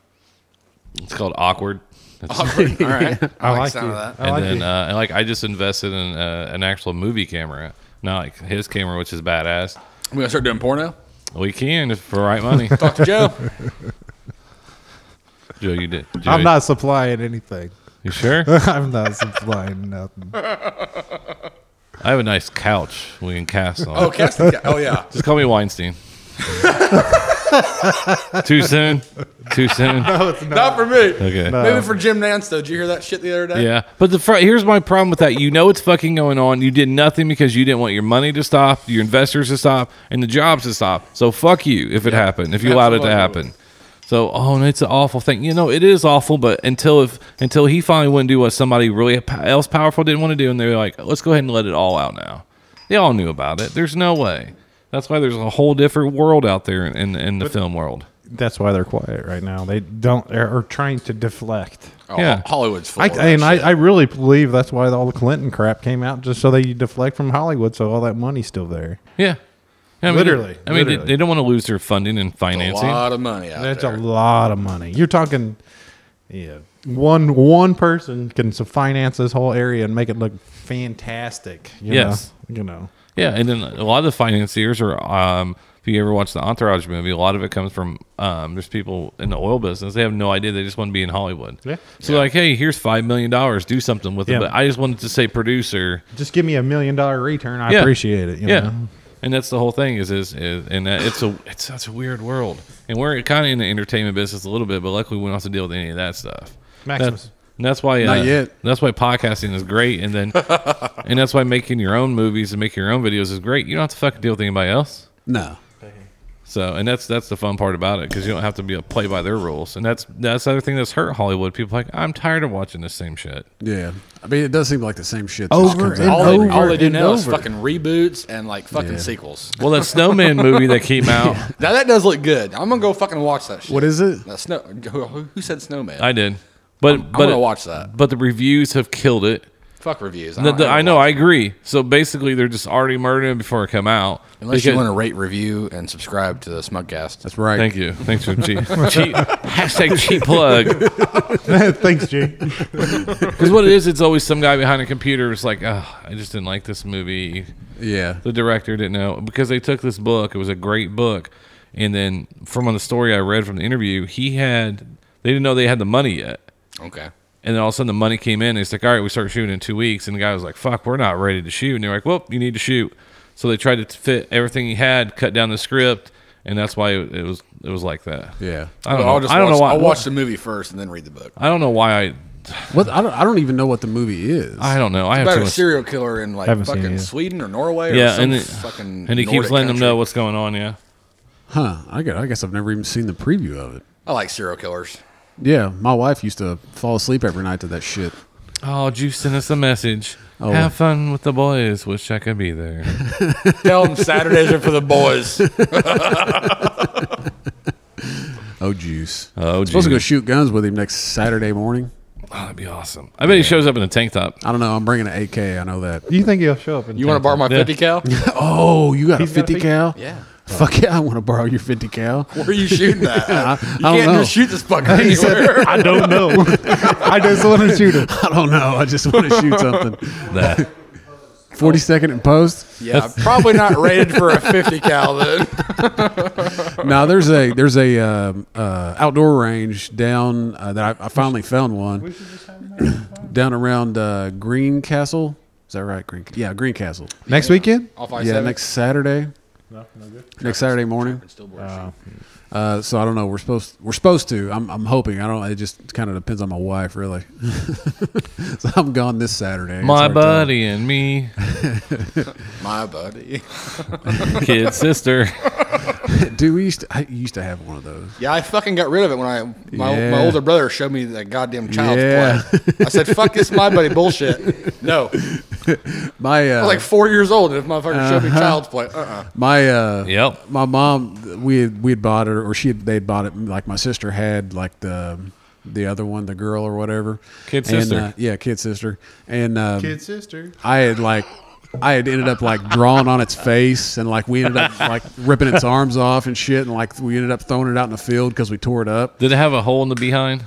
Speaker 4: it's called Awkward. That's-
Speaker 6: [laughs]
Speaker 5: Awkward. [laughs] All right. I, like some
Speaker 6: you.
Speaker 5: of that.
Speaker 6: I
Speaker 4: and
Speaker 6: like
Speaker 4: then
Speaker 6: you.
Speaker 4: uh, and like I just invested in uh, an actual movie camera, not like his camera, which is badass.
Speaker 5: We gonna start doing porno?
Speaker 4: We can if for
Speaker 6: [laughs]
Speaker 4: right money.
Speaker 5: Talk to Joe.
Speaker 4: Joe, you did. Joe,
Speaker 6: I'm not supplying anything. [laughs]
Speaker 4: You sure?
Speaker 6: I'm
Speaker 4: [laughs]
Speaker 6: not supplying nothing.
Speaker 4: I have a nice couch we can cast on.
Speaker 5: Oh, cast the ca-
Speaker 6: [laughs]
Speaker 5: Oh yeah.
Speaker 4: Just call me Weinstein. Too soon. Too soon.
Speaker 5: Not for me.
Speaker 4: Okay.
Speaker 6: Uh,
Speaker 5: Maybe for Jim Nance though. Did you hear that shit the other day?
Speaker 4: Yeah, but the fr- here's my problem with that. You know it's fucking going on. You did nothing because you didn't want your money to stop, your investors to stop, and the jobs to stop. So fuck you if it happened, if you allowed it to happen. So oh, and it's an awful thing. You know it is awful, but until if until he finally wouldn't do what somebody really p- else powerful didn't want to do, and they were like, let's go ahead and let it all out now. They all knew about it. There's no way. That's why there's a whole different world out there in in, in the film world.
Speaker 6: That's why they're quiet right now. They don't are are trying to deflect.
Speaker 5: Oh,
Speaker 4: Yeah.
Speaker 5: Hollywood's full.
Speaker 6: I,
Speaker 5: of that
Speaker 6: and I,
Speaker 5: shit.
Speaker 6: I really believe that's why all the Clinton crap came out, just so they deflect from Hollywood, so all that money's still there.
Speaker 4: Yeah. I mean,
Speaker 6: Literally,
Speaker 4: I mean, they-
Speaker 6: literally.
Speaker 4: They, don't want to lose their funding and
Speaker 5: a
Speaker 4: financing.
Speaker 5: lot of money out
Speaker 6: That's
Speaker 5: there.
Speaker 6: a lot of money. You're talking, yeah, one one person can s- finance this whole area and make it look fantastic. You
Speaker 4: Yes.
Speaker 6: know? you know,
Speaker 4: Yeah, and then a lot of the financiers are. Um, if you ever watch the Entourage movie, a lot of it comes from um, there's people in the oil business. They have no idea. They just want to be in Hollywood.
Speaker 6: Yeah.
Speaker 4: So like, hey, here's five million dollars. Do something with it.
Speaker 6: Yeah.
Speaker 4: But I just wanted to say producer.
Speaker 6: just give me a million dollar return. I
Speaker 4: Yeah.
Speaker 6: appreciate it. You
Speaker 4: yeah.
Speaker 6: know?
Speaker 4: And that's the whole thing is is, is and that it's a it's such a weird world. And we're kind of in the entertainment business a little bit, but luckily we don't have to deal with any of that stuff.
Speaker 6: Maximus.
Speaker 4: That's- and that's why uh,
Speaker 7: Not yet.
Speaker 4: That's why podcasting is great,
Speaker 6: [laughs]
Speaker 4: and then and that's why making your own movies and making your own videos is great. You don't have to fucking deal with anybody else.
Speaker 7: No.
Speaker 4: So, and that's that's the fun part about it because you don't have to be a play by their rules, and that's that's the other thing that's hurt Hollywood. People are like, I'm tired of watching the same shit.
Speaker 7: Yeah. I mean, it does seem like the same shit. that
Speaker 6: Over
Speaker 7: comes
Speaker 6: and
Speaker 7: out.
Speaker 5: all, they, all they do
Speaker 6: and
Speaker 5: now is
Speaker 6: over.
Speaker 5: fucking reboots and like fucking sequels.
Speaker 6: [laughs]
Speaker 4: Well, that Snowman movie that came out,
Speaker 5: Now that does look good. I'm gonna go fucking watch that shit.
Speaker 7: What is it?
Speaker 5: That snow? Who, who said snowman?
Speaker 4: I did, but
Speaker 5: I'm
Speaker 4: but
Speaker 5: gonna watch that.
Speaker 4: But the reviews have killed it.
Speaker 5: Fuck reviews.
Speaker 4: The-
Speaker 5: don't
Speaker 4: the-
Speaker 5: ever
Speaker 4: I know, I
Speaker 5: watch
Speaker 4: agree. So basically, they're just already murdering it before it come out.
Speaker 5: Unless you
Speaker 4: Because-
Speaker 5: want to rate, review, and subscribe to the Smugcast.
Speaker 7: That's right.
Speaker 4: Thank you. Thanks for cheap. cheap hashtag cheap plug.
Speaker 6: [laughs] Thanks, Jake.
Speaker 4: Because what it is, it's always some guy behind a computer is like, oh, I just didn't like this movie.
Speaker 7: Yeah.
Speaker 4: The director didn't know because they took this book. It was a great book, and then from the story I read from the interview, he had they didn't know they had the money yet,
Speaker 5: Okay.
Speaker 4: and then all of a sudden the money came in. And it's like, all right, we start shooting in two weeks, and the guy was like, fuck, we're not ready to shoot, and they're like, well, you need to shoot. So they tried to fit everything he had, cut down the script, and that's why it was it was like that.
Speaker 7: Yeah.
Speaker 4: I don't
Speaker 5: Well, I'll
Speaker 4: know.
Speaker 5: just
Speaker 4: I don't
Speaker 5: watch,
Speaker 4: know why.
Speaker 5: I'll watch the movie first and then read the book.
Speaker 4: I don't know why I.
Speaker 7: What I don't, I don't even know what the movie is.
Speaker 4: I don't know. I have
Speaker 5: About
Speaker 4: too
Speaker 5: a
Speaker 4: much.
Speaker 5: serial killer in like
Speaker 6: Haven't seen it
Speaker 5: fucking
Speaker 6: yet.
Speaker 5: Sweden or Norway or
Speaker 4: Yeah,
Speaker 5: some
Speaker 4: and it-
Speaker 5: fucking
Speaker 4: and he keeps
Speaker 5: Nordic
Speaker 4: letting them
Speaker 5: country.
Speaker 4: know what's going on. Yeah.
Speaker 7: huh. I guess, I guess I've never even seen the preview of it.
Speaker 5: I like
Speaker 4: [laughs]
Speaker 5: serial killers.
Speaker 7: Yeah. My wife used to fall asleep every night to that shit.
Speaker 4: Oh, you sent us a message.
Speaker 7: Oh.
Speaker 4: Have fun with the boys. Wish I could be [laughs] there.
Speaker 5: Tell them Saturdays are for the boys.
Speaker 7: Oh, juice.
Speaker 4: Oh,
Speaker 7: Supposed to go
Speaker 4: geez.
Speaker 7: shoot guns with him next Saturday morning.
Speaker 4: Oh, that'd be awesome. I bet he shows up in a tank top.
Speaker 7: I don't know. I'm bringing an AK. I know that.
Speaker 6: You think he'll show up? In
Speaker 5: You want to borrow my
Speaker 4: Yeah. [laughs]
Speaker 5: 50 cal?
Speaker 7: Oh, you got
Speaker 6: He's
Speaker 7: a
Speaker 6: got a
Speaker 7: 50
Speaker 6: 50?
Speaker 7: cal?
Speaker 5: Yeah.
Speaker 7: Fuck yeah, I want to borrow your 50 cal.
Speaker 5: Where are you shooting
Speaker 4: [laughs]
Speaker 5: that?
Speaker 7: [laughs] I-
Speaker 5: you
Speaker 7: I don't
Speaker 5: can't
Speaker 7: know.
Speaker 5: just shoot this fucker anywhere.
Speaker 6: I don't know. [laughs] I just want to
Speaker 1: [laughs]
Speaker 6: shoot him.
Speaker 7: I don't know. I just want to shoot something.
Speaker 4: That.
Speaker 7: 40 second in post.
Speaker 5: yeah,
Speaker 4: [laughs]
Speaker 5: probably not rated for a 50 cal then.
Speaker 7: Now there's a there's a um, uh, outdoor range down uh, that I, I finally found one
Speaker 1: [clears throat]
Speaker 7: down around uh, Green Castle. Is that right? Green yeah, Green Castle.
Speaker 6: Next weekend?
Speaker 5: Off
Speaker 7: yeah, next Saturday. Next Saturday morning.
Speaker 5: Still
Speaker 1: Uh, so I don't know. We're supposed we're supposed to. I'm I'm hoping. I don't. It just kind of depends on my wife, really. [laughs] so I'm gone this Saturday. It's
Speaker 4: My
Speaker 1: hard to-
Speaker 4: buddy and me,
Speaker 5: My buddy.
Speaker 4: kid sister.
Speaker 1: [laughs] Dude, we used to, I used to have one of those.
Speaker 5: Yeah, I fucking got rid of it when I my,
Speaker 1: Yeah.
Speaker 5: my older brother showed me that goddamn child's
Speaker 1: Yeah.
Speaker 5: play. I said, "Fuck this, my buddy bullshit." No, I was
Speaker 1: My uh,
Speaker 5: [laughs] like four years old, and if my fucking showed me child's play, uh, uh
Speaker 1: My uh,
Speaker 4: Yep.
Speaker 1: My mom, we had, we had bought it, or she had, they'd bought it. Like my sister had like the the other one, the girl or whatever.
Speaker 4: Kid
Speaker 1: And,
Speaker 4: sister.
Speaker 1: uh, yeah, kid sister. And um,
Speaker 8: Kid sister.
Speaker 1: I had like. I had ended up like drawing on its face, and like we ended
Speaker 4: [laughs]
Speaker 1: up like ripping its arms off and shit, and like we ended up throwing it out in the field because we tore it up.
Speaker 4: [laughs] Did it have a hole in the behind?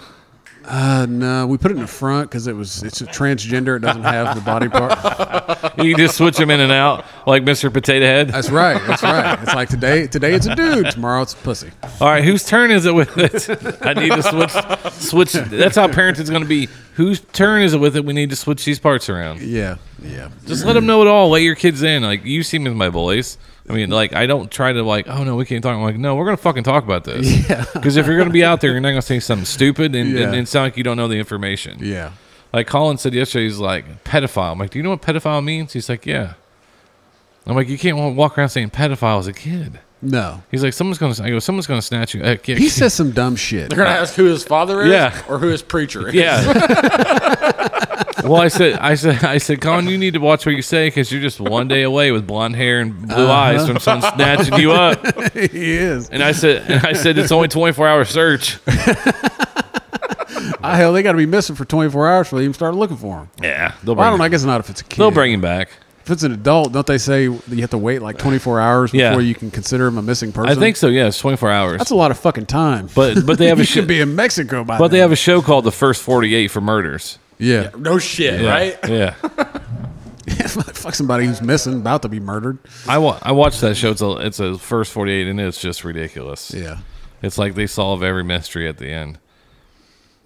Speaker 1: Uh, no, we put it in the front because it was it's a transgender; it doesn't have the body part.
Speaker 4: You just switch them in and out like Mr. Potato Head.
Speaker 1: That's right, that's right. It's like today today it's a dude, tomorrow it's a pussy.
Speaker 4: All right, whose turn is it with it? I need to switch. Switch. That's how parenting's going to be. Whose turn is it with it? We need to switch these parts around.
Speaker 1: Yeah, yeah.
Speaker 4: Just let them know it all. Let your kids in. Like you see me with my boys. I mean, like I don't try to like. Oh no, we can't talk. I'm like, no, we're gonna fucking talk about this. [laughs] Yeah. Because if you're gonna be out there, you're not gonna say something stupid and,
Speaker 1: Yeah.
Speaker 4: and, and sound like you don't know the information.
Speaker 1: Yeah.
Speaker 4: Like Colin said yesterday, he's like pedophile. I'm like, do you know what pedophile means? He's like, yeah. I'm like, you can't wa- walk around saying pedophile as a kid.
Speaker 1: No.
Speaker 4: He's like, someone's gonna. I go, someone's gonna snatch you. Uh, yeah,
Speaker 1: He
Speaker 4: [laughs]
Speaker 1: says some dumb shit.
Speaker 5: they're gonna ask who his father is,
Speaker 4: Yeah.
Speaker 5: or who his preacher is.
Speaker 4: Yeah.
Speaker 1: [laughs]
Speaker 4: well, I said, I said, I said, Colin, you need to watch what you say because you're just one day away with blonde hair and blue
Speaker 1: Uh-huh.
Speaker 4: eyes from someone snatching you up.
Speaker 1: he is.
Speaker 4: And I said, and I said, it's only 24
Speaker 1: [laughs]
Speaker 4: hour search.
Speaker 1: I, Ah, hell, they got to be missing for 24 hours before they even start looking for him.
Speaker 4: Yeah, they'll
Speaker 1: Well, I
Speaker 4: bring.
Speaker 1: don't know. I
Speaker 4: him.
Speaker 1: guess not if it's a kid.
Speaker 4: They'll bring him back.
Speaker 1: If it's an adult, don't they say that you have to wait like 24 hours
Speaker 4: Yeah.
Speaker 1: before you can consider him a missing person?
Speaker 4: I think so. Yeah, it's 24 hours.
Speaker 1: that's a lot of fucking time.
Speaker 4: [laughs] but but they
Speaker 1: [laughs]
Speaker 4: have a
Speaker 1: you
Speaker 4: show,
Speaker 1: should be in Mexico by
Speaker 4: but they have a show called The First 48 for Murders.
Speaker 1: [laughs] yeah.
Speaker 5: No shit,
Speaker 4: Yeah,
Speaker 5: right?
Speaker 4: Yeah.
Speaker 1: Fuck somebody who's missing, about to be murdered.
Speaker 4: I wa- I watched that show. It's a it's a First 48 and it's just ridiculous.
Speaker 1: Yeah.
Speaker 4: It's like they solve every mystery at the end.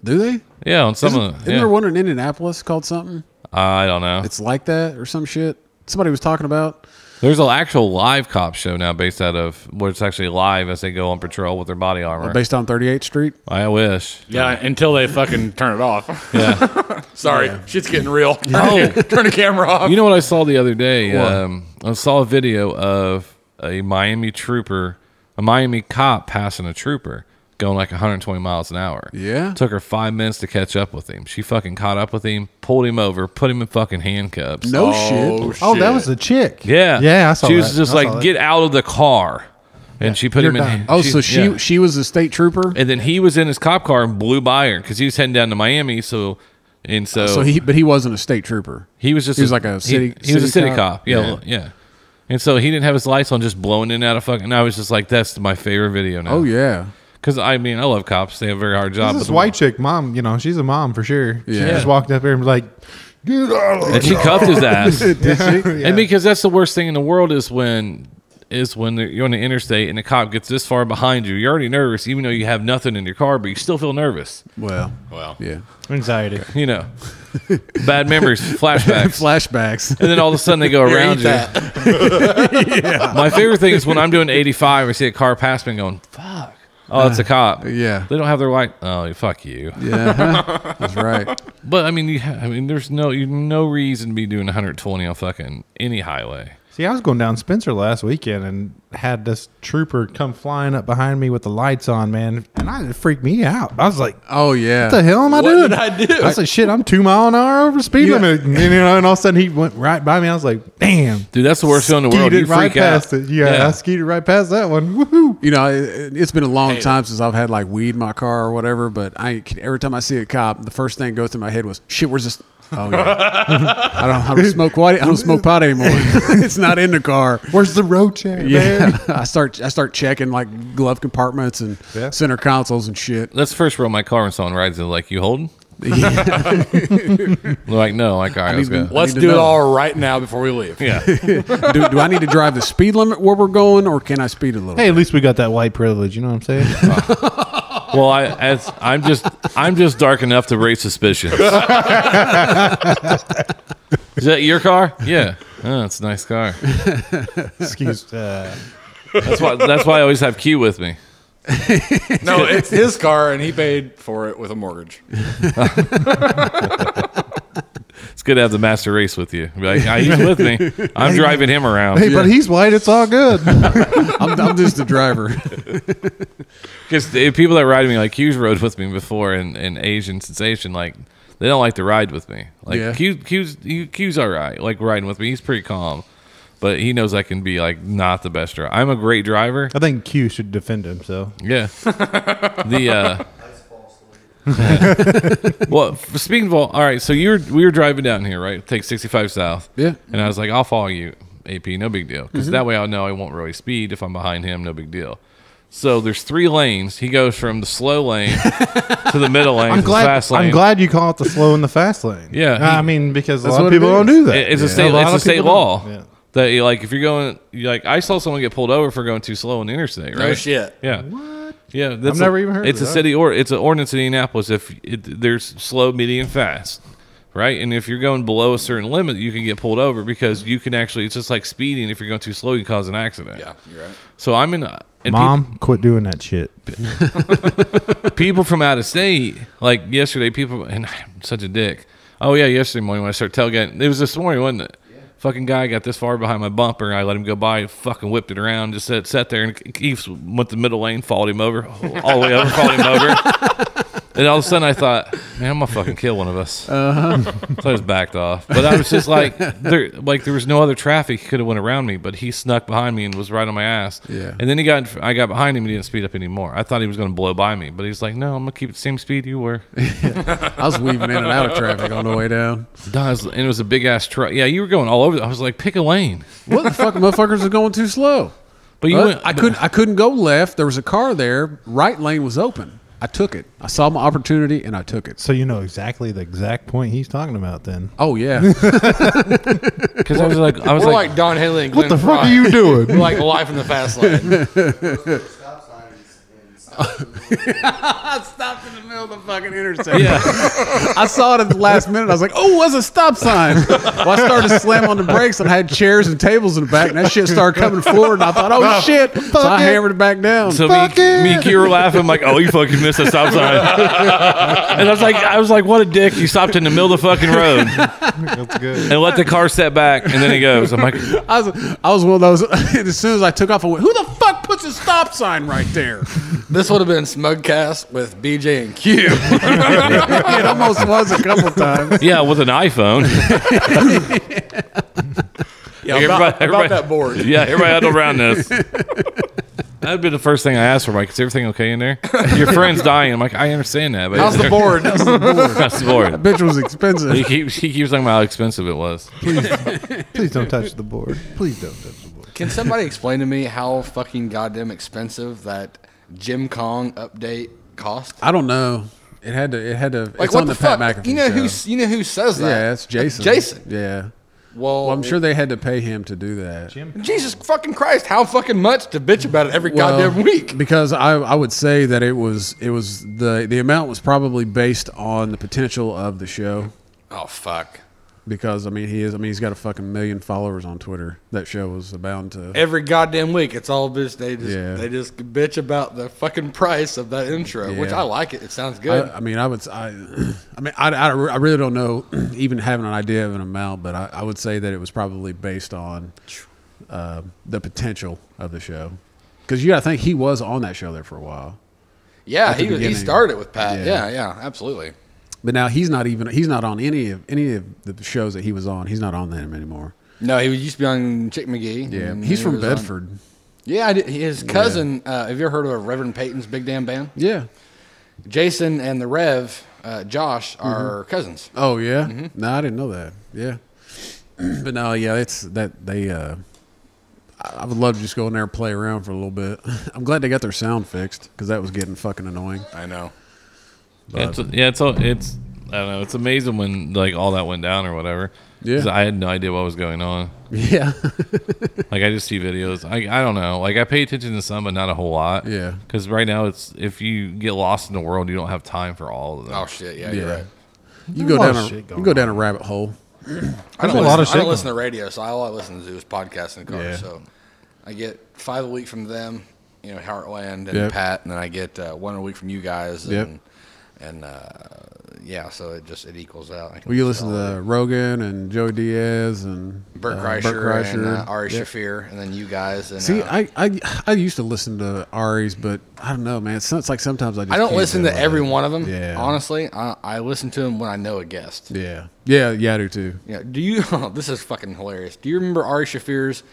Speaker 1: Do they?
Speaker 4: Yeah, on some
Speaker 1: Isn't,
Speaker 4: of
Speaker 1: isn't
Speaker 4: the, yeah.
Speaker 1: there one in Indianapolis called something?
Speaker 4: I don't know.
Speaker 1: It's like that or some shit. Somebody was talking about.
Speaker 4: There's an actual live cop show now based out of where it's actually live as they go on patrol with their body armor.
Speaker 1: Based on 38th Street.
Speaker 4: I
Speaker 1: [laughs]
Speaker 4: wish.
Speaker 8: Yeah, until they fucking turn it off.
Speaker 5: [laughs] Sorry, shit's getting real.
Speaker 1: Oh.
Speaker 5: Turn, the, [laughs] turn the camera off.
Speaker 4: You know what I saw the other day? Um, I saw a video of a Miami trooper, a Miami cop passing a trooper going like 120 miles an hour.
Speaker 1: Yeah.
Speaker 4: Took her five minutes to catch up with him. She fucking caught up with him, pulled him over, put him in fucking handcuffs.
Speaker 1: No
Speaker 5: Oh,
Speaker 1: shit.
Speaker 6: Oh, that was the chick.
Speaker 4: Yeah.
Speaker 6: Yeah, I saw
Speaker 4: She was
Speaker 6: that.
Speaker 4: just
Speaker 6: I saw
Speaker 4: like,
Speaker 6: that.
Speaker 4: get out of the car. And she put him in.
Speaker 6: done.
Speaker 1: Oh, so she
Speaker 4: yeah.
Speaker 1: she was a state trooper.
Speaker 4: And then he was in his cop car and blew by her because he was heading down to Miami. So, and so,
Speaker 1: So he, but he wasn't a state trooper.
Speaker 4: he was just
Speaker 1: he was like a city-
Speaker 4: He, he was a
Speaker 1: city
Speaker 4: city cop.
Speaker 1: cop?
Speaker 4: Yeah,
Speaker 1: Yeah.
Speaker 4: well, yeah. And so he didn't have his lights on, just blowing in and out of fucking. And I was just like, that's my favorite video now.
Speaker 1: Oh yeah,
Speaker 4: because I mean, I love cops. They have a very hard job.
Speaker 6: This
Speaker 4: but-
Speaker 6: white chick, mom, you know, she's a mom for sure. She
Speaker 1: Yeah.
Speaker 6: just walked up there and was like, "Get out of
Speaker 4: [laughs] and she cuffed
Speaker 1: [laughs]
Speaker 4: his ass.
Speaker 6: Did she?
Speaker 4: And because that's the worst thing in the world is when is when you're on the interstate and the cop gets this far behind you. You're already nervous, even though you have nothing in your car, but you still feel nervous.
Speaker 1: well,
Speaker 5: Well,
Speaker 1: yeah.
Speaker 6: Anxiety.
Speaker 4: You
Speaker 1: [laughs]
Speaker 4: know, bad memories, flashbacks.
Speaker 1: Flashbacks. [laughs]
Speaker 4: and then all of a sudden they go around you.
Speaker 5: that.
Speaker 4: My favorite thing is when I'm doing 85, I see a car pass me and going, fuck. Oh, it's a cop.
Speaker 1: yeah.
Speaker 4: They don't have their light. Oh, fuck you.
Speaker 1: Yeah, that's right.
Speaker 4: But I mean, you ha- I mean, there's no you no reason to be doing 120 on fucking any highway.
Speaker 6: See, I was going down Spencer last weekend and had this trooper come flying up behind me with the lights on, man, and I it freaked me out. I was like, "What
Speaker 1: Oh yeah.
Speaker 6: the hell am I
Speaker 5: What
Speaker 6: doing?"
Speaker 5: did I do?
Speaker 6: I said, "Shit, I'm two mile an hour over speed
Speaker 1: Yeah.
Speaker 6: limit," and, you know, and all of a sudden he went right by me. I was like, "Damn."
Speaker 4: Dude, that's the worst feeling in the world.
Speaker 6: Skeeted
Speaker 4: You
Speaker 6: right
Speaker 4: freak
Speaker 6: past
Speaker 4: out.
Speaker 6: it. Yeah, I skeeted right past that one. Woohoo!
Speaker 1: You know, it, it's been a long time since I've had like weed in my car or whatever. But I ain't kid- every time I see a cop, the first thing that goes through my head was, "Shit, where's this?" Oh yeah. I don't. I don't smoke pot. I don't smoke pot anymore. [laughs] it's not in the car.
Speaker 6: Where's the road chair, man?
Speaker 4: [laughs]
Speaker 1: Yeah. [laughs] I start. I start checking like glove compartments and
Speaker 6: Yeah.
Speaker 1: center consoles and shit.
Speaker 4: That's the first row of my car when someone rides it. Like, you holding? [laughs] They're like, no. Like, all right, let's
Speaker 1: even-
Speaker 4: go.
Speaker 5: Let's
Speaker 1: need to
Speaker 5: do it
Speaker 1: know.
Speaker 5: all right now before we leave.
Speaker 4: Yeah.
Speaker 1: do, do I need to drive the speed limit where we're going, or can I speed a little?
Speaker 6: Hey, at least we got that white privilege. You know what I'm [laughs] saying?
Speaker 4: Well, I as I'm just I'm just dark enough to raise suspicions. Is that your car? Yeah. Oh, it's a nice car.
Speaker 6: Excuse. Uh,
Speaker 4: That's why that's why I always have Q with me.
Speaker 9: no, it's his car, and he paid for it with a mortgage.
Speaker 4: It's good to have the master race with you. Be like, "Ah, he's with me. I'm driving him around.
Speaker 6: Hey, but he's white. It's all good.
Speaker 1: I'm, I'm just the driver. [laughs]
Speaker 4: Because people that ride with me, like Hughes rode with me before, and, and Asian Sensation, like they don't like to ride with me. Like
Speaker 1: Yeah.
Speaker 4: Q, Q's Q- Q's all right, like riding with me. He's pretty calm, but he knows I can be like not the best driver. I'm a great driver.
Speaker 6: [laughs] I think Q should defend himself.
Speaker 4: Yeah. the uh, [laughs] well, f- speaking of all, all right. So you were we were driving down here, right? Take 65 south.
Speaker 1: Yeah.
Speaker 4: And I was like, I'll follow you, AP. No big deal,
Speaker 6: Mm-hmm.
Speaker 4: because that way I'll know I won't really speed if I'm behind him. No big deal. So there's three lanes. He goes from the slow lane to the middle lane.
Speaker 6: [laughs]
Speaker 4: to
Speaker 6: I'm
Speaker 4: the
Speaker 6: glad.
Speaker 4: fast lane.
Speaker 6: I'm glad you call it the slow and the fast lane. Uh,
Speaker 4: Yeah, he-
Speaker 6: I mean because a lot of
Speaker 1: what it
Speaker 6: people don't
Speaker 1: is.
Speaker 6: do that.
Speaker 4: It- It's a
Speaker 6: A
Speaker 4: state.
Speaker 6: lot
Speaker 4: it's a
Speaker 6: of
Speaker 4: state
Speaker 6: people
Speaker 4: law
Speaker 6: don't. Yeah.
Speaker 4: that you like. If you're going, you like I saw someone get pulled over for going too slow on the interstate. Right?
Speaker 5: No shit.
Speaker 4: Yeah. What? Yeah. That's
Speaker 6: never
Speaker 4: a-
Speaker 6: even heard of
Speaker 4: It's a
Speaker 6: that.
Speaker 4: city or it's an ordinance in Indianapolis. If it, there's slow, medium, fast, right, and if you're going below a certain limit, you can get pulled over because you can actually. It's just like speeding. If you're going too slow, you can cause an accident.
Speaker 5: Yeah, you're right.
Speaker 4: So I'm in. And peop-
Speaker 6: Mom, quit doing that shit.
Speaker 4: [laughs] people from out of state, like yesterday, people, and I'm such a dick. Oh, yeah, yesterday morning when I started tailgating, it was this morning, wasn't it? Fucking guy got this far behind my bumper. I let him go by, fucking whipped it around, just sat, sat there, and Keith went the middle lane, followed him over, all the way over, followed him over.
Speaker 6: [laughs]
Speaker 4: And all of a sudden, I thought, man, I'm gonna fucking kill one of us.
Speaker 6: Uh-huh.
Speaker 4: So I just backed off. But I was just like, there, like there was no other traffic. He could have went around me, but he snuck behind me and was right on my ass.
Speaker 1: Yeah.
Speaker 4: And then he got, in fr- I got behind him. and He didn't speed up anymore. I thought he was gonna blow by me, but he's like, no, I'm gonna keep the same speed
Speaker 6: [laughs]
Speaker 4: you were.
Speaker 1: I was weaving in and out of traffic on the way down.
Speaker 4: Nah, it was- and it was a big ass truck. Yeah, you were going all over. the- I was like, pick a lane.
Speaker 1: What the fuck, motherfuckers are going too slow.
Speaker 4: But you,
Speaker 1: Well,
Speaker 4: went,
Speaker 1: I couldn't. I couldn't go left. There was a car there. Right lane was open. I took it. I saw my opportunity and I took it.
Speaker 6: So you know exactly the exact point he's talking about. Then
Speaker 1: Oh yeah,
Speaker 4: because I was like, I was
Speaker 5: We're
Speaker 4: like,
Speaker 5: like, Don Haley and Glenn
Speaker 6: what the fuck
Speaker 5: Fry.
Speaker 6: are you
Speaker 5: We're [laughs]
Speaker 6: doing?
Speaker 5: like life in the fast lane.
Speaker 1: [laughs] I stopped in the middle of the fucking intersection. I saw it at the last minute. I was like, "Oh, it was a stop sign." [laughs] Well, I started to slam on the brakes and I had chairs and tables in the back, and that shit started coming forward. And I thought, "Oh shit!" So I
Speaker 6: Fuck it.
Speaker 1: hammered it back down.
Speaker 4: So me,
Speaker 6: Fuck it.
Speaker 4: me and Q were laughing. I'm like, oh, you fucking missed a stop sign. and I was like, I was like, what a dick. You stopped in the middle of the fucking road
Speaker 6: That's good.
Speaker 4: and let the car set back. And then he goes, I'm like,
Speaker 1: I was, I was one of those. [laughs] as soon as I took off, I went, "Who the fuck puts a stop sign right there?"
Speaker 5: this would have been Smugcast with BJ and Q.
Speaker 1: [laughs] It almost was a couple times. [laughs]
Speaker 4: yeah, with an iPhone.
Speaker 5: Yeah,
Speaker 4: Like,
Speaker 5: about,
Speaker 4: everybody-
Speaker 5: about
Speaker 4: everybody-
Speaker 5: that board.
Speaker 1: [laughs]
Speaker 4: yeah, everybody huddle around this. That'd be the first thing I asked for. Like, is everything okay in there? Your friend's dying. I'm like, I understand that. But
Speaker 5: How's the board? [laughs]
Speaker 4: How's the board?
Speaker 1: Bitch was expensive.
Speaker 4: He keeps, he keeps talking about how expensive it was.
Speaker 6: Please don't touch the board. Please don't touch the board.
Speaker 5: Can somebody explain to me how fucking goddamn expensive that Jim Kong update cost?
Speaker 1: I don't know. It had to. It had to. it's on the, Pat McAfee
Speaker 5: you know
Speaker 1: show.
Speaker 5: who? You know who says that? Uh,
Speaker 1: Yeah, it's Jason.
Speaker 5: Jason.
Speaker 1: Yeah.
Speaker 5: Well,
Speaker 1: Well, I'm sure they had to pay him to do that.
Speaker 5: Jesus fucking Christ! How fucking much to bitch about it every
Speaker 1: Well,
Speaker 5: goddamn week?
Speaker 1: because I, I would say that it was it was the the amount was probably based on the potential of the show
Speaker 5: Oh fuck!
Speaker 1: because I mean he is I mean he's got a fucking million followers on Twitter that show was bound to
Speaker 5: Every goddamn week, it's all bitch. They just
Speaker 1: Yeah.
Speaker 5: they just bitch about the fucking price of that intro, which
Speaker 1: Yeah.
Speaker 5: I like it. It sounds good.
Speaker 1: I, I mean I would s- I, [clears throat] I mean I, I, I really don't know [clears throat] even having an idea of an amount but I, I would say that it was probably based on uh, the potential of the show because you got to think he was on that show there for a while.
Speaker 5: yeah,
Speaker 1: at the
Speaker 5: he was, he
Speaker 1: beginning.
Speaker 5: started with Pat.
Speaker 1: Yeah.
Speaker 5: Yeah. yeah, absolutely.
Speaker 1: But now he's not even he's not on any of any of the shows that he was on. He's not on them anymore.
Speaker 5: No, he was used to be on Chick McGee. and
Speaker 1: he's
Speaker 5: he
Speaker 1: from
Speaker 5: was on-
Speaker 1: Bedford.
Speaker 5: Yeah, I did, his cousin. Uh, have you ever heard of Reverend Peyton's Big Damn Band?
Speaker 1: Yeah.
Speaker 5: Jason and the Rev, uh, Josh, are cousins.
Speaker 1: Oh yeah.
Speaker 5: Mm-hmm.
Speaker 1: No, I didn't know that. Yeah. [clears throat] but no, yeah, it's that they. uh I I would love to just go in there and play around for a little bit. [laughs] I'm glad they got their sound fixed because that was getting fucking annoying. [laughs]
Speaker 5: I know.
Speaker 4: It's, yeah, it's all, it's I don't know. It's amazing when like all that went down or whatever.
Speaker 1: Yeah.
Speaker 4: 'Cause I had no idea what was going on.
Speaker 1: Yeah.
Speaker 4: Like I just see videos. I I don't know. Like I pay attention to some, but not a whole lot.
Speaker 1: Yeah.
Speaker 4: Because right now it's if you get lost in the world, you don't have time for all of them.
Speaker 5: Oh shit! Yeah,
Speaker 1: [laughs]
Speaker 5: you're
Speaker 1: yeah.
Speaker 5: right.
Speaker 1: You
Speaker 6: There's
Speaker 1: go
Speaker 6: a lot
Speaker 1: down
Speaker 6: of
Speaker 1: a,
Speaker 6: shit
Speaker 1: you
Speaker 6: going
Speaker 1: go down a rabbit hole.
Speaker 5: I don't,
Speaker 6: a
Speaker 5: listen,
Speaker 6: lot of
Speaker 5: I
Speaker 6: shit
Speaker 5: don't listen to radio, so all I listen to is podcasts in the car. So I get five a week from them, you know Heartland and
Speaker 1: Yep.
Speaker 5: Pat, and then I get uh, one a week from you guys.
Speaker 1: Yep.
Speaker 5: And, and uh, yeah, so it just it equals out. I can
Speaker 1: Well, you
Speaker 5: just
Speaker 1: listen to Rogan and Joe Diaz and
Speaker 5: Burt
Speaker 1: uh,
Speaker 5: Kreischer, and uh, Ari
Speaker 1: Yeah.
Speaker 5: Shafir, and then you guys. And,
Speaker 1: See,
Speaker 5: uh,
Speaker 1: I, I I used to listen to Ari's, but I don't know, man. It's, it's like sometimes I just
Speaker 5: I don't
Speaker 1: can't
Speaker 5: listen
Speaker 1: do
Speaker 5: to
Speaker 1: it.
Speaker 5: every one of them.
Speaker 1: Yeah.
Speaker 5: Honestly, I, I listen to them when I know a guest. Yeah.
Speaker 1: Yeah, yeah, yeah, I do too.
Speaker 5: Do you? [laughs] oh, this is fucking hilarious. Do you remember Ari Shafir's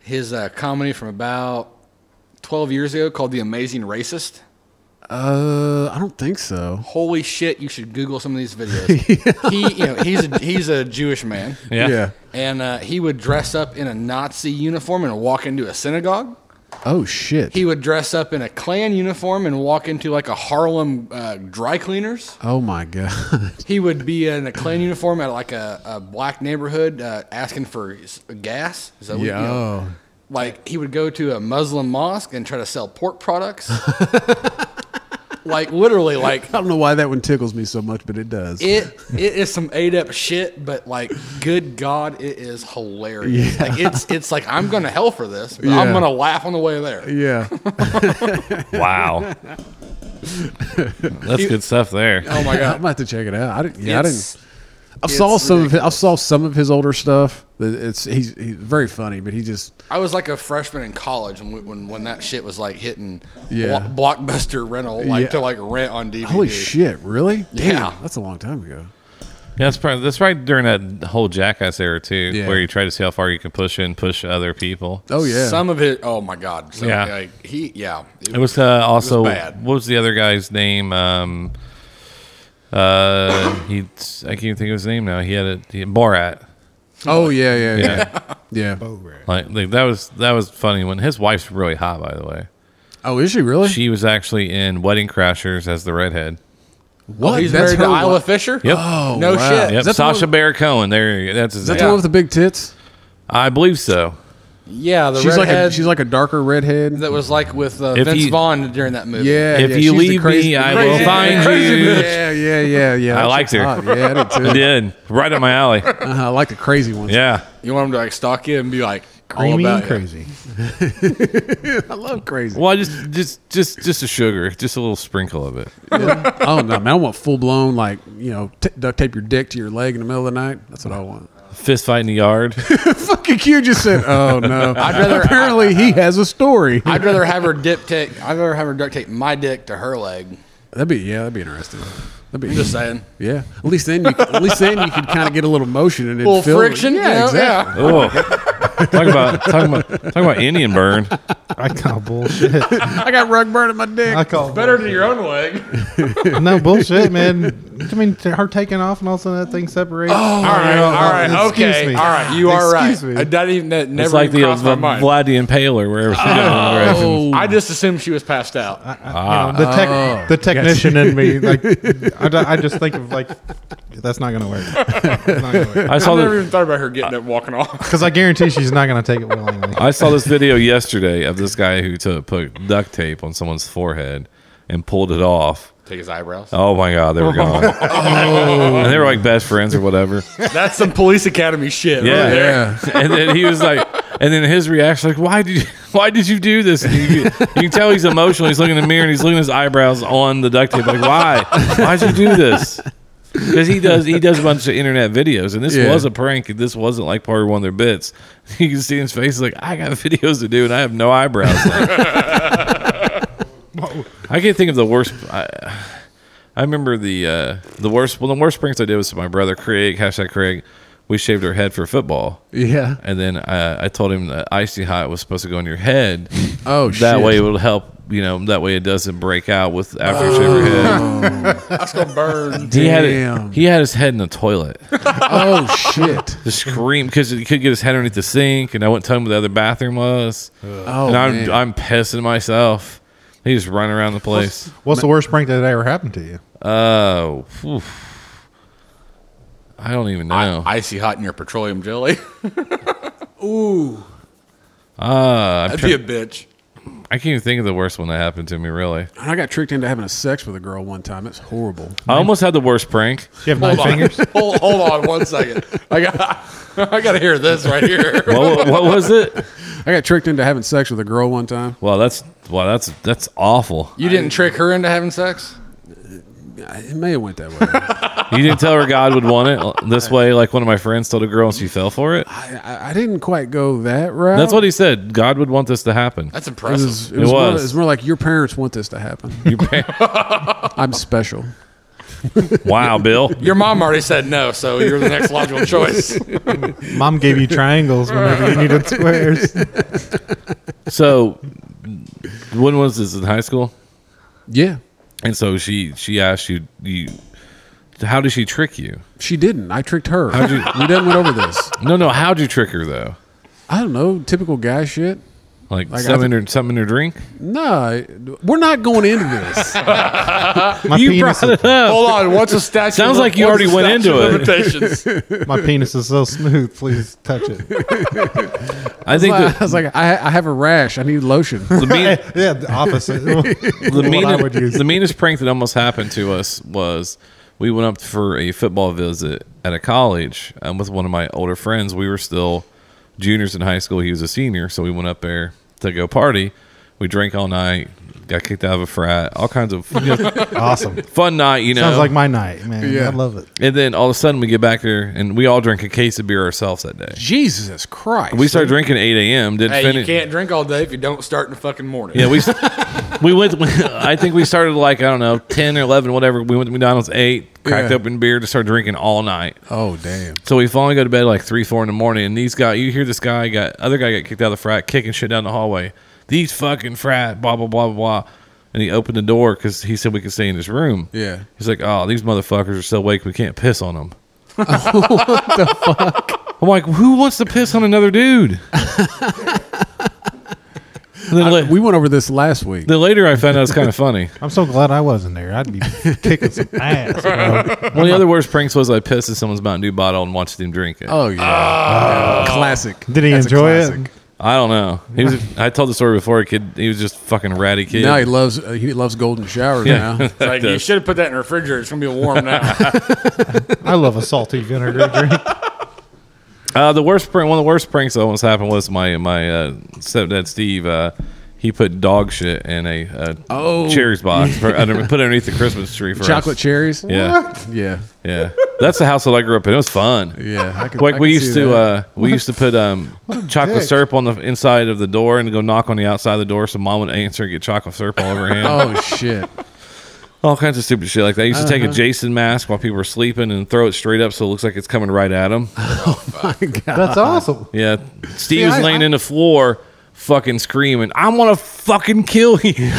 Speaker 5: his uh, comedy from about twelve years ago called "The Amazing Racist"?
Speaker 1: Uh, I don't think so.
Speaker 5: Holy shit! You should Google some of these videos. he, you know, he's a, he's a Jewish man,
Speaker 4: Yeah.
Speaker 5: and uh, he would dress up in a Nazi uniform and walk into a synagogue.
Speaker 1: Oh shit.
Speaker 5: He would dress up in a Klan uniform and walk into like a Harlem uh, dry cleaners.
Speaker 1: oh my god. [laughs]
Speaker 5: He would be in a Klan uniform at like a, a black neighborhood uh, asking for s- gas. So we, you know,
Speaker 1: Yo.
Speaker 5: like he would go to a Muslim mosque and try to sell
Speaker 1: [laughs]
Speaker 5: pork products. like literally, like
Speaker 1: I don't know why that one tickles me so much, but it does.
Speaker 5: it it is some ate up shit. But like, good God, it is hilarious. Like it's it's like I'm going to hell for this, but
Speaker 1: Yeah.
Speaker 5: I'm going to laugh on the way there.
Speaker 1: yeah.
Speaker 5: [laughs]
Speaker 4: [laughs] Wow. That's good stuff there.
Speaker 5: Oh my
Speaker 1: I'm
Speaker 5: God.
Speaker 1: gonna have to check it out. I didn't. Yeah, I
Speaker 5: It's-
Speaker 1: didn't. I saw
Speaker 5: it's
Speaker 1: some of his, I saw some of his older stuff. That It's he's, he's very funny, but he just
Speaker 5: I was like a freshman in college when we- when, when that shit was like hitting
Speaker 1: Yeah.
Speaker 5: blo- blockbuster rental, like
Speaker 1: Yeah.
Speaker 5: to like rent on DVD.
Speaker 1: holy shit, really? Damn,
Speaker 5: Yeah.
Speaker 1: that's a long time ago.
Speaker 4: Yeah, that's probably that's right during that whole jackass era too,
Speaker 1: Yeah.
Speaker 4: where you try to see how far you can push and push other people.
Speaker 1: Oh yeah,
Speaker 5: Some of it. Oh my God. So,
Speaker 4: Yeah.
Speaker 5: Like, he. Yeah.
Speaker 4: It was uh, also
Speaker 5: bad.
Speaker 4: what was the other guy's name? Um, uh, he I can't even think of his name now. He had a he had Borat.
Speaker 1: oh yeah, yeah, yeah,
Speaker 4: Yeah,
Speaker 1: yeah.
Speaker 5: Oh,
Speaker 4: like, like that was that was funny when his wife's really hot. By the way,
Speaker 1: Oh, is she really?
Speaker 4: she was actually in Wedding Crashers as the redhead.
Speaker 1: what?
Speaker 5: oh, He's
Speaker 1: That's
Speaker 5: married to
Speaker 1: her
Speaker 5: Isla
Speaker 1: wife?
Speaker 5: Fisher.
Speaker 4: Yep.
Speaker 1: Oh,
Speaker 5: No
Speaker 1: wow.
Speaker 4: Yep,
Speaker 5: shit.
Speaker 1: Is that the
Speaker 4: Sasha
Speaker 1: one-
Speaker 4: Baron Cohen. There, you go. that's his
Speaker 1: Is that the
Speaker 4: name.
Speaker 1: one with the big tits?
Speaker 4: I believe so.
Speaker 5: Yeah. The
Speaker 1: She's like
Speaker 5: redhead
Speaker 1: a, she's like a darker redhead.
Speaker 5: that was like with uh,
Speaker 4: If
Speaker 5: Vince
Speaker 4: you-
Speaker 5: Vaughn during that movie.
Speaker 1: yeah.
Speaker 4: If
Speaker 1: yeah,
Speaker 4: you
Speaker 1: she's the
Speaker 4: leave
Speaker 1: crazy-
Speaker 4: me, I
Speaker 1: crazy-
Speaker 4: will find
Speaker 1: crazy
Speaker 4: you.
Speaker 1: bitch. Yeah, yeah, yeah, yeah.
Speaker 4: I
Speaker 1: That
Speaker 4: liked
Speaker 1: chick's
Speaker 4: her.
Speaker 1: hot. Yeah, I did too.
Speaker 4: I did right up my alley.
Speaker 1: Uh-huh, [laughs] I like the crazy ones.
Speaker 4: Yeah.
Speaker 5: You want him to like stalk you and be like
Speaker 6: Creamy
Speaker 5: all
Speaker 6: and
Speaker 5: about you.
Speaker 6: crazy.
Speaker 1: I love crazy.
Speaker 4: Well, I just just just just a sugar, just a little sprinkle of it.
Speaker 1: oh no, man! I want full blown like you know t- duct tape your dick to your leg in the middle of the night. That's what I want.
Speaker 4: Fist fight in the yard.
Speaker 1: Fucking Q just said, "Oh [laughs] no."
Speaker 5: I'd rather-
Speaker 1: Apparently, he has a story.
Speaker 5: I'd rather have her dip take. I'd rather have her duct tape my dick to her leg.
Speaker 1: that'd be yeah. That'd be interesting. That'd be
Speaker 5: I'm just saying.
Speaker 1: Yeah. At least then, you, at least then you could kind of get a little motion and it
Speaker 5: Little friction,
Speaker 1: Yeah,
Speaker 5: you know?
Speaker 1: exactly.
Speaker 4: Oh, talk about talking about talking about Indian burn.
Speaker 6: I call
Speaker 5: [laughs]
Speaker 6: bullshit.
Speaker 1: I got rug burn in my dick.
Speaker 6: I call
Speaker 5: Better to your
Speaker 1: [laughs]
Speaker 5: own leg.
Speaker 6: bullshit.
Speaker 5: [laughs]
Speaker 6: No bullshit, man. I mean, to her taking off and all of a sudden that thing separates. Oh,
Speaker 5: all right, all right,
Speaker 6: Excuse
Speaker 5: Oh, okay,
Speaker 6: me.
Speaker 5: all right. You are
Speaker 6: Excuse
Speaker 5: right.
Speaker 6: me.
Speaker 5: I, that even that never
Speaker 4: It's like
Speaker 5: even
Speaker 4: the,
Speaker 5: crossed
Speaker 4: the
Speaker 5: my mind.
Speaker 4: Vlad the Impaler, wherever she
Speaker 5: [laughs]
Speaker 4: oh.
Speaker 5: I just assumed she was passed out.
Speaker 6: You know, the, tech,
Speaker 5: oh.
Speaker 6: the technician in
Speaker 5: [laughs]
Speaker 6: me, like, I, d- I just think of like, that's not gonna work.
Speaker 5: [laughs]
Speaker 4: I saw
Speaker 5: I never
Speaker 4: the,
Speaker 5: even thought about her getting up, walking off.
Speaker 6: Because I guarantee she's not gonna take it willingly.
Speaker 4: I saw this video yesterday of this guy who took put duct tape on someone's forehead and pulled it off.
Speaker 5: Take his eyebrows.
Speaker 4: Oh my god, they were
Speaker 5: [laughs]
Speaker 4: gone. And they were like best friends or whatever.
Speaker 5: Oh. That's some police academy shit. right
Speaker 4: Yeah.
Speaker 5: there.
Speaker 4: [laughs] and then he was like, and then his reaction, like, why did you, [laughs] why did you do this? And you, you can tell he's emotional. He's looking in the mirror and he's looking at his eyebrows on the duct tape, like, why, why'd you do this? Because he does, he does a bunch of internet videos, and this
Speaker 1: Yeah.
Speaker 4: was a prank. This wasn't like part of one of their bits. [laughs] You can see his face, he's like, I got videos to do, and I have no eyebrows. I can't think of the worst. I, I remember the uh, the worst. Well, the worst pranks I did was to my brother Craig. Hashtag Craig. We shaved our head for football.
Speaker 1: Yeah.
Speaker 4: And then uh, I told him that icy hot was supposed to go on your head.
Speaker 1: [laughs] Oh shit.
Speaker 4: that way it would help. You know, that way it doesn't break out with after you shave your head.
Speaker 5: That's gonna burn.
Speaker 4: He
Speaker 1: Oh,
Speaker 4: had
Speaker 1: Damn.
Speaker 4: it, he had his head in the toilet.
Speaker 1: Oh shit. [laughs]
Speaker 4: The scream because he could get his head underneath the sink, and I wouldn't tell him where the other bathroom was.
Speaker 1: Oh
Speaker 4: and I'm
Speaker 1: man.
Speaker 4: I'm pissing myself. He just run around the place.
Speaker 6: What's the worst prank that ever happened to you?
Speaker 4: Oh, oof. I don't even know.
Speaker 5: Icy hot in your petroleum jelly. [laughs]
Speaker 4: uh, I'm
Speaker 5: That'd
Speaker 4: try-
Speaker 5: be a bitch.
Speaker 4: I can't even think of the worst one that happened to me. Really,
Speaker 1: I got tricked into having a sex with a girl one time. It's horrible.
Speaker 4: I almost had the worst [laughs] prank.
Speaker 6: You have nine
Speaker 5: Hold on.
Speaker 6: fingers.
Speaker 5: [laughs]
Speaker 4: [laughs]
Speaker 5: hold, [laughs] hold on one second. I got I got to hear this right here.
Speaker 4: What, what was it?
Speaker 1: I got tricked into having sex with a girl one time.
Speaker 4: Well, that's well, that's that's awful.
Speaker 5: You didn't trick her into having sex?
Speaker 1: It may have went that way. [laughs]
Speaker 4: You didn't tell her God would want it this way, like one of my friends told a girl and she fell for it.
Speaker 1: I, I- I didn't quite go that route.
Speaker 4: That's what he said. God would want this to happen.
Speaker 5: That's
Speaker 1: it
Speaker 5: impressive.
Speaker 1: was. It
Speaker 4: It
Speaker 1: was, More,
Speaker 4: was.
Speaker 1: it's more like your parents want this to happen.
Speaker 4: You pa-
Speaker 1: I'm special.
Speaker 4: wow, Bill.
Speaker 5: Your mom already said no, so you're the next
Speaker 4: [laughs]
Speaker 5: logical choice. [laughs]
Speaker 6: Mom gave you triangles whenever you needed
Speaker 5: [laughs]
Speaker 6: squares.
Speaker 4: So, when was this in high school?
Speaker 1: Yeah,
Speaker 4: And so she she asked you you how did she trick you?
Speaker 1: she didn't. I tricked her.
Speaker 4: How'd you-
Speaker 1: we done went over this.
Speaker 4: No, no. How'd you trick her though?
Speaker 1: I don't know. Typical guy shit.
Speaker 4: Like,
Speaker 1: Like, I
Speaker 4: something in her something in her drink?
Speaker 1: No, we're not going into this.
Speaker 4: [laughs]
Speaker 6: My
Speaker 4: You
Speaker 6: penis,
Speaker 4: brought it
Speaker 5: [laughs]
Speaker 4: up.
Speaker 10: Hold on, what's a statue?
Speaker 4: Sounds
Speaker 10: of-
Speaker 4: like you
Speaker 10: what's
Speaker 4: already
Speaker 10: the
Speaker 4: went
Speaker 10: statute
Speaker 4: into
Speaker 10: of
Speaker 4: it. [laughs]
Speaker 10: limitations?
Speaker 6: my penis is so smooth. Please touch
Speaker 1: [laughs]
Speaker 6: it.
Speaker 4: I think
Speaker 1: I
Speaker 4: the,
Speaker 1: was like, I, I have a rash. I need lotion. [laughs]
Speaker 4: the mean,
Speaker 6: Yeah, the opposite.
Speaker 4: the,
Speaker 6: What I would
Speaker 4: meanest,
Speaker 6: use.
Speaker 4: the meanest prank that almost happened to us was we went up for a football visit at a college um, with one of my older friends. We were still juniors in high school. He was a senior, so we went up there to go party. We drank all night, got kicked out of a frat, all
Speaker 6: [laughs]
Speaker 4: kinds of you know,
Speaker 6: awesome.
Speaker 4: fun night. You know,
Speaker 6: Sounds like my night, man. I love it.
Speaker 4: and then all of a sudden we get back there and we all drink a case of beer ourselves that day.
Speaker 1: Jesus Christ!
Speaker 4: We started drinking at eight a.m. Didn't
Speaker 5: hey, you
Speaker 4: finish.
Speaker 5: can't drink all day if you don't start in the fucking morning.
Speaker 4: Yeah, we we went. [laughs] I think we started like I don't know ten or eleven, whatever. We went to McDonald's eight, cracked
Speaker 1: Yeah.
Speaker 4: open beer, just started drinking all night.
Speaker 1: oh damn!
Speaker 4: So we finally go to bed like three, four in the morning. And these guys, you hear this guy got other guy got kicked out of the frat, kicking shit down the hallway. These fucking frat, blah blah blah blah. blah. And he opened the door because he said we could stay in his room.
Speaker 1: Yeah.
Speaker 4: he's like, oh, these motherfuckers are still awake. We can't piss on them. what the fuck? I'm like, who wants to piss on another dude? And then la-
Speaker 1: We went over this last week.
Speaker 4: then later, I found out
Speaker 1: [laughs]
Speaker 4: it's kind of funny.
Speaker 6: I'm so glad I wasn't there. I'd be kicking some ass. bro.
Speaker 4: One of the other worst pranks was I pissed in someone's Mountain Dew bottle and watched him drink it.
Speaker 1: Oh yeah,
Speaker 4: Oh.
Speaker 1: classic.
Speaker 6: Did he
Speaker 1: That's a
Speaker 6: enjoy it?
Speaker 1: classic.
Speaker 4: I don't know. He was. I told the story before. A kid. He was just a fucking ratty kid.
Speaker 1: Now he loves uh, he loves golden showers now.
Speaker 5: It's like, you
Speaker 4: does.
Speaker 5: should have put that in the refrigerator. It's going to be
Speaker 4: [laughs]
Speaker 5: warm now.
Speaker 6: I love a salty vinegar drink.
Speaker 4: Uh, the worst prank. One of the worst pranks that almost happened was my my uh, stepdad Steve. Uh, he put dog shit in a uh,
Speaker 1: Oh.
Speaker 4: cherries box. For, under, put underneath the Christmas tree [laughs] for us.
Speaker 1: Chocolate cherries.
Speaker 4: Yeah,
Speaker 1: Yeah,
Speaker 4: yeah. That's the household I grew up in. It was fun.
Speaker 1: yeah. I could, I
Speaker 4: Like
Speaker 1: could
Speaker 4: we
Speaker 1: see
Speaker 4: used to,
Speaker 1: that.
Speaker 4: uh, we used to put um, chocolate
Speaker 6: dick.
Speaker 4: syrup on the inside of the door and go knock on the outside of the door, so mom would answer and get chocolate syrup all over hand.
Speaker 1: [laughs] oh shit!
Speaker 4: All kinds of stupid shit like that. I used to take a Jason mask while people were sleeping and throw it straight up so it looks like it's coming right at them.
Speaker 6: That's awesome.
Speaker 4: Yeah. Steve was laying in the floor fucking screaming, I want to fucking kill you.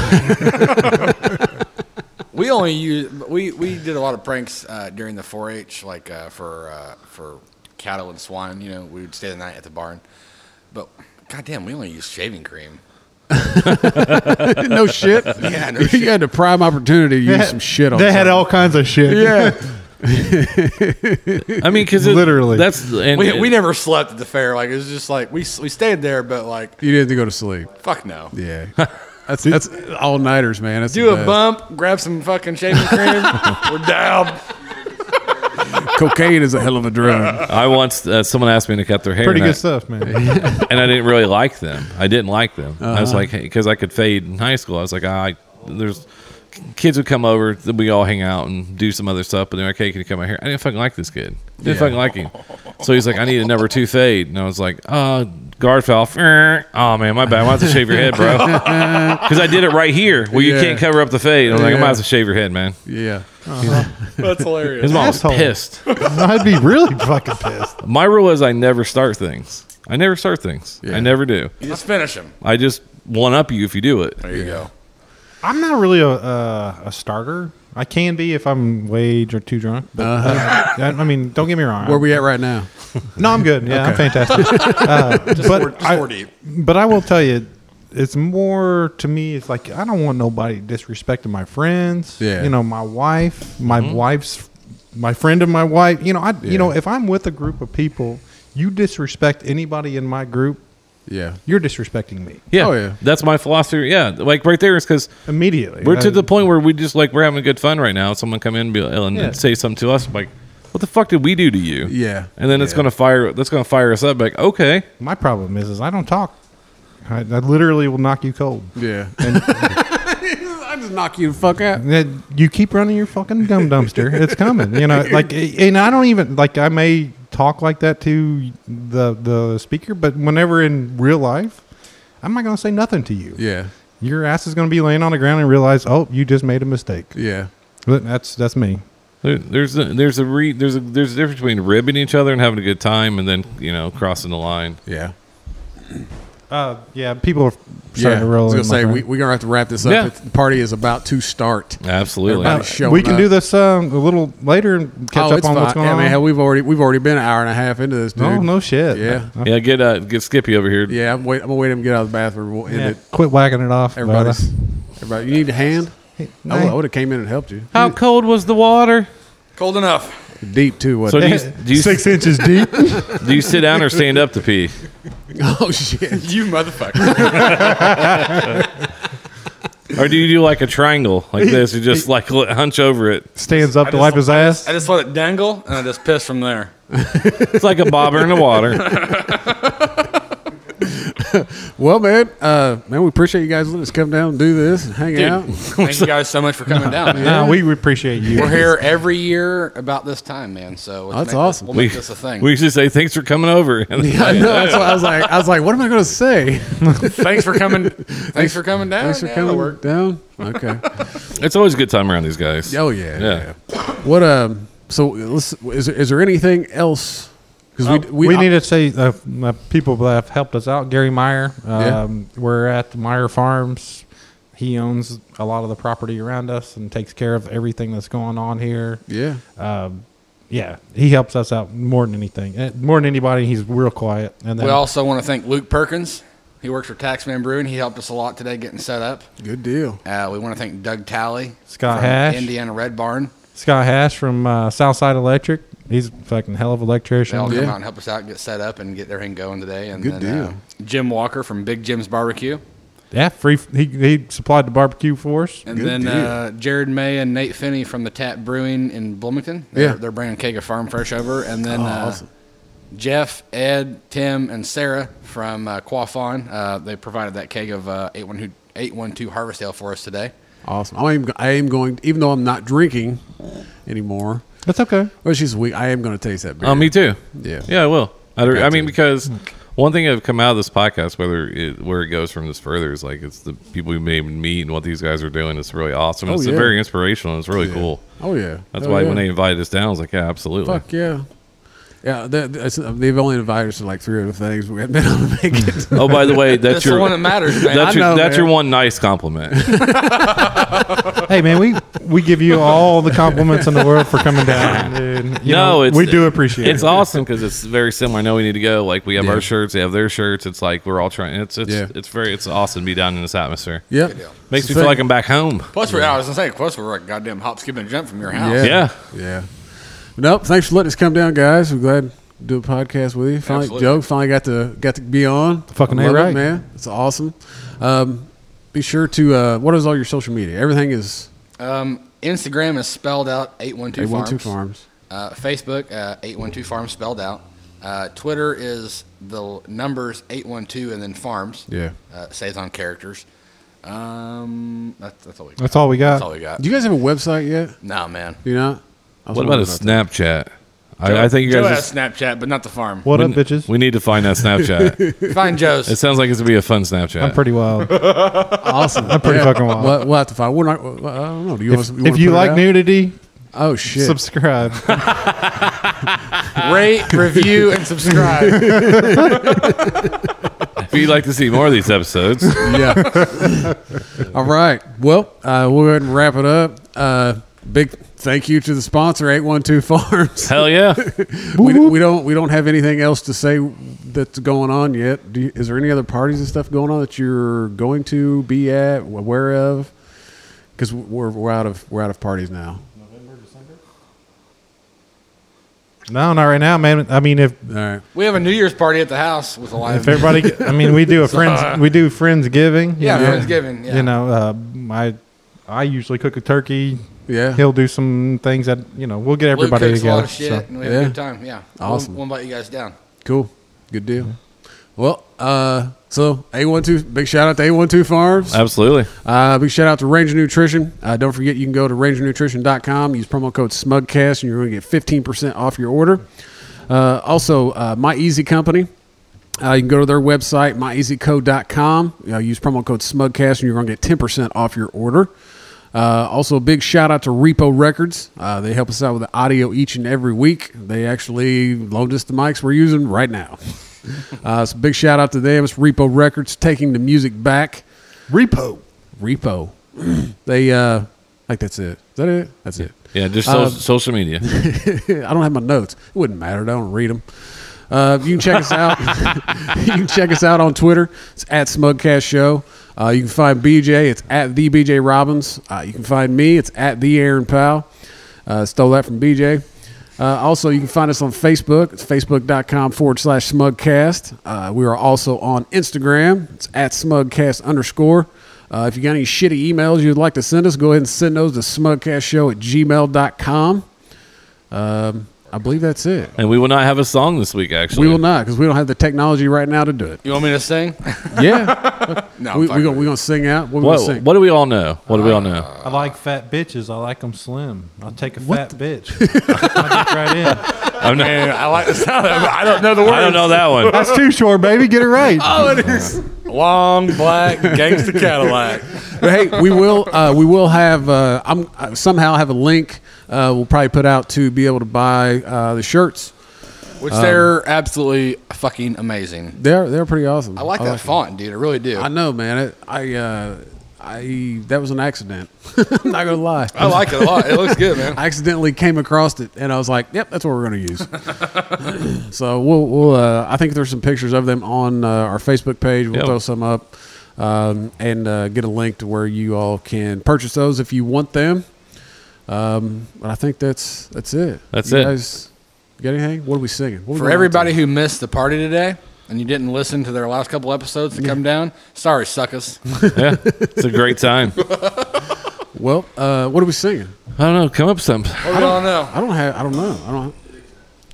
Speaker 5: We only use we we did a lot of pranks uh, during the 4-H, like uh, for uh, for cattle and swine. You know, we would stay the night at the barn, but goddamn, we only used shaving cream.
Speaker 1: No
Speaker 4: [laughs]
Speaker 1: shit.
Speaker 5: [laughs] Yeah,
Speaker 1: [laughs]
Speaker 5: no
Speaker 1: you had a prime opportunity to use
Speaker 6: Yeah.
Speaker 1: some shit on.
Speaker 6: They had
Speaker 1: something. [laughs]
Speaker 6: all kinds of shit.
Speaker 1: Yeah,
Speaker 4: I mean, because
Speaker 6: Literally.
Speaker 4: That's, and
Speaker 5: We, we never slept at the fair. Like it was just like we we stayed there, but like
Speaker 1: you didn't go to sleep.
Speaker 5: fuck no.
Speaker 1: Yeah,
Speaker 4: [laughs]
Speaker 1: that's that's all nighters, man. That's
Speaker 5: Do
Speaker 1: the best.
Speaker 5: a bump, grab some fucking shaving cream. [laughs] we're down.
Speaker 1: Cocaine is a hell of a
Speaker 4: [laughs]
Speaker 1: drug.
Speaker 4: I once, uh, someone asked me to cut their hair.
Speaker 6: Pretty
Speaker 4: and I-
Speaker 6: good stuff, man.
Speaker 4: and I didn't really like them. I didn't like them. I
Speaker 1: Uh-huh.
Speaker 4: was like, because I could fade in high school. I was like, ah, I there's kids would come over, then we all hang out and do some other stuff. But they're like, hey, can you cut my hair? I didn't fucking like this kid. Didn't fucking like him. So he's like, I need a number two fade, and I was like, uh, guard foul. Er, Oh man, my bad. I have to shave your head, bro,
Speaker 1: [laughs]
Speaker 4: because I did it right here where you
Speaker 1: Yeah.
Speaker 4: can't cover up the fade. I'm like, I
Speaker 1: Yeah.
Speaker 4: might have to shave your head, man.
Speaker 1: Yeah,
Speaker 5: That's hilarious.
Speaker 4: His mom was
Speaker 6: Asshole.
Speaker 4: pissed.
Speaker 6: I'd be really fucking pissed.
Speaker 4: My rule is I never start things. I never start things. I never do.
Speaker 5: You just finish them.
Speaker 4: I just one up you if you do it.
Speaker 5: There you go.
Speaker 6: I'm not really a uh, a starter. I can be if I'm way dr- too drunk. But, uh, I, I mean, don't get me wrong.
Speaker 1: Uh-huh. where we at right now?
Speaker 6: No, I'm good. Yeah, I'm
Speaker 1: [laughs]
Speaker 6: fantastic. Uh,
Speaker 5: We're
Speaker 6: but, I,
Speaker 5: four deep.
Speaker 6: but I will tell you, it's more to me. It's like I don't want nobody disrespecting my friends.
Speaker 1: Yeah.
Speaker 6: you know, my wife, my
Speaker 4: Mm-hmm.
Speaker 6: wife's, my friend of my wife. You know, I you know if I'm with a group of people, you disrespect anybody in my group,
Speaker 1: Yeah,
Speaker 4: [laughs]
Speaker 6: you're disrespecting me
Speaker 4: Yeah.
Speaker 1: Oh, yeah.
Speaker 4: That's my philosophy. Yeah. Like right there is because
Speaker 6: immediately.
Speaker 4: we're to
Speaker 6: Uh,
Speaker 4: the point where we just like, we're having good fun right now. Someone come in and, be, and
Speaker 6: Yeah.
Speaker 4: say something to us like, what the fuck did we do to you?
Speaker 1: Yeah.
Speaker 4: And then it's
Speaker 1: Yeah.
Speaker 4: going to fire, that's going to fire us up. Like, okay.
Speaker 6: My problem is, is I don't talk. I, I literally will knock you cold.
Speaker 1: Yeah. [laughs]
Speaker 6: And
Speaker 1: I just knock you the fuck out.
Speaker 4: [laughs]
Speaker 6: that you keep running your fucking dumb dumpster. It's coming, you know. Like, and I don't even like. I may talk like that to the the speaker, but whenever in real life, I'm not gonna say nothing to you.
Speaker 1: Yeah.
Speaker 6: Your ass is gonna be laying on the ground and realize, oh, you just made a mistake.
Speaker 1: Yeah.
Speaker 6: But that's that's me.
Speaker 4: There, there's a, there's a re, there's a there's a difference between ribbing each other and having a good time, and then you know crossing the line.
Speaker 1: Yeah.
Speaker 6: Uh, yeah, people are starting
Speaker 1: Yeah.
Speaker 6: to
Speaker 1: I
Speaker 6: roll.
Speaker 1: was
Speaker 6: in,
Speaker 1: gonna
Speaker 6: my
Speaker 1: say
Speaker 6: friend.
Speaker 1: we, we're gonna have to wrap this up.
Speaker 4: Yeah.
Speaker 1: It's- The party is about to start.
Speaker 4: Absolutely.
Speaker 1: Everybody
Speaker 6: Uh,
Speaker 1: showing
Speaker 6: we can
Speaker 1: up.
Speaker 6: do this um, a little later and catch
Speaker 1: oh,
Speaker 6: up
Speaker 1: it's
Speaker 6: on
Speaker 1: fine.
Speaker 6: what's going
Speaker 1: yeah,
Speaker 6: on.
Speaker 1: Man, hell, we've already we've already been an hour and a half into this, dude.
Speaker 6: no, no shit.
Speaker 1: Yeah.
Speaker 6: Uh,
Speaker 4: yeah, get uh, get Skippy over here.
Speaker 1: Yeah, I'm wait. I'm gonna wait him to get out of the bathroom. We'll end
Speaker 6: yeah.
Speaker 1: it.
Speaker 6: Quit wagging it off. brother.
Speaker 1: Everybody's. Everybody, you need a hand. [laughs] I would- I would have came in and helped you.
Speaker 4: How cold was the water?
Speaker 5: Cold enough.
Speaker 1: Deep too,
Speaker 4: So
Speaker 1: wasn't
Speaker 4: do
Speaker 1: [laughs] it?
Speaker 4: you do you,
Speaker 6: Six inches deep.
Speaker 4: do you sit down or stand up to pee?
Speaker 1: [laughs] oh shit!
Speaker 5: You motherfucker.
Speaker 4: Or do you do like a triangle
Speaker 1: [laughs]
Speaker 4: like this? You just like li- hunch over it.
Speaker 6: Stands up to wipe his ass.
Speaker 5: I just let it dangle and I just piss from there.
Speaker 4: It's like a bobber in the water.
Speaker 1: Well, man, uh, man, we appreciate you guys letting us come down and do this and hang out. [laughs]
Speaker 5: Thank you guys so much for coming down.
Speaker 6: No, we we appreciate you.
Speaker 5: We're here every year about this time, man. So let's
Speaker 1: That's
Speaker 5: make this-
Speaker 1: awesome.
Speaker 5: We'll
Speaker 4: We,
Speaker 5: make this a thing.
Speaker 4: we should say thanks for
Speaker 1: [laughs]
Speaker 4: coming over. [laughs]
Speaker 1: I know. That's why I was like, I was like, what am I gonna say?
Speaker 5: thanks for coming. [laughs] Thanks for coming down.
Speaker 1: Thanks for
Speaker 5: Yeah,
Speaker 1: coming
Speaker 5: that'll work.
Speaker 1: down. Okay.
Speaker 4: It's always a good time around these guys.
Speaker 1: Oh yeah.
Speaker 4: Yeah.
Speaker 1: What um? So let's. Is there, is there anything else? Because
Speaker 6: Oh, we, need to say uh, uh, people that have helped us out. Gary Meyer.
Speaker 1: Yeah.
Speaker 6: Um, We're at the Meyer Farms. He owns a lot of the property around us and takes care of everything that's going on here.
Speaker 1: Yeah.
Speaker 6: Yeah, he helps us out more than anything. Uh, More than anybody, he's real quiet. And then
Speaker 5: We also want to thank Luke Perkins. He works for Taxman Brewing. He helped us a lot today getting set up.
Speaker 1: Good deal.
Speaker 5: Uh, we want to thank Doug Talley,
Speaker 6: Scott
Speaker 5: from
Speaker 6: Hash.
Speaker 5: Indiana Red Barn.
Speaker 6: Scott Hash from uh, Southside Electric. He's a fucking hell of an
Speaker 5: They all
Speaker 6: electrician.
Speaker 5: come
Speaker 1: Yeah.
Speaker 5: out and help us out, get set up, and get everything going today. And
Speaker 1: Good
Speaker 5: then, uh, Jim Walker from Big Jim's Barbecue,
Speaker 6: Yeah, free. He, he supplied the barbecue for us.
Speaker 5: and
Speaker 1: Good
Speaker 5: then
Speaker 1: deal.
Speaker 5: uh, Jared May and Nate Finney from the Tap Brewing in Bloomington. They're,
Speaker 1: Yeah. Oh,
Speaker 5: they're bringing Kega Farm Fresh over, and then uh,
Speaker 1: awesome.
Speaker 5: Jeff, Ed, Tim, and Sarah from uh, Quafon. Uh, they provided that keg of uh, 812, 812 Harvest Ale for us today.
Speaker 1: Awesome. I am. I am going. Even though I'm not drinking anymore,
Speaker 6: That's okay.
Speaker 1: which is weak, I am going to taste that beer.
Speaker 4: Oh, me too.
Speaker 1: Yeah.
Speaker 4: Yeah, I will. I, don't- I mean, because one thing I've come out of this podcast, whether it, where it goes from this further, is like it's the people we made and meet and what these guys are doing. It's really awesome.
Speaker 1: Oh,
Speaker 4: it's
Speaker 1: yeah.
Speaker 4: very inspirational. And it's really cool.
Speaker 1: Oh yeah.
Speaker 4: That's
Speaker 1: Oh,
Speaker 4: why
Speaker 1: yeah.
Speaker 4: when they invited us down, I was like, yeah, absolutely.
Speaker 1: Fuck yeah. Yeah, they, that's- they've only invited us to like three other things. We haven't been [laughs] able to make
Speaker 4: [laughs]
Speaker 1: it.
Speaker 4: Oh, by the way, that's
Speaker 5: That's the
Speaker 4: your
Speaker 5: one
Speaker 4: [laughs]
Speaker 5: that matters, man.
Speaker 4: that's
Speaker 1: I
Speaker 4: your
Speaker 1: know,
Speaker 4: that's
Speaker 1: man.
Speaker 4: your one nice compliment.
Speaker 6: hey man, we we give you all the compliments in the world for coming
Speaker 4: [laughs]
Speaker 6: down, dude. You
Speaker 4: no,
Speaker 6: know,
Speaker 4: it's,
Speaker 6: we do appreciate
Speaker 4: It's
Speaker 6: it.
Speaker 4: awesome because it's very similar. I know we need to go. Like we have
Speaker 1: Yeah.
Speaker 4: our shirts, they have their shirts. It's like we're all trying. It's it's
Speaker 1: Yeah.
Speaker 4: it's very it's awesome to be down in this atmosphere.
Speaker 1: yeah.
Speaker 4: Makes
Speaker 1: It's the
Speaker 4: me feel
Speaker 1: thing.
Speaker 4: like I'm back home.
Speaker 5: Plus, we're, I was gonna say, plus we're like goddamn hop, skip, and jump from your house.
Speaker 4: Yeah.
Speaker 1: Oh. Yeah. Nope. Thanks for letting us come down, guys. We're glad to do a podcast with you. Finally,
Speaker 5: Absolutely.
Speaker 1: Joe finally got to got to be on.
Speaker 6: Fucking
Speaker 1: I
Speaker 6: A
Speaker 1: love it,
Speaker 6: right.
Speaker 1: man. It's awesome. Um, be sure to uh, what is all your social media? Everything is
Speaker 5: Um, Instagram is spelled out eight one two
Speaker 1: eight one
Speaker 5: farms.
Speaker 1: two farms.
Speaker 5: Uh, Facebook uh, eight one two farms spelled out. Uh, Twitter is the numbers eight one two and then farms.
Speaker 1: Yeah.
Speaker 5: Uh, saves on characters. Um, that's that's all we got.
Speaker 6: That's all we got.
Speaker 5: That's all we got.
Speaker 1: Do you guys have a website yet?
Speaker 5: Nah, man.
Speaker 1: Do you not? I was
Speaker 4: What about
Speaker 1: wondering
Speaker 4: a
Speaker 1: that.
Speaker 4: Snapchat? I, I think you
Speaker 5: Joe
Speaker 4: guys.
Speaker 5: has Snapchat, but not the farm.
Speaker 6: what up,
Speaker 4: we,
Speaker 6: bitches?
Speaker 4: we need to find that Snapchat.
Speaker 5: Find Joe's.
Speaker 4: it sounds like it's gonna be a fun Snapchat.
Speaker 6: I'm pretty
Speaker 4: [laughs]
Speaker 6: wild. if
Speaker 1: Awesome. I'm
Speaker 6: [laughs] pretty fucking wild.
Speaker 1: We'll, we'll have to find. We're not. well, I don't know. Do you want? us-
Speaker 6: if
Speaker 1: want to
Speaker 6: you
Speaker 1: put it
Speaker 6: like
Speaker 1: out?
Speaker 6: nudity,
Speaker 1: oh shit.
Speaker 6: subscribe.
Speaker 5: Rate, review, and subscribe.
Speaker 4: if you'd like to see more of
Speaker 11: [laughs]
Speaker 4: these episodes,
Speaker 1: yeah. [laughs] All right. Well, uh, we'll go ahead and wrap it up. Uh, big thank you to the sponsor, Eight One Two
Speaker 4: [laughs]
Speaker 1: Farms.
Speaker 4: hell
Speaker 11: [laughs]
Speaker 4: yeah!
Speaker 1: we, we don't we don't have anything else to say that's going on yet. Do you, is there any other parties and stuff going on that you're going to be at, aware of? Because we're we're out of we're out of parties now.
Speaker 6: no, not right now, man. I mean, if
Speaker 1: All right.
Speaker 5: we have a New Year's party at the house with a live.
Speaker 6: if everybody, I mean, we do a
Speaker 5: [laughs]
Speaker 6: friends, we do friends giving.
Speaker 5: yeah, Friendsgiving. Yeah.
Speaker 6: You know, uh, I I usually cook a turkey.
Speaker 1: Yeah.
Speaker 6: He'll do some things that you know. We'll get
Speaker 5: Luke
Speaker 6: everybody
Speaker 5: cooks a
Speaker 6: together.
Speaker 5: lot of shit,
Speaker 6: so.
Speaker 5: and we have
Speaker 1: Yeah.
Speaker 5: a good time. Yeah.
Speaker 1: Awesome.
Speaker 5: We'll, we'll invite you guys down.
Speaker 1: Cool. Good deal. Well, uh, so A12, big shout out to A12 Farms.
Speaker 4: Absolutely.
Speaker 1: Uh, big shout out to Ranger Nutrition. Uh, don't forget, you can go to rangernutrition.com, use promo code SMUGCAST, and you're going to get 15% off your order. Uh, also, uh, My Easy Company. Uh, you can go to their website, myeasyco.com. Uh, use promo code SMUGCAST, and you're going to get 10% off your order. Uh, also, big shout out to Repo Records. Uh, they help us out with the audio each and every week. They actually loaned us the mics we're using right now. [laughs] Uh, so, big shout out to them. It's Repo Records taking the music back.
Speaker 6: Repo.
Speaker 1: Repo. [clears throat] they uh like that's it. Is that it? That's it.
Speaker 4: Yeah, just
Speaker 11: Um,
Speaker 4: so,
Speaker 11: [laughs]
Speaker 4: social media.
Speaker 1: [laughs] I don't have my notes. It wouldn't matter. I don't read them. Uh, you can check us out. [laughs] you can check us out on Twitter. It's at Smugcast Show. Uh, you can find BJ. It's at the BJ Robbins. Uh, you can find me. It's at the Aaron Powell. Uh, stole that from BJ. Uh, also, you can find us on Facebook. It's facebook.com forward slash smugcast. Uh, we are also on Instagram. It's at smugcast underscore. Uh, if you got any shitty emails you'd like to send us, go ahead and send those to smugcastshow at gmail.com. Um, I believe that's it.
Speaker 4: And we will not have a song this week, actually.
Speaker 1: We will not because we don't have the technology right now to do it.
Speaker 5: [laughs] You want me to sing?
Speaker 1: Yeah.
Speaker 5: no,
Speaker 1: we,
Speaker 5: fuck
Speaker 1: we gonna,
Speaker 5: it.
Speaker 1: we gonna sing out. What we gonna
Speaker 4: What,
Speaker 1: sing? [laughs]
Speaker 4: what do we all know? What do we all know?
Speaker 6: I like fat bitches. I like them slim. I'll take a fat [laughs] bitch. I'll get right in.
Speaker 4: I'm not,
Speaker 11: Man, Uh, I like the sound of it, but I don't know the
Speaker 4: I don't
Speaker 11: word.
Speaker 4: know
Speaker 11: [laughs]
Speaker 4: that one.
Speaker 6: That's too short, baby. Get it right.
Speaker 11: Long,
Speaker 1: [laughs]
Speaker 11: black, gangsta Cadillac.
Speaker 1: But hey, we will. Uh, we will have. Uh, I'm I somehow have a link. Uh, we'll probably put out to be able to buy uh, the shirts.
Speaker 5: Which they're absolutely fucking amazing.
Speaker 1: They're they're pretty awesome.
Speaker 5: I like that font, dude. I really do.
Speaker 1: I
Speaker 5: I,
Speaker 1: know, man. It, I uh, I that was an accident. [laughs] I'm not gonna lie.
Speaker 5: like it a lot. It looks good, man.
Speaker 1: [laughs] I accidentally came across it, and I was like, "Yep, that's what we're going to use."
Speaker 6: [laughs]
Speaker 1: so we'll, we'll uh, I think there's some pictures of them on uh, our Facebook page. We'll
Speaker 4: Yeah.
Speaker 1: throw some up um, and uh, get a link to where you all can purchase those if you want them. Um, but I think that's that's it.
Speaker 4: That's
Speaker 1: You
Speaker 4: it.
Speaker 1: Guys, you got anything? What are we singing? What are we
Speaker 5: For
Speaker 1: going on
Speaker 5: everybody
Speaker 1: to?
Speaker 5: who missed the party today and you didn't listen to their last couple episodes to come down, sorry, suckers.
Speaker 4: Yeah, it's a great time.
Speaker 1: well, uh, what are we singing?
Speaker 4: I don't know. Come up with something.
Speaker 5: What do y'all know?
Speaker 1: I don't have. I don't know. I don't.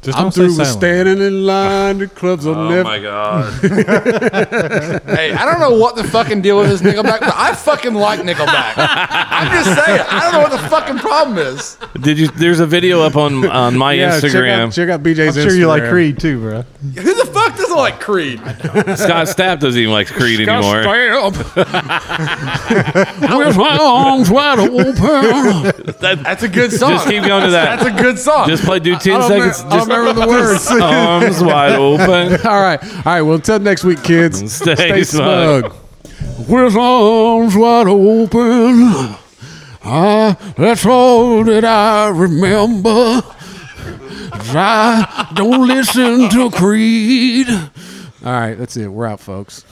Speaker 6: Just
Speaker 1: I'm
Speaker 6: don't
Speaker 1: through
Speaker 6: say
Speaker 1: with
Speaker 6: silent.
Speaker 1: standing in line to clubs.
Speaker 6: Oh
Speaker 1: I'll
Speaker 11: Oh
Speaker 1: never.
Speaker 4: god.
Speaker 5: Hey, I don't know what the fucking deal with this Nickelback, but I fucking like Nickelback. I'm just saying, I don't know what the fucking problem is.
Speaker 4: Did you? There's a video up on on my
Speaker 1: Yeah,
Speaker 4: Instagram.
Speaker 1: Check out, check out BJ's
Speaker 6: I'm sure you like
Speaker 1: Instagram.
Speaker 6: Creed too, bro.
Speaker 5: Who the fuck doesn't like Creed?
Speaker 4: Scott Stapp doesn't even like Creed anymore.
Speaker 1: [laughs] With my arms wide open. [laughs]
Speaker 4: That-
Speaker 5: That's a good song.
Speaker 4: just keep going to that.
Speaker 5: That's a good song.
Speaker 4: just play. Do ten
Speaker 1: I don't me-
Speaker 4: seconds.
Speaker 1: I don't
Speaker 4: Just
Speaker 1: remember [laughs] the words.
Speaker 4: arms wide open.
Speaker 1: All right. All right. Well, until next week, [laughs] kids.
Speaker 4: Stay smug.
Speaker 1: With arms wide open. Ah, that's all that I remember. I don't listen to Creed. All right. That's it. We're out, folks.